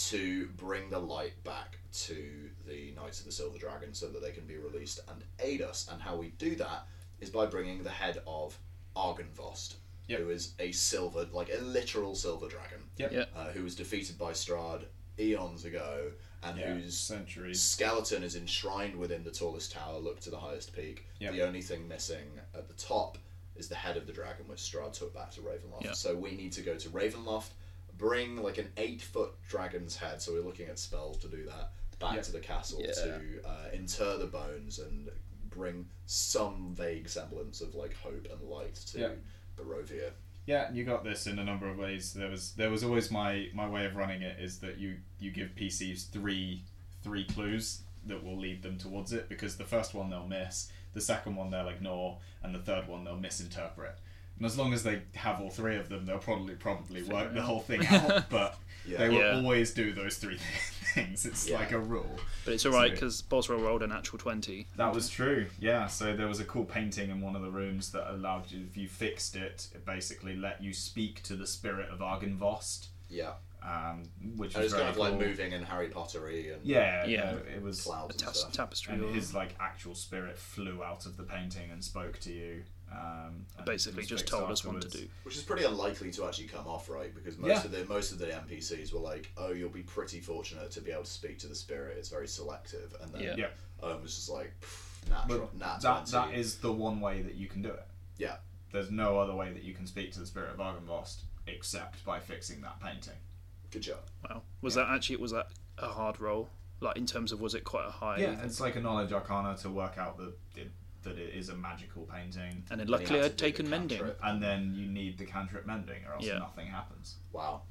[SPEAKER 1] to bring the light back to the Knights of the Silver Dragon so that they can be released and aid us. And how we do that is by bringing the head of Argenvost,
[SPEAKER 2] Yep.
[SPEAKER 1] who is a silver, like a literal silver dragon,
[SPEAKER 2] Yep.
[SPEAKER 3] Yeah.
[SPEAKER 1] uh, who was defeated by Strahd eons ago and
[SPEAKER 2] Yeah,
[SPEAKER 1] who's
[SPEAKER 2] centuries.
[SPEAKER 1] skeleton is enshrined within the tallest tower, look to the highest peak.
[SPEAKER 2] Yep.
[SPEAKER 1] The only thing missing at the top is the head of the dragon, which Strahd took back to Ravenloft.
[SPEAKER 3] Yeah.
[SPEAKER 1] So we need to go to Ravenloft, bring like an eight foot dragon's head, so we're looking at spells to do that, back
[SPEAKER 2] Yep.
[SPEAKER 1] to the castle
[SPEAKER 3] Yeah.
[SPEAKER 1] to uh, inter the bones and bring some vague semblance of like hope and light to
[SPEAKER 2] Yeah.
[SPEAKER 1] Barovia.
[SPEAKER 2] Yeah, you got this in a number of ways. There was there was always my my way of running it is that you you give PCs three three clues that will lead them towards it because the first one they'll miss, the second one they'll ignore, and the third one they'll misinterpret. And as long as they have all three of them, they'll probably probably work the whole thing out. But
[SPEAKER 1] Yeah.
[SPEAKER 2] they will
[SPEAKER 3] Yeah.
[SPEAKER 2] always do those three things. things. It's
[SPEAKER 1] Yeah.
[SPEAKER 2] like a rule.
[SPEAKER 3] But it's alright
[SPEAKER 2] So-
[SPEAKER 3] because Boswell rolled a natural 20.
[SPEAKER 2] That was true, yeah. So there was a cool painting in one of the rooms that allowed you, if you fixed it, it basically let you speak to the spirit of Argenvost,
[SPEAKER 1] Yeah.
[SPEAKER 2] um, which
[SPEAKER 1] And
[SPEAKER 2] was
[SPEAKER 1] Oh, it's
[SPEAKER 2] very
[SPEAKER 1] kind of like
[SPEAKER 2] cool.
[SPEAKER 1] moving and Harry Pottery and
[SPEAKER 2] Yeah,
[SPEAKER 3] Yeah.
[SPEAKER 2] yeah. it was.
[SPEAKER 1] clouds and
[SPEAKER 3] A tas-
[SPEAKER 1] stuff.
[SPEAKER 3] tapestry.
[SPEAKER 2] And
[SPEAKER 3] or-
[SPEAKER 2] his like actual spirit flew out of the painting and spoke to you. Um, and
[SPEAKER 3] basically
[SPEAKER 2] was
[SPEAKER 3] just
[SPEAKER 2] fixed
[SPEAKER 3] told us what
[SPEAKER 2] afterwards.
[SPEAKER 3] to do.
[SPEAKER 1] Which is pretty unlikely to actually come off, right? Because most
[SPEAKER 2] Yeah.
[SPEAKER 1] of the most of the NPCs were like, "Oh, you'll be pretty fortunate to be able to speak to the spirit. It's very selective." And then
[SPEAKER 3] Yeah.
[SPEAKER 2] Yeah,
[SPEAKER 1] Owen was just like, "Pff, "Nah,
[SPEAKER 2] but
[SPEAKER 1] tr- nah,
[SPEAKER 2] that
[SPEAKER 1] 20."
[SPEAKER 2] that is the one way that you can do it.
[SPEAKER 1] yeah,
[SPEAKER 2] There's no other way that you can speak to the spirit of Argenvost except by fixing that painting.
[SPEAKER 1] good job."
[SPEAKER 3] Wow. Was that actually was that a hard roll? Like in terms of was it quite a high?
[SPEAKER 2] Yeah, it's like a knowledge arcana to work out that it, that it is a magical painting,
[SPEAKER 3] And then
[SPEAKER 1] And he
[SPEAKER 3] luckily
[SPEAKER 1] had to
[SPEAKER 3] I'd
[SPEAKER 1] do the
[SPEAKER 3] taken mending.
[SPEAKER 1] cantrip.
[SPEAKER 2] and then you need the cantrip mending, or else
[SPEAKER 3] Yeah.
[SPEAKER 2] nothing happens.
[SPEAKER 1] Wow,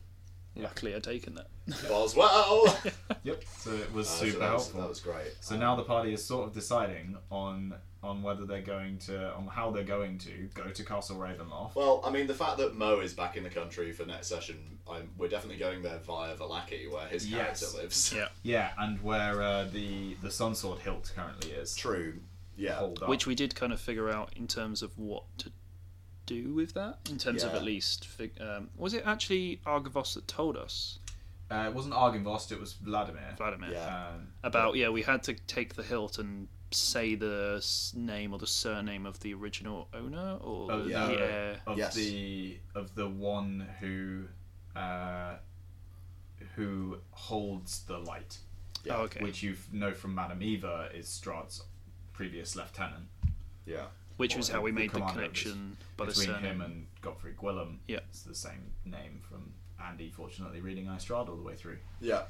[SPEAKER 3] Luckily I'd taken that.
[SPEAKER 1] Boswell. Uh,
[SPEAKER 2] Yep. So it was
[SPEAKER 1] so
[SPEAKER 2] super
[SPEAKER 1] that was,
[SPEAKER 2] helpful.
[SPEAKER 1] That was great.
[SPEAKER 2] So now the party is sort of deciding on on whether they're going to on how they're going to go to Castle Ravenloft.
[SPEAKER 1] Well, I mean, the fact that Mo is back in the country for next session, I'm, we're definitely going there via Valaki, where his character
[SPEAKER 2] Yes.
[SPEAKER 1] lives.
[SPEAKER 3] Yeah.
[SPEAKER 2] Yeah, and where uh, the the Sunsword hilt currently is.
[SPEAKER 1] True. Yeah.
[SPEAKER 2] Hold up.
[SPEAKER 3] Which we did kind of figure out in terms of what to do with that. In terms of
[SPEAKER 1] Yeah.
[SPEAKER 3] at least fig- um, was it actually Argavos that told us
[SPEAKER 2] uh, it wasn't Argenvost, it was Vladimir.
[SPEAKER 3] Vladimir
[SPEAKER 1] Yeah.
[SPEAKER 2] Um,
[SPEAKER 3] about yeah we had to take the hilt and say the s- name or the surname of the original owner or
[SPEAKER 2] of,
[SPEAKER 3] the
[SPEAKER 1] yeah.
[SPEAKER 3] heir.
[SPEAKER 2] of
[SPEAKER 1] Yes.
[SPEAKER 2] the of the one who uh, who holds the light,
[SPEAKER 1] Yeah.
[SPEAKER 3] Oh, okay. Which,
[SPEAKER 2] which you know from Madame Eva is Strahd's previous lieutenant.
[SPEAKER 1] Yeah.
[SPEAKER 3] was
[SPEAKER 2] or
[SPEAKER 3] how we
[SPEAKER 2] the
[SPEAKER 3] made the
[SPEAKER 2] commander of this-
[SPEAKER 3] connection by the
[SPEAKER 2] between
[SPEAKER 3] surname.
[SPEAKER 2] him and Godfrey Gwillem.
[SPEAKER 3] Yeah.
[SPEAKER 2] It's the same name from Andy, fortunately, reading Istrad all the way through.
[SPEAKER 1] Yeah.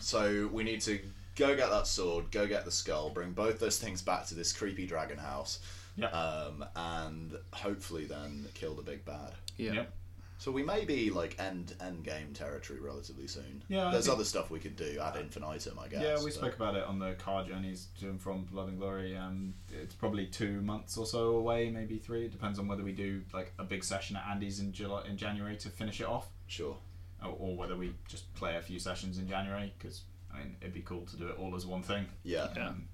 [SPEAKER 1] So we need to go get that sword, go get the skull, bring both those things back to this creepy dragon house,
[SPEAKER 2] Yeah.
[SPEAKER 1] um, and hopefully then kill the big bad.
[SPEAKER 3] yeah.
[SPEAKER 2] Yep.
[SPEAKER 1] So we may be like end end game territory relatively soon.
[SPEAKER 2] Yeah, I
[SPEAKER 1] There's
[SPEAKER 2] think-
[SPEAKER 1] other stuff we could do ad infinitum, I guess.
[SPEAKER 2] yeah, we
[SPEAKER 1] but-
[SPEAKER 2] spoke about it on the car journeys to and from Blood and Glory. Um, it's probably two months or so away, maybe three. It depends on whether we do like a big session at Andy's in July, in January to finish it off,
[SPEAKER 1] Sure.
[SPEAKER 2] or, or whether we just play a few sessions in January. Because I mean, it'd be cool to do it all as one thing.
[SPEAKER 1] Yeah.
[SPEAKER 3] Yeah.
[SPEAKER 2] Um,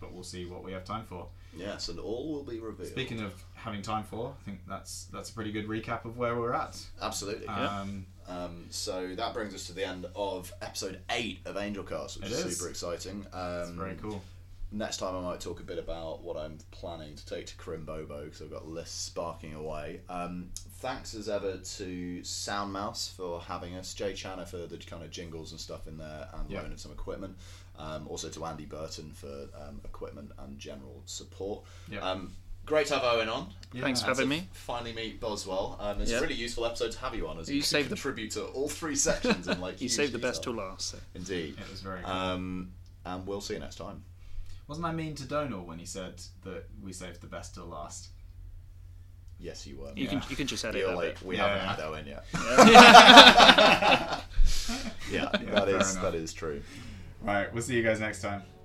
[SPEAKER 2] but we'll see what we have time for.
[SPEAKER 1] Yes, and all will be revealed.
[SPEAKER 2] Speaking of having time for, I think that's that's a pretty good recap of where we're at.
[SPEAKER 1] Absolutely.
[SPEAKER 2] Um,
[SPEAKER 1] Um, so that brings us to the end of episode eight of Angel Cast, which
[SPEAKER 2] It
[SPEAKER 1] is,
[SPEAKER 2] is.
[SPEAKER 1] super exciting. Um,
[SPEAKER 2] it's very cool.
[SPEAKER 1] Next time I might talk a bit about what I'm planning to take to Crimbobo because I've got lists sparking away. Um, thanks as ever to Soundmouse for having us, Jay Channer for the kind of jingles and stuff in there, and
[SPEAKER 2] Yeah.
[SPEAKER 1] loan of some equipment. Um, also to Andy Burton for um, equipment and general support.
[SPEAKER 2] Yeah.
[SPEAKER 1] Um, great to have Owen on.
[SPEAKER 3] Thanks for
[SPEAKER 2] Yeah.
[SPEAKER 3] having me.
[SPEAKER 1] Finally meet Boswell. Um, it's
[SPEAKER 3] Yeah.
[SPEAKER 1] a really useful episode to have you on as
[SPEAKER 3] You
[SPEAKER 1] you,
[SPEAKER 3] saved the-
[SPEAKER 1] contribute to all three sections and like
[SPEAKER 3] You
[SPEAKER 1] huge
[SPEAKER 3] saved the best till
[SPEAKER 1] detail.
[SPEAKER 3] last. So.
[SPEAKER 1] Indeed.
[SPEAKER 2] It was very cool.
[SPEAKER 1] Um, and we'll see you next time.
[SPEAKER 2] Wasn't I mean to Donal when he said that we saved the best till last?
[SPEAKER 1] Yes, you were.
[SPEAKER 3] You can
[SPEAKER 2] Yeah.
[SPEAKER 3] you can just edit
[SPEAKER 1] You're
[SPEAKER 3] that
[SPEAKER 1] like,
[SPEAKER 3] bit.
[SPEAKER 1] we
[SPEAKER 2] Yeah.
[SPEAKER 1] haven't had Owen yet. yeah,
[SPEAKER 2] Yeah,
[SPEAKER 1] that
[SPEAKER 2] fair
[SPEAKER 1] is
[SPEAKER 2] enough.
[SPEAKER 1] that is true.
[SPEAKER 2] Right, we'll see you guys next time.